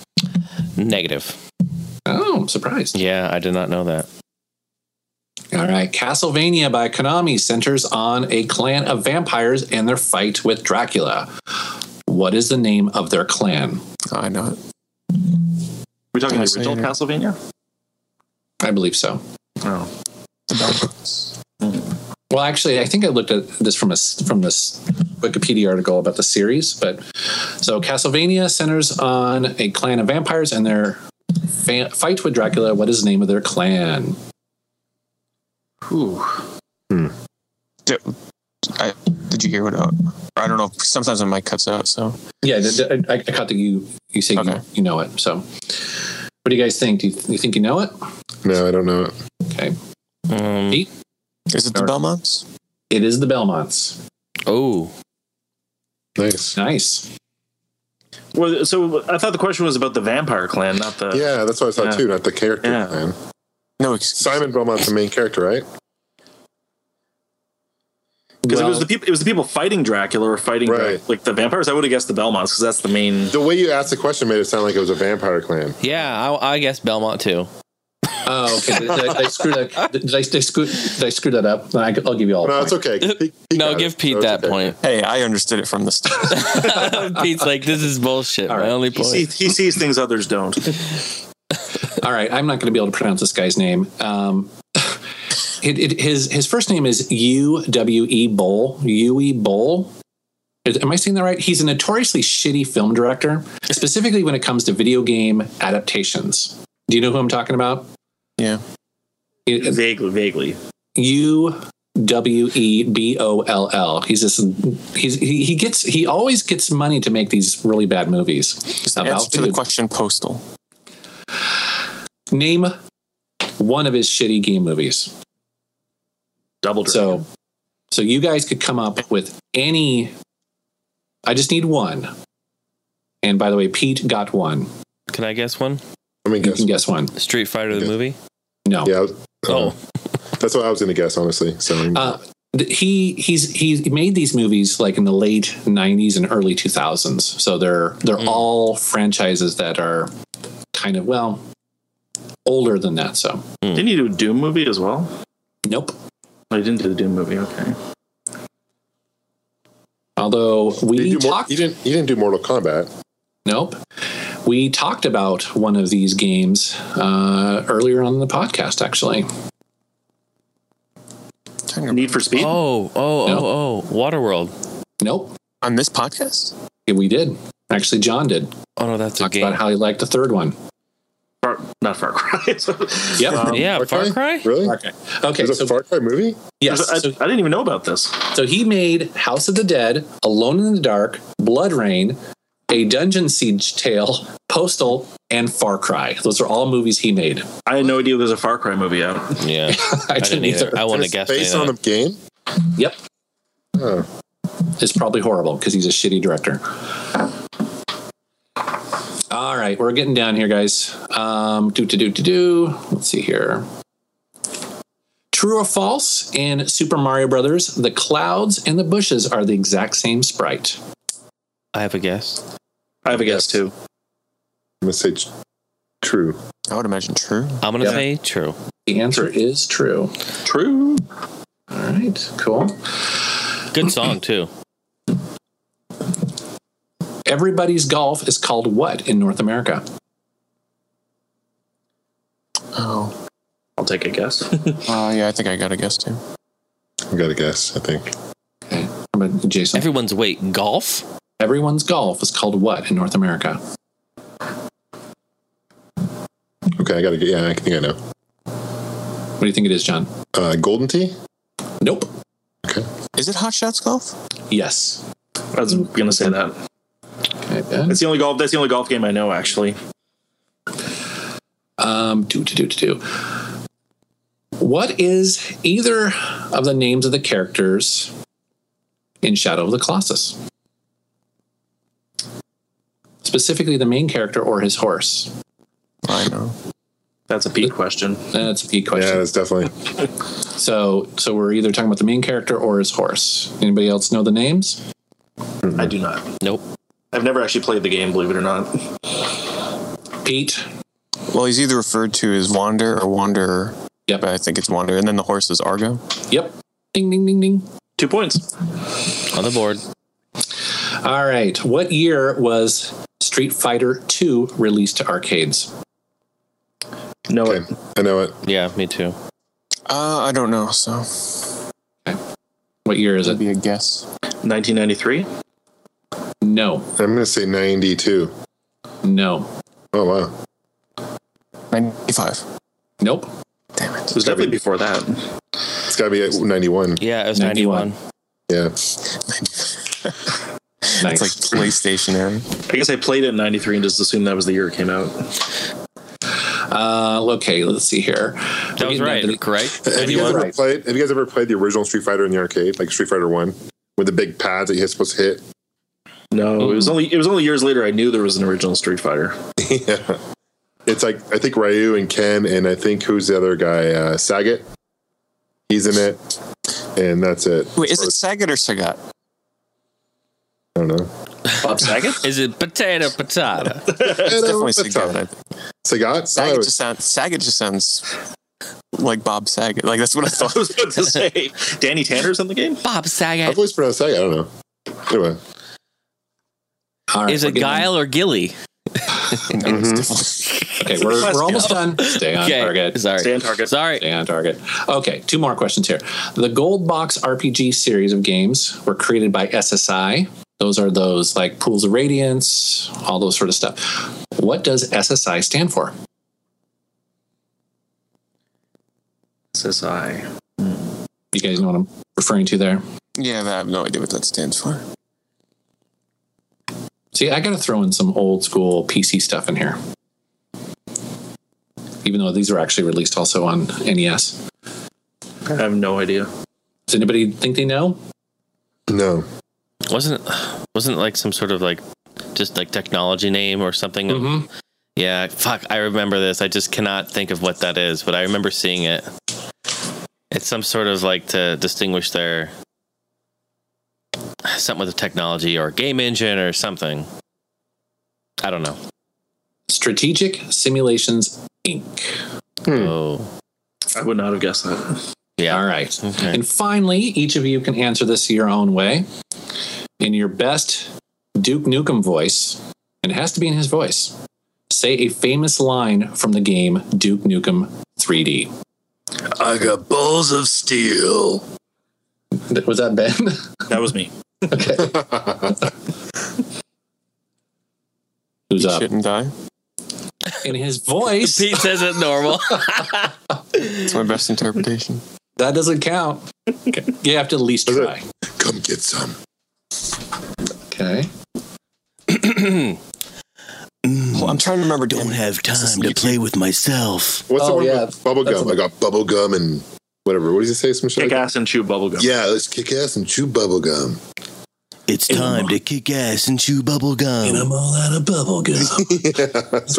[SPEAKER 1] Negative.
[SPEAKER 2] Oh, I'm surprised.
[SPEAKER 1] Yeah, I did not know that.
[SPEAKER 2] All right. Castlevania by Konami centers on a clan of vampires and their fight with Dracula. What is the name of their clan?
[SPEAKER 4] I know it.
[SPEAKER 3] We're talking the
[SPEAKER 4] Fascinating.
[SPEAKER 3] original Castlevania.
[SPEAKER 2] I believe so. Hmm.
[SPEAKER 3] Oh,
[SPEAKER 4] The Belgians.
[SPEAKER 2] Well, actually, I think I looked at this from a from this Wikipedia article about the series. But so Castlevania centers on a clan of vampires and their fa- fight with Dracula. What is the name of their clan?
[SPEAKER 3] Whew.
[SPEAKER 4] Did, I, did you hear what? I, I don't know. Sometimes my mic cuts out. So
[SPEAKER 2] Yeah, th- th- I, I caught that you you say you,
[SPEAKER 4] Okay.
[SPEAKER 2] you know it. So, what do you guys think? Do you, you think you know it?
[SPEAKER 5] No, I don't know. it.
[SPEAKER 1] Um,
[SPEAKER 2] Pete?
[SPEAKER 4] is it the
[SPEAKER 2] Sure.
[SPEAKER 4] Belmonts?
[SPEAKER 2] It is the Belmonts.
[SPEAKER 1] oh,
[SPEAKER 5] Nice.
[SPEAKER 2] Nice.
[SPEAKER 3] Well, so I thought the question was about the vampire clan, not the.
[SPEAKER 5] Yeah, that's what I thought
[SPEAKER 3] Uh, Yeah.
[SPEAKER 5] too. Not the character.
[SPEAKER 3] Yeah.
[SPEAKER 5] Man.
[SPEAKER 4] No, excuse
[SPEAKER 5] Simon Belmont's the main character, right?
[SPEAKER 3] Because
[SPEAKER 2] Well,
[SPEAKER 3] it was the people. It was the people fighting Dracula or fighting Dra-
[SPEAKER 5] Right.
[SPEAKER 3] like the vampires. I would have guessed the Belmonts because that's the main.
[SPEAKER 5] The way you asked the question made it sound like it was a vampire clan.
[SPEAKER 1] yeah. I, I guess Belmont too.
[SPEAKER 2] oh, okay. Did, I- did I screw that? Did I, did I screw, did I screw that up? I, will give you all. a
[SPEAKER 5] No,
[SPEAKER 2] point.
[SPEAKER 5] it's okay. Pete- Pete
[SPEAKER 1] No,
[SPEAKER 5] got
[SPEAKER 1] give
[SPEAKER 5] it.
[SPEAKER 1] Pete
[SPEAKER 5] No, it's
[SPEAKER 1] that
[SPEAKER 5] okay.
[SPEAKER 1] point.
[SPEAKER 4] Hey, I understood it from the start.
[SPEAKER 1] Pete's like, this is bullshit.
[SPEAKER 2] All
[SPEAKER 1] My
[SPEAKER 2] right.
[SPEAKER 1] only
[SPEAKER 3] He,
[SPEAKER 1] point.
[SPEAKER 3] sees, he sees things others don't.
[SPEAKER 2] All right, I'm not going to be able to pronounce this guy's name. Um, it, it, his his first name is U W E Bowl. U E Bowl. Is- Am I saying that right? He's a notoriously shitty film director, specifically when it comes to video game adaptations. Do you know who I'm talking about?
[SPEAKER 4] Yeah.
[SPEAKER 2] It-
[SPEAKER 3] vaguely, vaguely.
[SPEAKER 2] U W E B O L L. He's just he's he, he gets he always gets money to make these really bad movies.
[SPEAKER 4] Answer to the
[SPEAKER 2] food.
[SPEAKER 4] question, postal.
[SPEAKER 2] Name one of his shitty game movies.
[SPEAKER 3] Double Dracula.
[SPEAKER 2] So so you guys could come up with any I just need one. And by the way, Pete got one.
[SPEAKER 1] Can I guess one?
[SPEAKER 5] I mean,
[SPEAKER 2] You
[SPEAKER 5] guess.
[SPEAKER 2] can guess one.
[SPEAKER 1] Street Fighter the movie.
[SPEAKER 2] No.
[SPEAKER 5] Yeah. I was-
[SPEAKER 1] Oh. Um,
[SPEAKER 5] That's what I was going to guess, honestly. So
[SPEAKER 2] Uh, th- he he's he made these movies like in the late 90s and early 2000s so they're they're
[SPEAKER 1] Hmm.
[SPEAKER 2] all franchises that are kind of well older than that so
[SPEAKER 3] didn't he do a Doom movie as well?
[SPEAKER 2] nope
[SPEAKER 3] I didn't do the Doom movie. Okay.
[SPEAKER 2] although we
[SPEAKER 5] you, do more,
[SPEAKER 2] talked
[SPEAKER 5] you didn't. You didn't do Mortal Kombat.
[SPEAKER 2] nope we talked about one of these games uh, earlier on in the podcast actually
[SPEAKER 3] Need for Speed.
[SPEAKER 1] Oh, oh,
[SPEAKER 2] No.
[SPEAKER 1] oh, oh. Waterworld.
[SPEAKER 2] nope
[SPEAKER 4] On this podcast?
[SPEAKER 2] Yeah, we did actually john did
[SPEAKER 1] Oh no, that's a
[SPEAKER 2] talked
[SPEAKER 1] game.
[SPEAKER 2] about how he liked the third one
[SPEAKER 3] Far, not Far Cry. So-
[SPEAKER 2] yep
[SPEAKER 1] yeah, Far Cry.
[SPEAKER 5] Really?
[SPEAKER 2] okay okay
[SPEAKER 5] Uh, There's
[SPEAKER 2] so
[SPEAKER 5] a Far Cry movie?
[SPEAKER 2] yes
[SPEAKER 3] I,
[SPEAKER 2] so
[SPEAKER 3] I didn't even know about this.
[SPEAKER 2] So he made House of the Dead, Alone in the Dark, Blood Rain, A Dungeon Siege Tale, Postal, and Far Cry. Those are all movies he made.
[SPEAKER 3] I had no idea there's a Far Cry movie out.
[SPEAKER 1] Yeah, I didn't either. I want to
[SPEAKER 5] It's
[SPEAKER 1] guess.
[SPEAKER 5] based
[SPEAKER 1] any of
[SPEAKER 5] on the
[SPEAKER 1] that.
[SPEAKER 5] game.
[SPEAKER 2] Yep.
[SPEAKER 5] Oh.
[SPEAKER 2] It's probably horrible because he's a shitty director. All right, we're getting down here, guys. Um, do to do to do. Let's see here. True or false? In Super Mario Brothers, the clouds and the bushes are the exact same sprite.
[SPEAKER 1] I have a guess.
[SPEAKER 3] I have a guess too.
[SPEAKER 5] I'm gonna say t- true.
[SPEAKER 4] I would imagine true.
[SPEAKER 1] I'm gonna
[SPEAKER 2] Yeah.
[SPEAKER 1] say true.
[SPEAKER 2] The answer is true.
[SPEAKER 3] True.
[SPEAKER 2] right, cool.
[SPEAKER 1] Good song too.
[SPEAKER 2] Everybody's golf is called what in North America?
[SPEAKER 4] Oh,
[SPEAKER 3] I'll take a guess.
[SPEAKER 4] uh, yeah, I think I got a guess too.
[SPEAKER 5] I got to guess. I think
[SPEAKER 2] Okay, how about Jason.
[SPEAKER 1] Everyone's wait golf.
[SPEAKER 2] Everyone's golf is called what in North America?
[SPEAKER 5] okay. I got to get. Yeah, I think I know.
[SPEAKER 2] What do you think it is, John?
[SPEAKER 5] Uh, golden tea.
[SPEAKER 2] Nope.
[SPEAKER 4] Is it Hot Shots Golf?
[SPEAKER 2] Yes.
[SPEAKER 3] I was gonna say that.
[SPEAKER 2] Okay, Ben.
[SPEAKER 3] It's the only golf. That's the only golf game I know actually.
[SPEAKER 2] Um, do, do, do, do, do. What is either of the names of the characters in Shadow of the Colossus? Specifically, the main character or his horse?
[SPEAKER 4] I know.
[SPEAKER 3] That's a peak question.
[SPEAKER 2] That's a key
[SPEAKER 5] Yeah,
[SPEAKER 2] question.
[SPEAKER 5] that's definitely.
[SPEAKER 2] So, so we're either talking about the main character or his horse. Anybody else know the names?
[SPEAKER 3] I do not.
[SPEAKER 1] Nope.
[SPEAKER 3] I've never actually played the game, believe it or not.
[SPEAKER 2] Pete.
[SPEAKER 4] Well, he's either referred to as Wander or Wanderer.
[SPEAKER 2] Yep.
[SPEAKER 4] But I think it's Wander. And then the horse is Argo.
[SPEAKER 2] Yep. Ding, ding, ding, ding.
[SPEAKER 3] Two points.
[SPEAKER 1] On the board.
[SPEAKER 2] All right. What year was Street Fighter II released to arcades?
[SPEAKER 3] No.
[SPEAKER 5] Okay, I know it.
[SPEAKER 1] Yeah, me too.
[SPEAKER 4] Uh, I don't know. So
[SPEAKER 2] What year is
[SPEAKER 4] that'd
[SPEAKER 2] it?
[SPEAKER 4] be a guess.
[SPEAKER 3] 1993.
[SPEAKER 2] No,
[SPEAKER 5] I'm gonna say 92.
[SPEAKER 2] no,
[SPEAKER 5] Oh wow.
[SPEAKER 4] 95.
[SPEAKER 2] nope.
[SPEAKER 4] Damn it.
[SPEAKER 3] It was definitely before that.
[SPEAKER 5] It's gotta be at 91.
[SPEAKER 1] Yeah, it was
[SPEAKER 2] 91.
[SPEAKER 1] ninety-one.
[SPEAKER 5] Yeah.
[SPEAKER 2] Nice.
[SPEAKER 4] It's like PlayStation era.
[SPEAKER 3] I guess I played it in 93 and just assumed that was the year it came out.
[SPEAKER 2] uh, okay, let's see here.
[SPEAKER 1] That was right. Correct.
[SPEAKER 5] Have you guys
[SPEAKER 1] Ninety-one.
[SPEAKER 5] ever played? Have you guys ever played the original Street Fighter in the arcade, like Street Fighter One, with the big pads that you're supposed to hit?
[SPEAKER 3] No, it was only it was only years later I knew there was an original Street Fighter.
[SPEAKER 5] yeah. It's like I think Ryu and Ken, and I think who's the other guy? Uh, Sagat. He's in it, and that's it.
[SPEAKER 4] Wait, is it Sagat or Sagat?
[SPEAKER 5] I don't know.
[SPEAKER 3] Bob Saget?
[SPEAKER 1] Is it potato potato?
[SPEAKER 4] It's definitely
[SPEAKER 5] That's
[SPEAKER 4] Sagat.
[SPEAKER 5] all.
[SPEAKER 4] I think.
[SPEAKER 5] Sagat.
[SPEAKER 4] Sagat
[SPEAKER 5] Oh,
[SPEAKER 4] just sounds. Sagat just sounds like Bob Saget. Like that's what I
[SPEAKER 3] I
[SPEAKER 4] thought.
[SPEAKER 3] was about to say Danny Tanner's in the game.
[SPEAKER 1] Bob
[SPEAKER 5] I've
[SPEAKER 1] Saget.
[SPEAKER 5] always pronounced Sagat. I don't know. Anyway,
[SPEAKER 2] All right,
[SPEAKER 1] Is
[SPEAKER 2] we're
[SPEAKER 1] it
[SPEAKER 2] getting-
[SPEAKER 1] Guile or Gilly?
[SPEAKER 4] No, it's different.
[SPEAKER 2] Okay, we're, we're almost done. Stay on target.
[SPEAKER 1] Sorry.
[SPEAKER 3] Stay on target.
[SPEAKER 1] Sorry.
[SPEAKER 2] Stay on target. Okay, two more questions here. The Gold Box RPG series of games were created by SSI. Those are those like Pools of Radiance, all those sort of stuff. What does SSI stand for?
[SPEAKER 3] Says I.
[SPEAKER 2] You guys know what I'm referring to there?
[SPEAKER 4] yeah, I have no idea what that stands for.
[SPEAKER 2] See, I got to throw in some old school PC stuff in here. Even though these were actually released also on NES.
[SPEAKER 3] I have no idea.
[SPEAKER 2] Does anybody think they know?
[SPEAKER 5] no.
[SPEAKER 1] Wasn't it, wasn't it like some sort of like just like technology name or something?
[SPEAKER 2] Mm-hmm.
[SPEAKER 1] Yeah. Fuck. I remember this. I just cannot think of what that is, but I remember seeing it. It's some sort of like to distinguish their something with a technology or a game engine or something. I don't know.
[SPEAKER 2] Strategic Simulations Inc.
[SPEAKER 5] Hmm.
[SPEAKER 1] Oh,
[SPEAKER 3] I would not have guessed that.
[SPEAKER 1] yeah.
[SPEAKER 2] All right.
[SPEAKER 1] Okay.
[SPEAKER 2] And finally, each of you can answer this your own way in your best Duke Nukem voice, and it has to be in his voice. Say a famous line from the game Duke Nukem 3D.
[SPEAKER 3] I got balls of steel.
[SPEAKER 2] Th- Was that Ben?
[SPEAKER 3] That was me.
[SPEAKER 2] Who's up?
[SPEAKER 4] Shouldn't die.
[SPEAKER 2] In his voice.
[SPEAKER 1] Pete says it normal.
[SPEAKER 4] It's my best interpretation.
[SPEAKER 2] That doesn't count. You have to at least
[SPEAKER 5] Does it?
[SPEAKER 2] try.
[SPEAKER 5] Come get some.
[SPEAKER 2] Okay.
[SPEAKER 4] Well, I'm trying to remember.
[SPEAKER 6] don't
[SPEAKER 4] Don't
[SPEAKER 6] have time to play with myself.
[SPEAKER 5] What's the
[SPEAKER 2] Oh,
[SPEAKER 5] one
[SPEAKER 2] yeah.
[SPEAKER 5] with bubble
[SPEAKER 2] That's
[SPEAKER 5] gum?
[SPEAKER 2] a-
[SPEAKER 5] I got bubble gum and whatever. What does he say? Some shit.
[SPEAKER 3] Kick
[SPEAKER 5] like-
[SPEAKER 3] ass and chew bubblegum.
[SPEAKER 5] Yeah, let's kick ass and chew bubble gum.
[SPEAKER 6] It's time to kick ass and chew bubble gum.
[SPEAKER 2] all out of bubble gum.
[SPEAKER 5] yeah, that's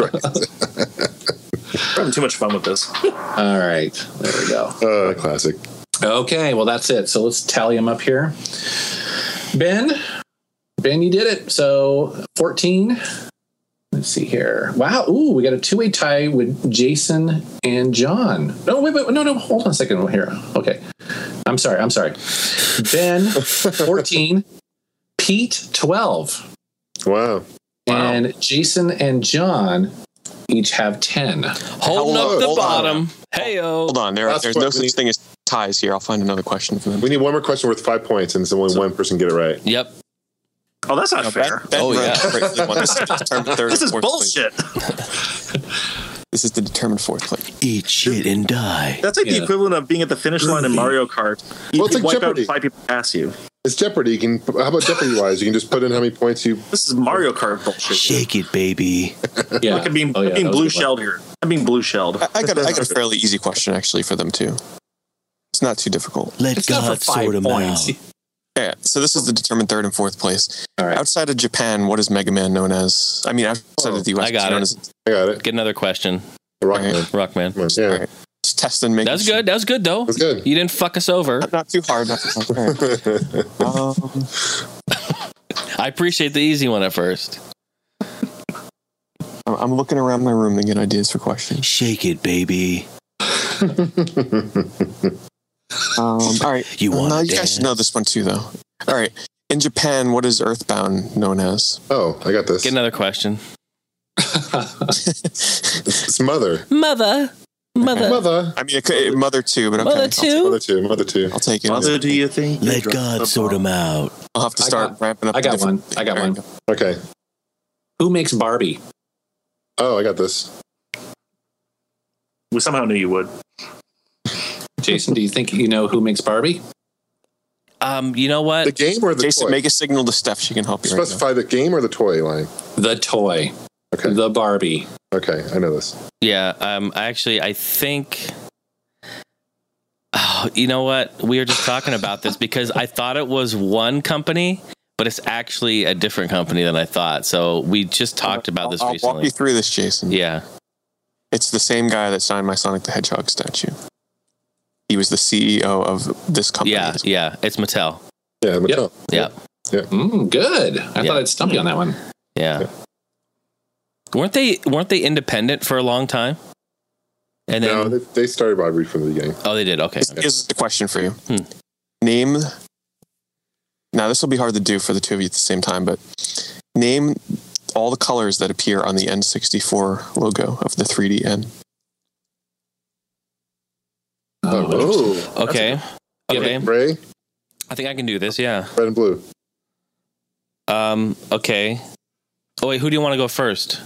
[SPEAKER 5] right.
[SPEAKER 3] We're having too much fun with this.
[SPEAKER 2] all right. There we go.
[SPEAKER 5] Uh, classic.
[SPEAKER 2] Okay. Well, that's it. So let's tally them up here. Ben, Ben, you did it. So 14. Let's see here. Wow. Ooh, we got a two way tie with Jason and John. No, wait, wait, no, no. Hold on a second over here. Okay. I'm sorry. I'm sorry. Ben, 14. Pete, 12.
[SPEAKER 5] Wow.
[SPEAKER 2] And Jason and John each have 10.
[SPEAKER 1] Holding
[SPEAKER 5] Hello,
[SPEAKER 1] up the
[SPEAKER 5] hold on.
[SPEAKER 1] bottom. Hey, oh.
[SPEAKER 4] Hold on, there,
[SPEAKER 5] Last
[SPEAKER 4] there's no
[SPEAKER 5] question.
[SPEAKER 4] such thing as ties here. I'll find another question for them.
[SPEAKER 5] We need one more question worth five points, and someone one person get it right.
[SPEAKER 1] Yep.
[SPEAKER 3] Oh, that's not
[SPEAKER 4] Ben-
[SPEAKER 3] fair.
[SPEAKER 4] Ben
[SPEAKER 1] Oh,
[SPEAKER 4] Rhodes
[SPEAKER 1] yeah.
[SPEAKER 4] correctly won this term third
[SPEAKER 3] this
[SPEAKER 4] and
[SPEAKER 3] is
[SPEAKER 4] fourth place.
[SPEAKER 3] bullshit.
[SPEAKER 4] This is the determined fourth place.
[SPEAKER 6] Eat shit and die.
[SPEAKER 3] That's like
[SPEAKER 2] Yeah.
[SPEAKER 3] the equivalent of being at the finish line in Mario Kart. You
[SPEAKER 5] Well, it's
[SPEAKER 3] can
[SPEAKER 5] like
[SPEAKER 3] wipe
[SPEAKER 5] Jeopardy.
[SPEAKER 3] out five people pass you.
[SPEAKER 5] It's Jeopardy. You can how about Jeopardy wise? You can just put in how many points you.
[SPEAKER 3] This is Mario Kart bullshit.
[SPEAKER 6] Shake it, baby.
[SPEAKER 2] Yeah.
[SPEAKER 3] I'm being,
[SPEAKER 2] Oh, yeah,
[SPEAKER 3] I'm being
[SPEAKER 2] that was a
[SPEAKER 3] blue
[SPEAKER 2] good one.
[SPEAKER 3] shelled here. I'm being blue shelled.
[SPEAKER 5] Uh,
[SPEAKER 4] I, I got I got a fairly easy question actually for them too. It's not too difficult.
[SPEAKER 6] Let
[SPEAKER 2] It's not for
[SPEAKER 6] God
[SPEAKER 2] five
[SPEAKER 6] sort him
[SPEAKER 2] points.
[SPEAKER 6] out.
[SPEAKER 4] Yeah, so this is the determined third and fourth place.
[SPEAKER 2] All right.
[SPEAKER 4] Outside of Japan, what is Mega Man known as? I mean, outside of the US,
[SPEAKER 1] I got
[SPEAKER 4] it's
[SPEAKER 1] it.
[SPEAKER 4] known as
[SPEAKER 5] I got it.
[SPEAKER 1] Get another question,
[SPEAKER 5] The Rockman.
[SPEAKER 1] Rockman.
[SPEAKER 5] Come on, Yeah,
[SPEAKER 4] Alright. it's test and make.
[SPEAKER 1] That was good. That was good, though.
[SPEAKER 5] that's good.
[SPEAKER 1] You didn't fuck us over.
[SPEAKER 4] Not, not too hard. Not too hard. Um,
[SPEAKER 1] I appreciate the easy one at first.
[SPEAKER 4] I'm- I'm looking around my room to get ideas for questions.
[SPEAKER 6] Shake it, baby.
[SPEAKER 4] Um, all right.
[SPEAKER 6] You want
[SPEAKER 4] no,
[SPEAKER 6] to
[SPEAKER 4] you guys
[SPEAKER 6] dance?
[SPEAKER 4] should know this one too, though. All right. In Japan, what is Earthbound known as?
[SPEAKER 5] oh, I got this.
[SPEAKER 1] Get another question.
[SPEAKER 5] It's, it's mother.
[SPEAKER 1] Mother. Mother.
[SPEAKER 5] Mother.
[SPEAKER 4] I mean, it could, it- Mother 2, but okay.
[SPEAKER 1] Mother
[SPEAKER 4] I'll-
[SPEAKER 1] Two.
[SPEAKER 5] Mother two. Mother two.
[SPEAKER 4] I'll, take it.
[SPEAKER 3] Mother, do you think?
[SPEAKER 6] Let God sort him out.
[SPEAKER 4] I'll have to
[SPEAKER 2] I
[SPEAKER 4] start
[SPEAKER 2] got-
[SPEAKER 4] ramping up.
[SPEAKER 2] I
[SPEAKER 4] the
[SPEAKER 2] got
[SPEAKER 4] different-
[SPEAKER 2] one. I got
[SPEAKER 4] There you
[SPEAKER 2] one.
[SPEAKER 4] go.
[SPEAKER 5] Okay.
[SPEAKER 2] Who makes Barbie?
[SPEAKER 5] Oh, I got this.
[SPEAKER 3] We somehow knew you would.
[SPEAKER 2] Jason, do you think you know who makes Barbie?
[SPEAKER 1] Um, you know
[SPEAKER 5] The
[SPEAKER 1] what?
[SPEAKER 5] game or the
[SPEAKER 4] Jason,
[SPEAKER 5] toy?
[SPEAKER 4] make a signal to Steph. She can help you. Right now.
[SPEAKER 5] Specify the game or the toy line.
[SPEAKER 2] The toy.
[SPEAKER 5] Okay.
[SPEAKER 2] The Barbie.
[SPEAKER 5] Okay, I know this.
[SPEAKER 1] Yeah. Um. Actually, I think. Oh, you know what? We were just talking about this because I thought it was one company, but it's actually a different company than I thought. So we just talked about this
[SPEAKER 4] I'll, I'll walk
[SPEAKER 1] recently.
[SPEAKER 4] you through this, Jason.
[SPEAKER 1] Yeah.
[SPEAKER 4] It's the same guy that signed my Sonic the Hedgehog statue. He was the CEO of this company.
[SPEAKER 1] Yeah. Yeah. It's Mattel.
[SPEAKER 5] Yeah, Mattel.
[SPEAKER 1] Yeah.
[SPEAKER 2] Mm, good. I
[SPEAKER 1] Yeah.
[SPEAKER 2] thought I'd stump you on that one.
[SPEAKER 1] Yeah. Weren't they weren't they independent for a long time? And then
[SPEAKER 5] No, they, they started Bobby from the beginning.
[SPEAKER 1] oh, they did. Okay.
[SPEAKER 4] This is a question for you.
[SPEAKER 1] Hmm.
[SPEAKER 4] Name. Now, this will be hard to do for the two of you at the same time, but name all the colors that appear on the N64 logo of the 3DN.
[SPEAKER 2] interesting.
[SPEAKER 5] Oh,
[SPEAKER 1] Okay.
[SPEAKER 2] Yeah,
[SPEAKER 1] Okay.
[SPEAKER 5] gray,
[SPEAKER 1] I think I can do this. Yeah.
[SPEAKER 5] red, and blue.
[SPEAKER 1] Um. Okay. Oh wait, who do you want to go first?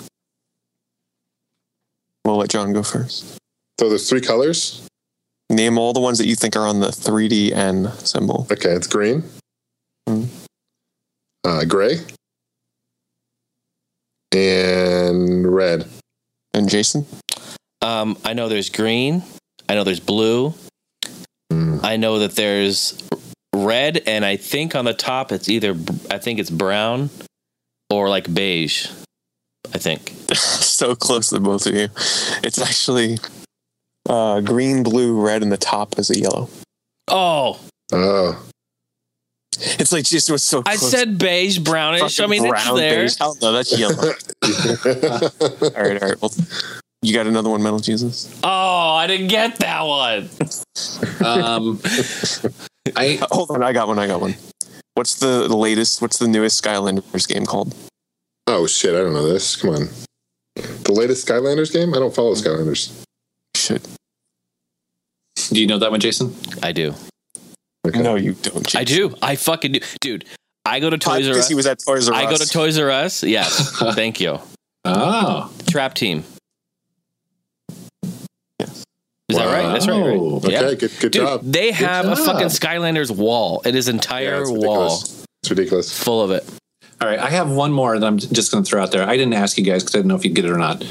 [SPEAKER 4] We'll let John go first.
[SPEAKER 5] So there's three colors.
[SPEAKER 4] Name all the ones that you think are on the 3DN symbol.
[SPEAKER 5] Okay, it's green,
[SPEAKER 4] Hmm.
[SPEAKER 5] uh, gray, and red.
[SPEAKER 4] And Jason?
[SPEAKER 1] Um. I know there's green. I know there's blue.
[SPEAKER 5] Hmm.
[SPEAKER 1] I know that there's red, and I think on the top it's either I think it's brown or like beige. I think.
[SPEAKER 4] so close to both of you. It's actually uh, green, blue, red, and the top is a yellow.
[SPEAKER 1] Oh,
[SPEAKER 5] Oh,
[SPEAKER 4] It's like Jason was so
[SPEAKER 1] I
[SPEAKER 4] close.
[SPEAKER 1] said beige, brownish. I mean, it's there.
[SPEAKER 4] beige. Hell no, that's yellow. all right, all right. Well, you got another one, Metal Jesus?
[SPEAKER 1] Oh, I didn't get that one.
[SPEAKER 2] Um, I
[SPEAKER 4] Uh, hold on, I got one, I got one. What's the latest, what's the newest Skylanders game called?
[SPEAKER 5] oh shit! I don't know this. Come on. The latest Skylanders game? I don't follow Skylanders.
[SPEAKER 4] Shit.
[SPEAKER 2] do you know that one, Jason?
[SPEAKER 1] I do.
[SPEAKER 5] Okay.
[SPEAKER 4] No, you don't, Jason.
[SPEAKER 1] I do. I fucking do. Dude, I go to Toys R
[SPEAKER 4] Because
[SPEAKER 1] Us.
[SPEAKER 4] he was at Toys R Us.
[SPEAKER 1] I go to Toys R Us. Yes. Thank you.
[SPEAKER 2] Oh,
[SPEAKER 1] Trap Team.
[SPEAKER 4] Yes.
[SPEAKER 1] Is that right? That's right. right?
[SPEAKER 2] Wow.
[SPEAKER 5] Okay,
[SPEAKER 1] Yeah.
[SPEAKER 5] good,
[SPEAKER 1] Dude,
[SPEAKER 5] good job.
[SPEAKER 1] they have a
[SPEAKER 2] job.
[SPEAKER 1] fucking Skylanders wall. It is
[SPEAKER 5] Yeah,
[SPEAKER 1] entire
[SPEAKER 5] it's
[SPEAKER 1] wall
[SPEAKER 5] ridiculous. It's ridiculous.
[SPEAKER 1] full of it.
[SPEAKER 2] All right, I have one more that I'm just going to throw out there. I didn't ask you guys because I didn't know if you'd get it or not.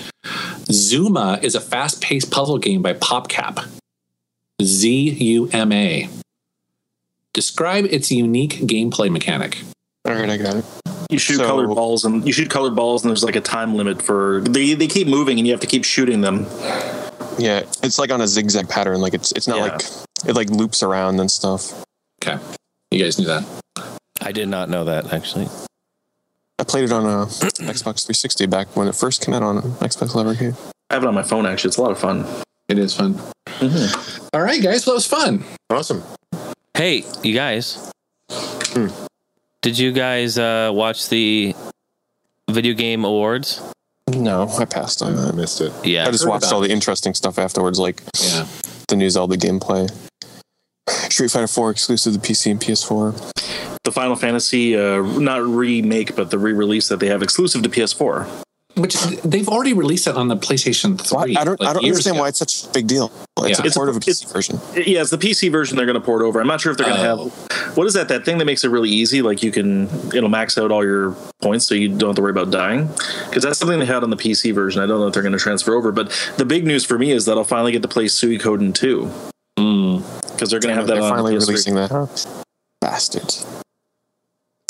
[SPEAKER 2] Zuma is a fast-paced puzzle game by PopCap. Z U M A. Describe its unique gameplay mechanic.
[SPEAKER 4] All right, I got it.
[SPEAKER 3] You shoot
[SPEAKER 4] So-
[SPEAKER 3] colored balls, and you shoot colored balls, and there's like a time limit for they. They keep moving, and you have to keep shooting them.
[SPEAKER 4] Yeah, it's like on a zigzag pattern. Like it's it's not
[SPEAKER 3] Yeah.
[SPEAKER 4] like it like loops around and stuff.
[SPEAKER 2] Okay, you guys knew that.
[SPEAKER 1] I did not know that, actually.
[SPEAKER 4] I played it on a Xbox 360 back when it first came out on Xbox Live Arcade.
[SPEAKER 3] I have it on my phone. Actually, it's a lot of fun.
[SPEAKER 2] It is fun. All right, guys. Well, that was fun.
[SPEAKER 5] Awesome.
[SPEAKER 1] Hey, you guys. Did you guys uh, watch the video game awards?
[SPEAKER 4] No, I passed on
[SPEAKER 5] I
[SPEAKER 4] that.
[SPEAKER 5] missed it.
[SPEAKER 1] Yeah.
[SPEAKER 4] I just watched all the interesting stuff afterwards, like
[SPEAKER 2] Yeah.
[SPEAKER 4] the new Zelda gameplay, Street Fighter 4 exclusive to PC and PS4.
[SPEAKER 3] The Final Fantasy, uh, not remake, but the re-release that they have exclusive to PS4.
[SPEAKER 2] Which they've already released it on the PlayStation 3.
[SPEAKER 4] Why, I don't,
[SPEAKER 2] like,
[SPEAKER 4] I don't
[SPEAKER 2] years
[SPEAKER 4] understand
[SPEAKER 2] ago.
[SPEAKER 4] why it's such a big deal. It's
[SPEAKER 2] Yeah.
[SPEAKER 4] a
[SPEAKER 3] It's a-
[SPEAKER 4] part of a
[SPEAKER 3] it's-
[SPEAKER 4] PC version.
[SPEAKER 3] Yeah, it's the PC version they're going to port over. I'm not sure if they're going to
[SPEAKER 2] Oh.
[SPEAKER 3] have what is that? That thing that makes it really easy. Like you can, it'll max out all your points, so you don't have to worry about dying. Because that's something they had on the PC version. I don't know if they're going to transfer over. But the big news for me is that I'll finally get to play Suikoden 2 because they're going to have that
[SPEAKER 4] Hmm. They're
[SPEAKER 3] on
[SPEAKER 4] finally
[SPEAKER 3] PS3.
[SPEAKER 4] releasing that. Huh? Bastards.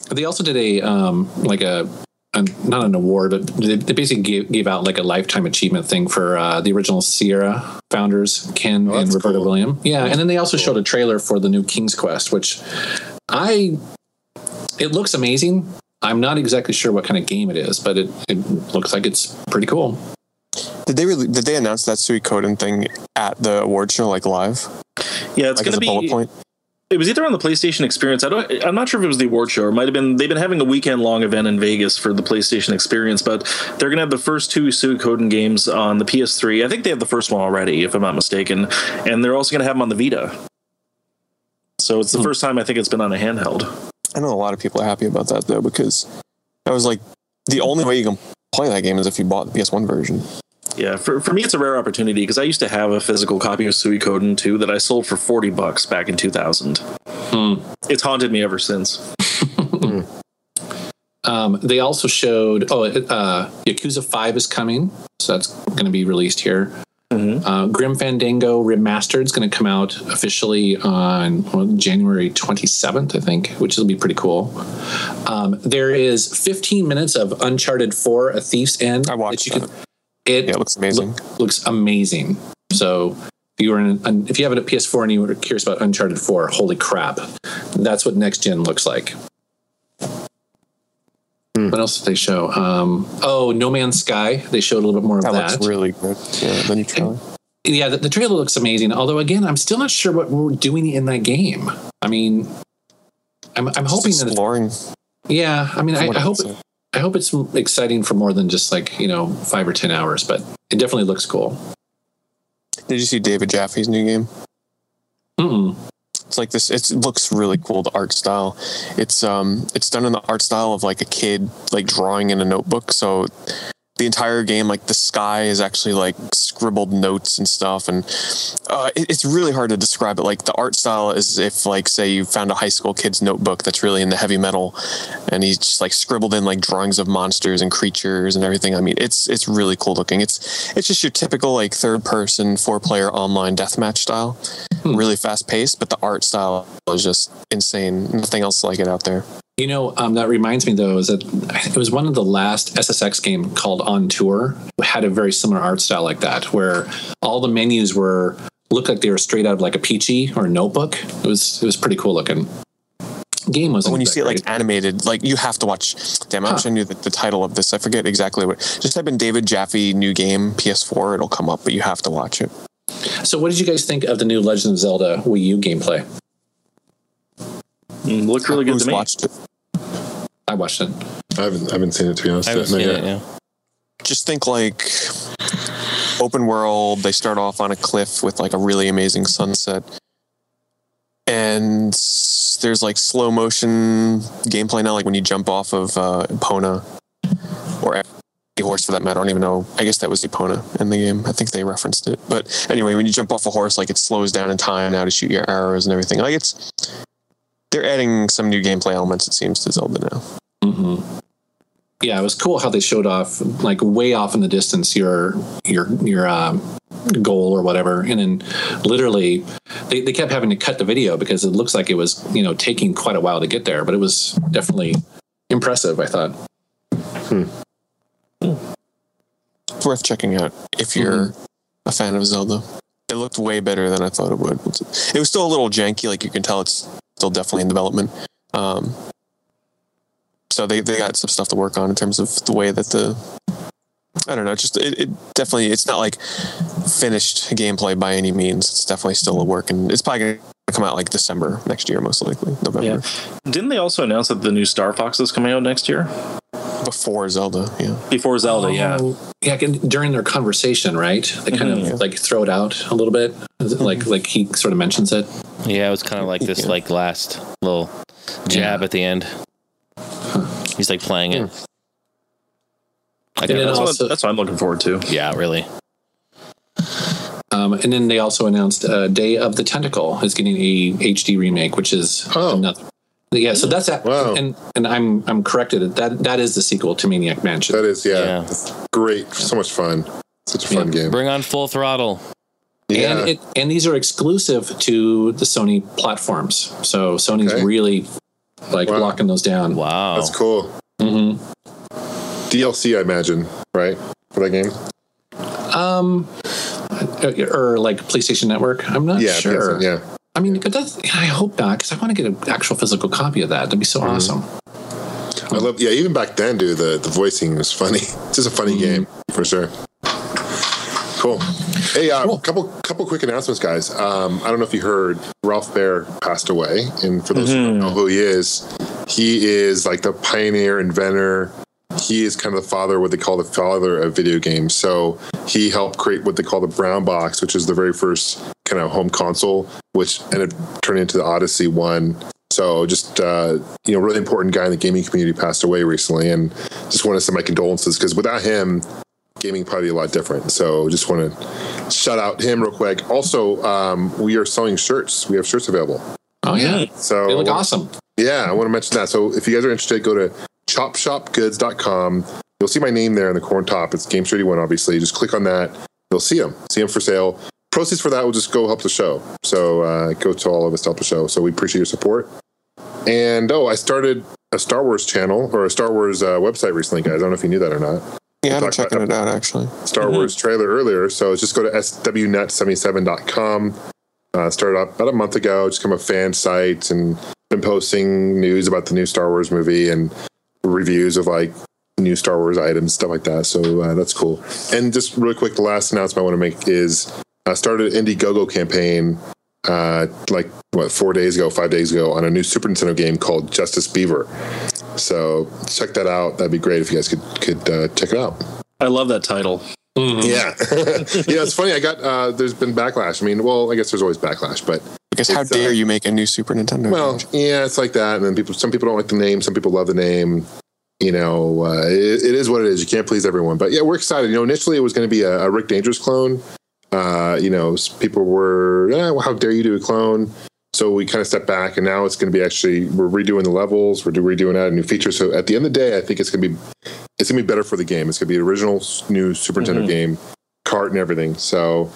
[SPEAKER 2] They also did a um, like a, a not an award, but they, they basically gave, gave out like a lifetime achievement thing for uh, the original Sierra founders, Ken
[SPEAKER 5] Oh,
[SPEAKER 2] and
[SPEAKER 5] that's
[SPEAKER 2] Roberta
[SPEAKER 5] cool.
[SPEAKER 2] William. Yeah, and then they also
[SPEAKER 5] Cool.
[SPEAKER 2] showed a trailer for the new King's Quest, which I it looks amazing. I'm not exactly sure what kind of game it is, but it, it looks like it's pretty cool.
[SPEAKER 4] Did they really, did they announce that Suikoden thing at the award show like live?
[SPEAKER 3] Yeah, it's
[SPEAKER 4] like
[SPEAKER 3] going
[SPEAKER 4] as
[SPEAKER 3] to
[SPEAKER 4] a
[SPEAKER 3] be.
[SPEAKER 4] bullet point?
[SPEAKER 3] It was either on the PlayStation Experience. I don't. I'm not sure if it was the award show. Or it might have been. They've been having a weekend long event in Vegas for the PlayStation Experience, but they're gonna have the first two Suikoden games on the PS3. I think they have the first one already, if I'm not mistaken, and they're also gonna have them on the Vita. So it's the first time I think it's been on a handheld.
[SPEAKER 4] I know a lot of people are happy about that though because I was like, the only way you can play that game is if you bought the PS1 version.
[SPEAKER 3] Yeah, for, for me it's a rare opportunity because I used to have a physical copy of Suikoden 2 that I sold for 40 bucks back in 2000. It's haunted me ever since.
[SPEAKER 2] Um, they also showed oh uh, Yakuza Five is coming, so that's going to be released here. Uh, Grim Fandango Remastered is going to come out officially on well, January 27th, I think, which will be pretty cool. Um, there is 15 minutes of Uncharted 4: A Thief's End.
[SPEAKER 4] I watched
[SPEAKER 2] that you can- it
[SPEAKER 4] Yeah, it looks amazing.
[SPEAKER 2] look- looks amazing. So if you were in an, if you have a PS4 and you were curious about Uncharted 4, holy crap, that's what next gen looks like.
[SPEAKER 4] Hmm.
[SPEAKER 2] What else did they show? Um, oh, No Man's Sky. They showed a little bit more of
[SPEAKER 4] That,
[SPEAKER 2] that.
[SPEAKER 4] looks really good. Yeah, the new trailer.
[SPEAKER 2] yeah, the, the trailer looks amazing. Although, again, I'm still not sure what we're doing in that game. I mean, I'm, I'm
[SPEAKER 4] Just
[SPEAKER 2] hoping that.
[SPEAKER 4] exploring.
[SPEAKER 2] Yeah, I mean, I,
[SPEAKER 4] what
[SPEAKER 2] I
[SPEAKER 4] it
[SPEAKER 2] hope
[SPEAKER 4] looks like.
[SPEAKER 2] I hope it's exciting for more than just like you know five or ten hours. But it definitely looks cool.
[SPEAKER 4] Did you see David Jaffe's new game?
[SPEAKER 2] Mm-mm.
[SPEAKER 4] It's like this. It's, it looks really cool. The art style. It's um. It's done in the art style of like a kid like drawing in a notebook. So the entire game, like the sky is actually like scribbled notes and stuff. And uh, it, it's really hard to describe it. Like the art style is if like say you found a high school kid's notebook that's really into heavy metal, and he's just like scribbled in like drawings of monsters and creatures and everything. I mean, it's it's really cool looking. It's it's just your typical like third person four player online deathmatch style really fast paced, but the art style is just insane. Nothing else like it out there.
[SPEAKER 2] You know, um, that reminds me though, is that it was one of the last SSX game called On Tour had a very similar art style like that, where all the menus were looked like they were straight out of like a peachy or a notebook. It was it was pretty cool looking. Game was
[SPEAKER 4] But when you see it like animated, like you have to watch. Damn, I wish I knew the, the title of this. I forget exactly what. Just type in David Jaffe new game PS4. It'll come up, but you have to watch it.
[SPEAKER 2] So, what did you guys think of the new Legend of Zelda Wii U gameplay?
[SPEAKER 3] Mm, looked really good
[SPEAKER 4] Who's
[SPEAKER 3] to me.
[SPEAKER 4] watched it?
[SPEAKER 2] I watched it.
[SPEAKER 5] I haven't I haven't seen it to be honest.
[SPEAKER 1] I haven't
[SPEAKER 5] Not
[SPEAKER 1] seen it.
[SPEAKER 5] yet.
[SPEAKER 1] Yeah.
[SPEAKER 4] Just think like open world. They start off on a cliff with like a really amazing sunset. And s- there's like slow motion gameplay now, like when you jump off of uh, Epona or a horse for that matter. I don't even know. I guess that was Epona in the game. I think they referenced it. But anyway, when you jump off a horse, like it slows down in time now to shoot your arrows and everything. Like it's they're adding some new gameplay elements. It seems to Zelda now.
[SPEAKER 2] Mm-hmm. Yeah, it was cool how they showed off like way off in the distance your your your um, goal or whatever, and then literally they, they kept having to cut the video because it looks like it was you know taking quite a while to get there, but it was definitely impressive. I thought.
[SPEAKER 4] It's worth checking out if you're a fan of Zelda. It looked way better than I thought it would. It was still a little janky, like you can tell it's still definitely in development. Um, so they, they got some stuff to work on in terms of the way that the I don't know, just it, it definitely it's not like finished gameplay by any means. It's definitely still a work and it's probably gonna to come out like December next year, most likely November
[SPEAKER 3] Didn't they also announce that the new Star Fox is coming out next year
[SPEAKER 4] before Zelda. Yeah,
[SPEAKER 3] before Zelda? Yeah,
[SPEAKER 2] Oh. yeah. can- During their conversation, right? They kind
[SPEAKER 3] Mhm.
[SPEAKER 2] of like throw it out a little bit, Is it like like he sort of mentions it.
[SPEAKER 1] Yeah, it was kind of like this,
[SPEAKER 4] Yeah.
[SPEAKER 1] like last little jab
[SPEAKER 2] Yeah.
[SPEAKER 1] at the end. He's like playing it.
[SPEAKER 2] And
[SPEAKER 1] Like,
[SPEAKER 2] then
[SPEAKER 1] that's-
[SPEAKER 3] that's,
[SPEAKER 2] also-
[SPEAKER 3] what, that's what I'm looking forward to.
[SPEAKER 1] yeah, really.
[SPEAKER 2] Um, and then they also announced uh, Day of the Tentacle is getting a HD remake, which is
[SPEAKER 5] Oh.
[SPEAKER 2] another. Yeah, so that's that.
[SPEAKER 5] Wow.
[SPEAKER 2] And and I'm I'm corrected. That that is the sequel to Maniac Mansion.
[SPEAKER 5] That is, yeah,
[SPEAKER 1] Yeah.
[SPEAKER 5] That's great. So much fun. Such a fun game.
[SPEAKER 1] Bring on full throttle.
[SPEAKER 5] Yeah.
[SPEAKER 2] And it and these are exclusive to the Sony platforms. So Sony's
[SPEAKER 5] Okay.
[SPEAKER 2] really like
[SPEAKER 5] Wow.
[SPEAKER 2] locking those down.
[SPEAKER 1] Wow.
[SPEAKER 5] That's cool.
[SPEAKER 1] Mm-hmm.
[SPEAKER 2] hmm
[SPEAKER 5] DLC, I imagine, right? For that game?
[SPEAKER 2] Um, uh, or like PlayStation Network. I'm not
[SPEAKER 5] Yeah,
[SPEAKER 2] sure.
[SPEAKER 5] PSN, yeah.
[SPEAKER 2] I mean, but that's, I hope not because I want to get an actual physical copy of that. That'd be so
[SPEAKER 5] Mm-hmm.
[SPEAKER 2] awesome.
[SPEAKER 5] I love yeah, even back then, dude, the, the voicing was funny. It's just a funny
[SPEAKER 2] Mm-hmm.
[SPEAKER 5] game for sure. Cool. Hey, uh, couple couple quick announcements, guys. Um, I don't know if you heard, Ralph Baer passed away, and for those who
[SPEAKER 2] Mm-hmm.
[SPEAKER 5] don't know who he is, he is like the pioneer inventor. He is kind of the father, what they call the father of video games. So he helped create what they call the Brown Box, which is the very first kind of home console, which ended up turning into the Odyssey one. So just uh, you know, really important guy in the gaming community passed away recently, and just want to send my condolences because without him, gaming probably a lot different. So just want to shout out him real quick. Also, um, we are selling shirts. We have shirts available.
[SPEAKER 2] Oh yeah,
[SPEAKER 5] So
[SPEAKER 2] they look awesome.
[SPEAKER 5] yeah, I want to mention that. So if you guys are interested, go to chopshopgoods.com. You'll see my name there in the corn top. It's Game 31, obviously. Just click on that. You'll see them. See them for sale. Proceeds for that will just go help the show. So uh, go to all of us to help the show. So we appreciate your support. And oh, I started a Star Wars channel or a Star Wars uh, website recently, guys. I don't know if you knew that or not.
[SPEAKER 4] yeah. I've been
[SPEAKER 5] Talk about
[SPEAKER 4] checking it out actually.
[SPEAKER 5] Star Wars trailer earlier. So just go to swnet77.com. Uh, started up about a month ago. Just become a fan site and been posting news about the new Star Wars movie and reviews of like new Star Wars items, stuff like that. So uh, that's cool. And just really quick, the last announcement I want to make is I started an Indiegogo campaign uh, like what four days ago, five days ago on a new Super Nintendo game called Justice Beaver. So check that out. That'd be great if you guys could could uh, check it out.
[SPEAKER 3] I love that title.
[SPEAKER 5] Yeah. yeah, it's funny. I got, uh, there's been backlash. I mean, well, I guess there's always backlash, but,
[SPEAKER 4] Because how
[SPEAKER 5] It's, uh,
[SPEAKER 4] dare you make a new Super Nintendo?
[SPEAKER 5] well,
[SPEAKER 4] game?
[SPEAKER 5] yeah, it's like that. And then people, some people don't like the name, some people love the name. You know, uh, it, it is what it is. You can't please everyone. But yeah, we're excited. You know, initially it was going to be a, a Rick Dangerous clone. Uh, you know, s- people were, eh, well, how dare you do a clone? So we kind of stepped back, and now it's going to be actually we're redoing the levels, we're do- redoing adding new features. So at the end of the day, I think it's going to be it's going to be better for the game. It's going to be the original s- new Super Nintendo game, cart and everything. So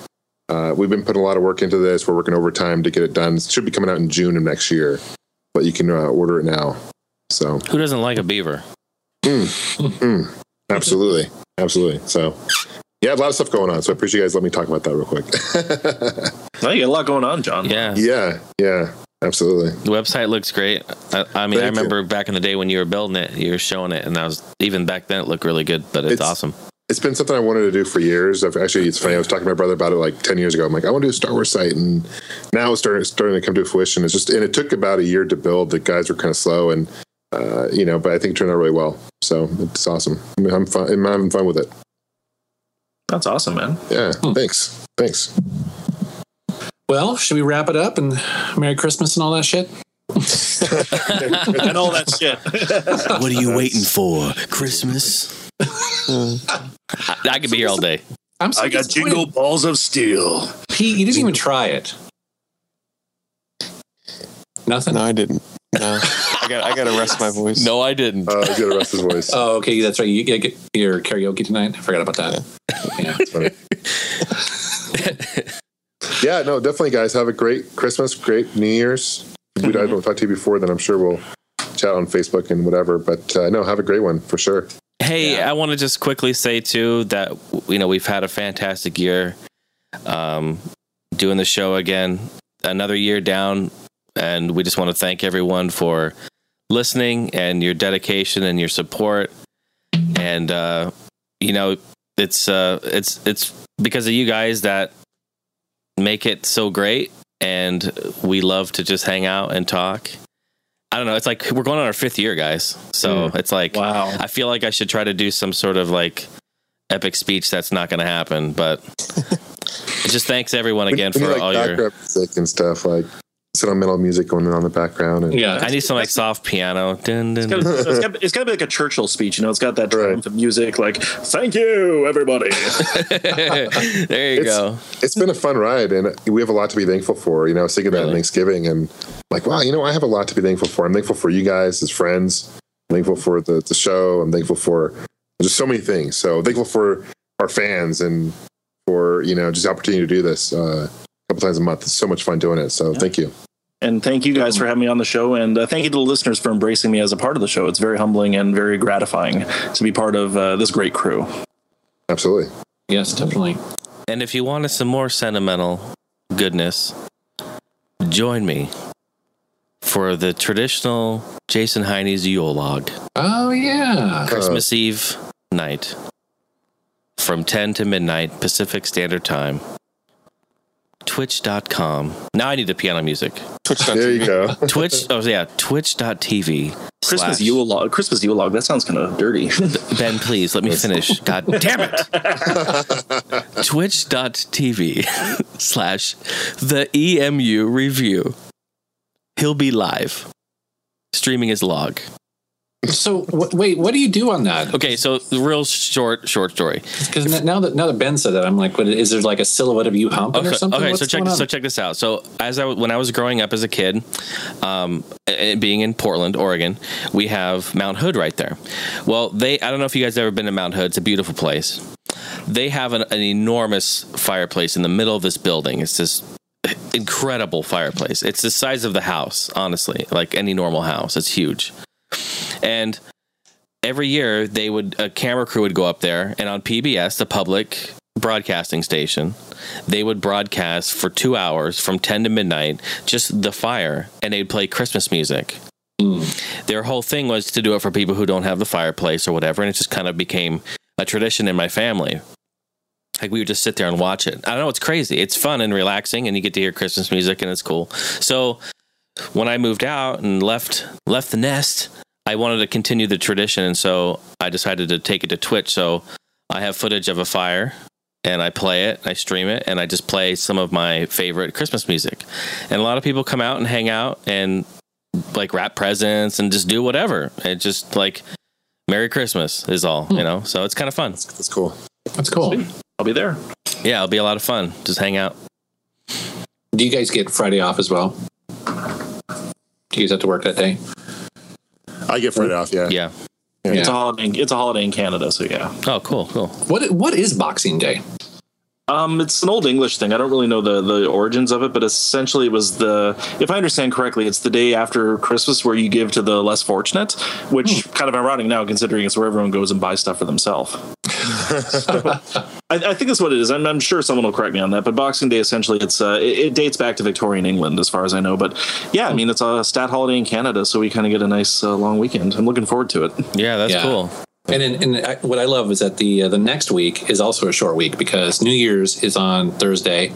[SPEAKER 5] uh, we've been putting a lot of work into this. We're working overtime to get it done. It should be coming out in June of next year, but you can uh, order it now. So
[SPEAKER 1] Who doesn't like a beaver?
[SPEAKER 5] absolutely, absolutely. So yeah, a lot of stuff going on. So I appreciate you guys letting me talk about that real quick.
[SPEAKER 3] Now you got a lot going on, John.
[SPEAKER 1] Yeah.
[SPEAKER 5] yeah, yeah, absolutely.
[SPEAKER 1] The website looks great. I, I mean, I
[SPEAKER 5] Thank you.
[SPEAKER 1] remember back in the day when you were building it, you were showing it, and that was even back then it looked really good. But it's,
[SPEAKER 5] It's-
[SPEAKER 1] awesome.
[SPEAKER 5] it's been something I wanted to do for years. I've actually, it's funny. I was talking to my brother about it like ten years ago. I'm like, I want to do a Star Wars site, and now it's starting starting to come to fruition. It's just, and it took about a year to build. The guys were kind of slow, and uh, you know, but I think it turned out really well. So it's awesome. I mean, I'm fun. I'm having fun with it.
[SPEAKER 3] That's awesome, man.
[SPEAKER 5] Yeah. Thanks. Thanks.
[SPEAKER 2] Well, should we wrap it up and Merry Christmas and all that shit?
[SPEAKER 3] and all that shit.
[SPEAKER 6] What are you waiting for? Christmas?
[SPEAKER 1] I, I could be here all day.
[SPEAKER 2] I'm so
[SPEAKER 3] I got
[SPEAKER 2] disappointed.
[SPEAKER 3] jingle balls of steel.
[SPEAKER 2] Pete, you didn't even try it. Nothing.
[SPEAKER 4] no, I didn't. No, I got I got to rest my voice.
[SPEAKER 1] No, I didn't.
[SPEAKER 5] Uh, he's gonna rest his voice.
[SPEAKER 2] Oh, okay, that's right. You get get your karaoke tonight. I forgot about that. Yeah.
[SPEAKER 5] Yeah. No. Definitely, guys. Have a great Christmas. Great New Year's. If we I don't talk to you before, then I'm sure we'll chat on Facebook and whatever. But uh, no, have a great one for sure.
[SPEAKER 1] Hey, I want to just quickly say too that you know we've had a fantastic year, um, doing the show again, another year down, and we just want to thank everyone for listening and your dedication and your support, and uh, you know it's uh, it's it's because of you guys that make it so great, and we love to just hang out and talk. I don't know. It's like we're going on our fifth year, guys. So
[SPEAKER 5] Hmm.
[SPEAKER 1] it's like
[SPEAKER 2] Wow.
[SPEAKER 1] I feel like I should try to do some sort of like epic speech. That's not going to happen, but just thanks everyone again
[SPEAKER 5] We need,
[SPEAKER 1] for
[SPEAKER 5] like
[SPEAKER 1] all
[SPEAKER 5] background
[SPEAKER 1] your.
[SPEAKER 5] music and stuff like sentimental music going on in the background. And,
[SPEAKER 2] Yeah.
[SPEAKER 1] I need some like soft piano. Dun, dun,
[SPEAKER 3] It's
[SPEAKER 1] dun.
[SPEAKER 3] gotta, it's gotta- it's gotta be like a Churchill speech, you know. It's got that
[SPEAKER 5] Right.
[SPEAKER 3] triumph of music, like "Thank you, everybody."
[SPEAKER 1] there you
[SPEAKER 5] It's-
[SPEAKER 1] go.
[SPEAKER 5] it's been a fun ride, and we have a lot to be thankful for. You know, I was thinking about
[SPEAKER 1] Really?
[SPEAKER 5] Thanksgiving, and like, wow, you know, I have a lot to be thankful for. I'm thankful for you guys as friends. I'm thankful for the the show. I'm thankful for just so many things. So thankful for our fans and for you know just the opportunity to do this uh, a couple times a month. It's so much fun doing it. So thank you.
[SPEAKER 3] and thank you guys for having me on the show, and uh, thank you to the listeners for embracing me as a part of the show. It's very humbling and very gratifying to be part of uh, this great crew.
[SPEAKER 5] Absolutely.
[SPEAKER 2] Yes, definitely.
[SPEAKER 1] And if you wanted some more sentimental goodness, join me for the traditional Jason Heine's Yule log,
[SPEAKER 2] Oh yeah.
[SPEAKER 1] Christmas Eve night from 10 to midnight Pacific Standard Time. Twitch.com. Now I need the piano music.
[SPEAKER 5] There you go.
[SPEAKER 1] Twitch, oh yeah, twitch.tv.
[SPEAKER 3] Christmas
[SPEAKER 1] slash-
[SPEAKER 3] Yule log. Christmas Yule log. That sounds kind of dirty.
[SPEAKER 1] Ben, please let me finish. God damn it. Twitch.tv slash the EMU review. He'll be live. Streaming his log.
[SPEAKER 2] So wh- wait, what do you do on that?
[SPEAKER 1] Okay, so the real short, short story.
[SPEAKER 2] Because now that now that Ben said that, I'm like, what is there like a silhouette of you humping
[SPEAKER 1] Okay,
[SPEAKER 2] or something?
[SPEAKER 1] okay
[SPEAKER 2] What's
[SPEAKER 1] so check
[SPEAKER 2] going
[SPEAKER 1] this,
[SPEAKER 2] on?
[SPEAKER 1] so check this out. So as I w- when I was growing up as a kid, um, a- a- being in Portland, Oregon, we have Mount Hood right there. Well, they I don't know if you guys ever been to Mount Hood. It's a beautiful place. They have an, an enormous fireplace in the middle of this building. It's this incredible fireplace. It's the size of the house, honestly, like any normal house. It's huge, and every year they would a camera crew would go up there and on PBS the public broadcasting station they would broadcast for 2 hours from 10 to midnight just the fire and they'd play christmas music their whole thing was to do it for people who don't have the fireplace or whatever and it just kind of became a tradition in my family like we would just sit there and watch it i don't know it's crazy it's fun and relaxing and you get to hear christmas music and it's cool so when i moved out and left left the nest I wanted to continue the tradition, and so I decided to take it to Twitch. So I have footage of a fire, and I play it, I stream it, and I just play some of my favorite Christmas music. And a lot of people come out and hang out and like wrap presents and just do whatever. It just like Merry Christmas is all, you know. So it's kind of fun.
[SPEAKER 5] That's cool.
[SPEAKER 2] That's cool.
[SPEAKER 3] I'll be there.
[SPEAKER 1] Yeah, it'll be a lot of fun. Just hang out.
[SPEAKER 2] Do you guys get Friday off as well? Do you guys have to work that day?
[SPEAKER 5] I get Fred off. Yeah.
[SPEAKER 1] Yeah.
[SPEAKER 3] It's a
[SPEAKER 2] Yeah.
[SPEAKER 3] holiday. It's a holiday in Canada, so yeah.
[SPEAKER 1] Oh, cool, cool.
[SPEAKER 2] What what is Boxing Day?
[SPEAKER 3] Um, it's an old English thing. I don't really know the, the origins of it, but essentially it was the, if I understand correctly, it's the day after Christmas where you give to the less fortunate, which
[SPEAKER 5] Hmm.
[SPEAKER 3] kind of ironic now considering it's where everyone goes and buys stuff for themselves. I, I think that's what it is. I'm, I'm sure someone will correct me on that, but Boxing Day essentially it's uh, it, it dates back to Victorian England as far as I know. But yeah, I
[SPEAKER 5] Hmm.
[SPEAKER 3] mean it's a stat holiday in Canada, so we kind of get a nice uh, long weekend. I'm looking forward to it.
[SPEAKER 1] Yeah, that's
[SPEAKER 2] Yeah.
[SPEAKER 1] cool.
[SPEAKER 2] And in, and I, what I love is that the uh, the next week is also a short week because New Year's is on Thursday,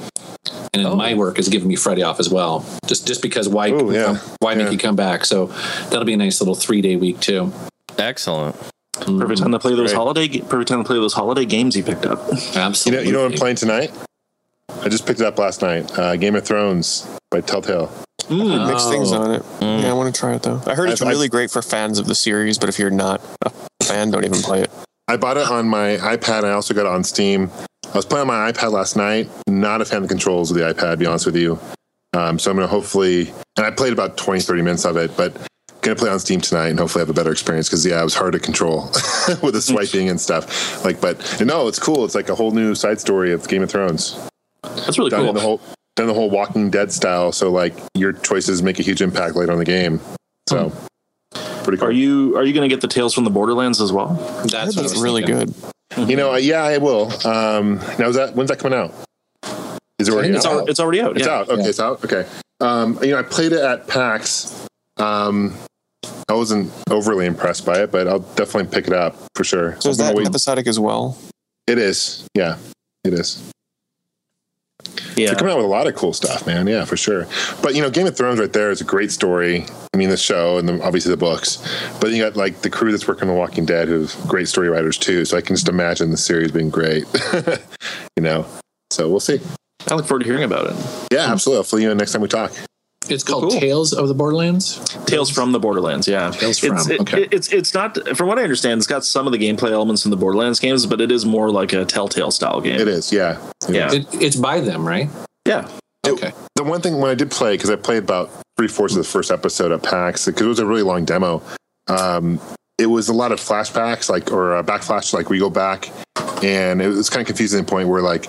[SPEAKER 2] and
[SPEAKER 4] Oh.
[SPEAKER 2] then my work is giving me Friday off as well. Just just because why
[SPEAKER 5] Ooh, yeah.
[SPEAKER 2] why
[SPEAKER 5] Yeah.
[SPEAKER 2] make you come back? So that'll be a nice little three day week too.
[SPEAKER 1] Excellent.
[SPEAKER 3] Perfect time to play those
[SPEAKER 5] Hmm. Great.
[SPEAKER 3] holiday. Perfect time to play those holiday games you picked up.
[SPEAKER 5] You know,
[SPEAKER 2] Absolutely.
[SPEAKER 5] you know what I'm playing tonight? I just picked it up last night. Uh, Game of Thrones by Telltale.
[SPEAKER 4] Mixed things on it. Yeah, I want to try it though. I heard it's
[SPEAKER 5] I've- I've-
[SPEAKER 4] really great for fans of the series, but if you're not a fan, don't even play it.
[SPEAKER 5] I bought it on my iPad. And I also got it on Steam. I was playing on my iPad last night. Not a fan of the controls of the iPad, to be honest with you. Um, so I'm going to hopefully, and I played about 20, 30 minutes of it, but going to play on Steam tonight and hopefully have a better experience because, yeah, it was hard to control with the swiping and stuff. Like, but no, it's cool. It's like a whole new side story of Game of Thrones.
[SPEAKER 3] That's really
[SPEAKER 5] done in
[SPEAKER 3] cool.
[SPEAKER 5] the whole done the whole Walking Dead style. So like your choices make a huge impact later on the game. So pretty cool.
[SPEAKER 3] Hmm. Are you are you going to get the Tales from the Borderlands as well?
[SPEAKER 2] That's, what I
[SPEAKER 4] It's
[SPEAKER 2] was
[SPEAKER 4] really
[SPEAKER 2] thinking.
[SPEAKER 4] good.
[SPEAKER 5] you know, uh, yeah, I will. Um, now is that when's that coming out? Is it already
[SPEAKER 2] It's
[SPEAKER 5] out?
[SPEAKER 2] al-
[SPEAKER 3] It's already out.
[SPEAKER 5] It's
[SPEAKER 3] yeah.
[SPEAKER 5] out. Okay, it's out. Okay. Um, you know, I played it at PAX. Um, I wasn't overly impressed by it, but I'll definitely pick it up for sure.
[SPEAKER 4] So is
[SPEAKER 5] I'm
[SPEAKER 4] that
[SPEAKER 5] gonna wait-
[SPEAKER 4] episodic as well?
[SPEAKER 5] It is. Yeah, it is.
[SPEAKER 3] Yeah.
[SPEAKER 5] They're coming out with a lot of cool stuff, man. Yeah, for sure. But you know, Game of Thrones right there is a great story. I mean, the show and the, obviously the books. But you got like the crew that's working on The Walking Dead, who's great story writers too. So I can just imagine the series being great. you know, so we'll see.
[SPEAKER 3] I look forward to hearing about it.
[SPEAKER 5] Yeah, absolutely. I'll fill you in next time we talk.
[SPEAKER 2] It's called
[SPEAKER 3] Cool.
[SPEAKER 2] Tales of the Borderlands.
[SPEAKER 3] Tales from the Borderlands, yeah.
[SPEAKER 2] Tales from,
[SPEAKER 3] it's, it-
[SPEAKER 2] okay.
[SPEAKER 3] it's it's not from what I understand. It's got some of the gameplay elements from the Borderlands games, but it is more like a Telltale style game.
[SPEAKER 5] It is. Yeah.
[SPEAKER 3] Yeah,
[SPEAKER 2] It, it's by them, right?
[SPEAKER 3] yeah.
[SPEAKER 2] Okay.
[SPEAKER 5] the one thing when I did play because I played about three fourths of the first episode at PAX because it was a really long demo. Um, it was a lot of flashbacks, like or uh, backflash, like we go back, and it was kind of confusing to the point where like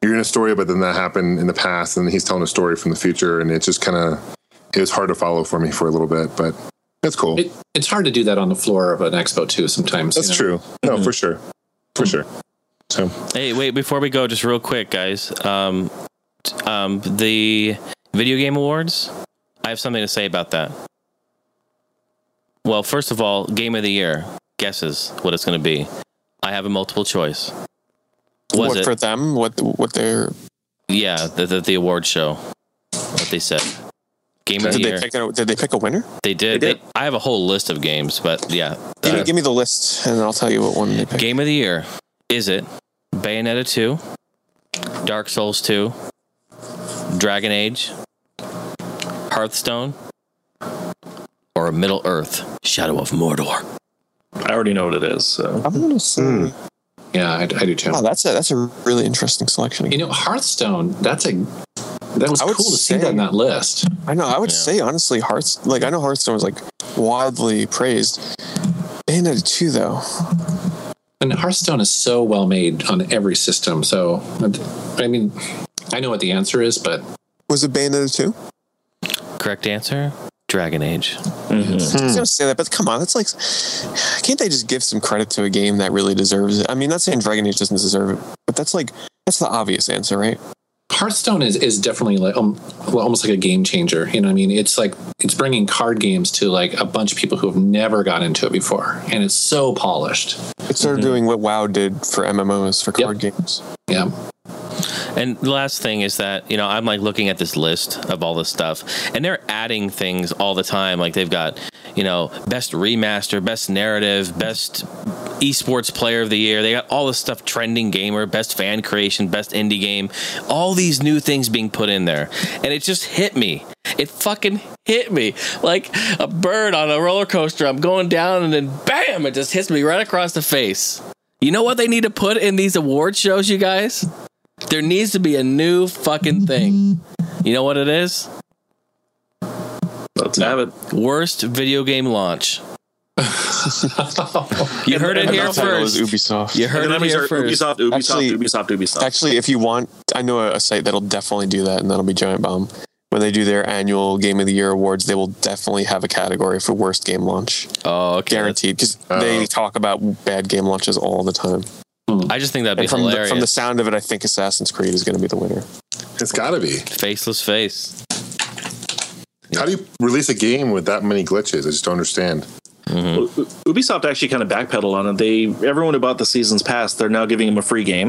[SPEAKER 5] you're in a story, but then that happened in the past, and he's telling a story from the future, and it's just kind of it was hard to follow for me for a little bit, but that's cool.
[SPEAKER 2] It, it's hard to do that on the floor of an expo too. Sometimes
[SPEAKER 5] that's
[SPEAKER 2] you know?
[SPEAKER 5] true. No, for sure, for sure. So
[SPEAKER 1] Hey, wait, before we go, just real quick, guys. Um, t- um, the Video Game Awards, I have something to say about that. Well, first of all, Game of the Year guesses what it's going to be. I have a multiple choice. Was
[SPEAKER 4] what
[SPEAKER 1] it?
[SPEAKER 4] for them? What what they're
[SPEAKER 1] yeah, the, the, the award show, what they said. Game of the
[SPEAKER 4] did
[SPEAKER 1] Year.
[SPEAKER 4] they pick? A, did they pick a winner?
[SPEAKER 1] They did.
[SPEAKER 3] They did.
[SPEAKER 1] They- I have a whole list of games, but yeah.
[SPEAKER 4] Give, me,
[SPEAKER 1] Uh,
[SPEAKER 4] give me the list, and I'll tell you what one they picked.
[SPEAKER 1] game of the year. Is it Bayonetta 2, Dark Souls 2, Dragon Age, Hearthstone, or Middle Earth, Shadow of Mordor?
[SPEAKER 3] I already know what it is. So
[SPEAKER 4] I'm gonna say.
[SPEAKER 2] Yeah, I, I do too.
[SPEAKER 4] Wow, that's a that's a really interesting selection.
[SPEAKER 2] You know, Hearthstone. That's a that was
[SPEAKER 4] I
[SPEAKER 2] cool
[SPEAKER 4] would
[SPEAKER 2] to see
[SPEAKER 4] say-
[SPEAKER 2] that in that list.
[SPEAKER 4] I know. I would
[SPEAKER 1] Yeah.
[SPEAKER 4] say honestly, Hearthstone. Like I know Hearthstone was like wildly praised. Bayonetta two though.
[SPEAKER 2] And Hearthstone is so well made on every system. So, I mean, I know what the answer is, but
[SPEAKER 4] Was it Bayonetta two?
[SPEAKER 1] Correct answer? Dragon Age. Hmm.
[SPEAKER 4] I was gonna say that, but come on, that's like, can't they just give some credit to a game that really deserves it? I mean, not saying Dragon Age doesn't deserve it, but that's like that's the obvious answer, right?
[SPEAKER 2] Hearthstone is, is definitely like um, well, almost like a game changer. You know, what I mean, it's like it's bringing card games to like a bunch of people who have never got into it before, and it's so polished.
[SPEAKER 4] It started
[SPEAKER 1] Mm-hmm.
[SPEAKER 4] doing what WoW did for MMOs for card games.
[SPEAKER 2] Yeah,
[SPEAKER 1] And the last thing is that, you know, I'm like looking at this list of all this stuff and they're adding things all the time. Like they've got, you know, best remaster, best narrative, best esports player of the year. They got all this stuff trending gamer, best fan creation, best indie game, all these new things being put in there. And it just hit me. It fucking hit me like a bird on a roller coaster. I'm going down and then bam, it just hits me right across the face. You know what they need to put in these award shows, you guys? There needs to be a new fucking thing. You know what it is?
[SPEAKER 3] let's have it.
[SPEAKER 1] Worst video game launch. you heard it
[SPEAKER 3] and
[SPEAKER 1] here
[SPEAKER 3] the title
[SPEAKER 1] first.
[SPEAKER 4] Ubisoft.
[SPEAKER 1] You heard
[SPEAKER 3] And the
[SPEAKER 1] it
[SPEAKER 3] numbers
[SPEAKER 1] here
[SPEAKER 3] are
[SPEAKER 1] first.
[SPEAKER 3] Ubisoft, Ubisoft,
[SPEAKER 4] Actually-
[SPEAKER 3] Ubisoft, Ubisoft.
[SPEAKER 4] Actually, if you want, I know a site that'll definitely do that, and that'll be Giant Bomb. When they do their annual Game of the Year awards, they will definitely have a category for worst game launch,
[SPEAKER 1] Oh, okay.
[SPEAKER 4] guaranteed, because they talk about bad game launches all the time.
[SPEAKER 1] I just think that'd be
[SPEAKER 4] And from the,
[SPEAKER 1] hilarious.
[SPEAKER 4] from the sound of it, I think Assassin's Creed is going to be the winner.
[SPEAKER 5] it's got to be.
[SPEAKER 1] Faceless face.
[SPEAKER 5] How do you release a game with that many glitches? I just don't understand.
[SPEAKER 3] U- Ubisoft actually kind of backpedaled on it. They everyone who bought the seasons pass, they're now giving them a free game,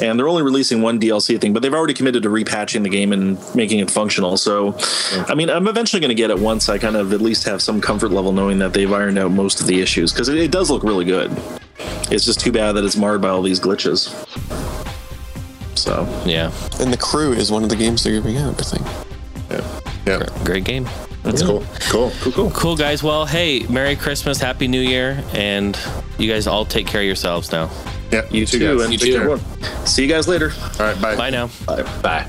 [SPEAKER 3] and they're only releasing one DLC thing. But they've already committed to repatching the game and making it functional. So, I mean, I'm eventually going to get it once I kind of at least have some comfort level knowing that they've ironed out most of the issues because it, it does look really good. It's just too bad that it's marred by all these glitches. So,
[SPEAKER 1] Yeah.
[SPEAKER 4] And the crew is one of the games they're giving out, I think.
[SPEAKER 5] Yeah,
[SPEAKER 1] Great game.
[SPEAKER 5] that's cool. Cool.
[SPEAKER 3] cool, cool.
[SPEAKER 1] Cool, guys. Well, hey, Merry Christmas. Happy New Year. And you guys all take care of yourselves now.
[SPEAKER 5] Yeah,
[SPEAKER 3] You
[SPEAKER 5] guys.
[SPEAKER 3] too, and
[SPEAKER 2] You
[SPEAKER 3] take
[SPEAKER 2] too.
[SPEAKER 3] care. See you guys later.
[SPEAKER 5] All right, bye.
[SPEAKER 1] Bye now.
[SPEAKER 2] bye.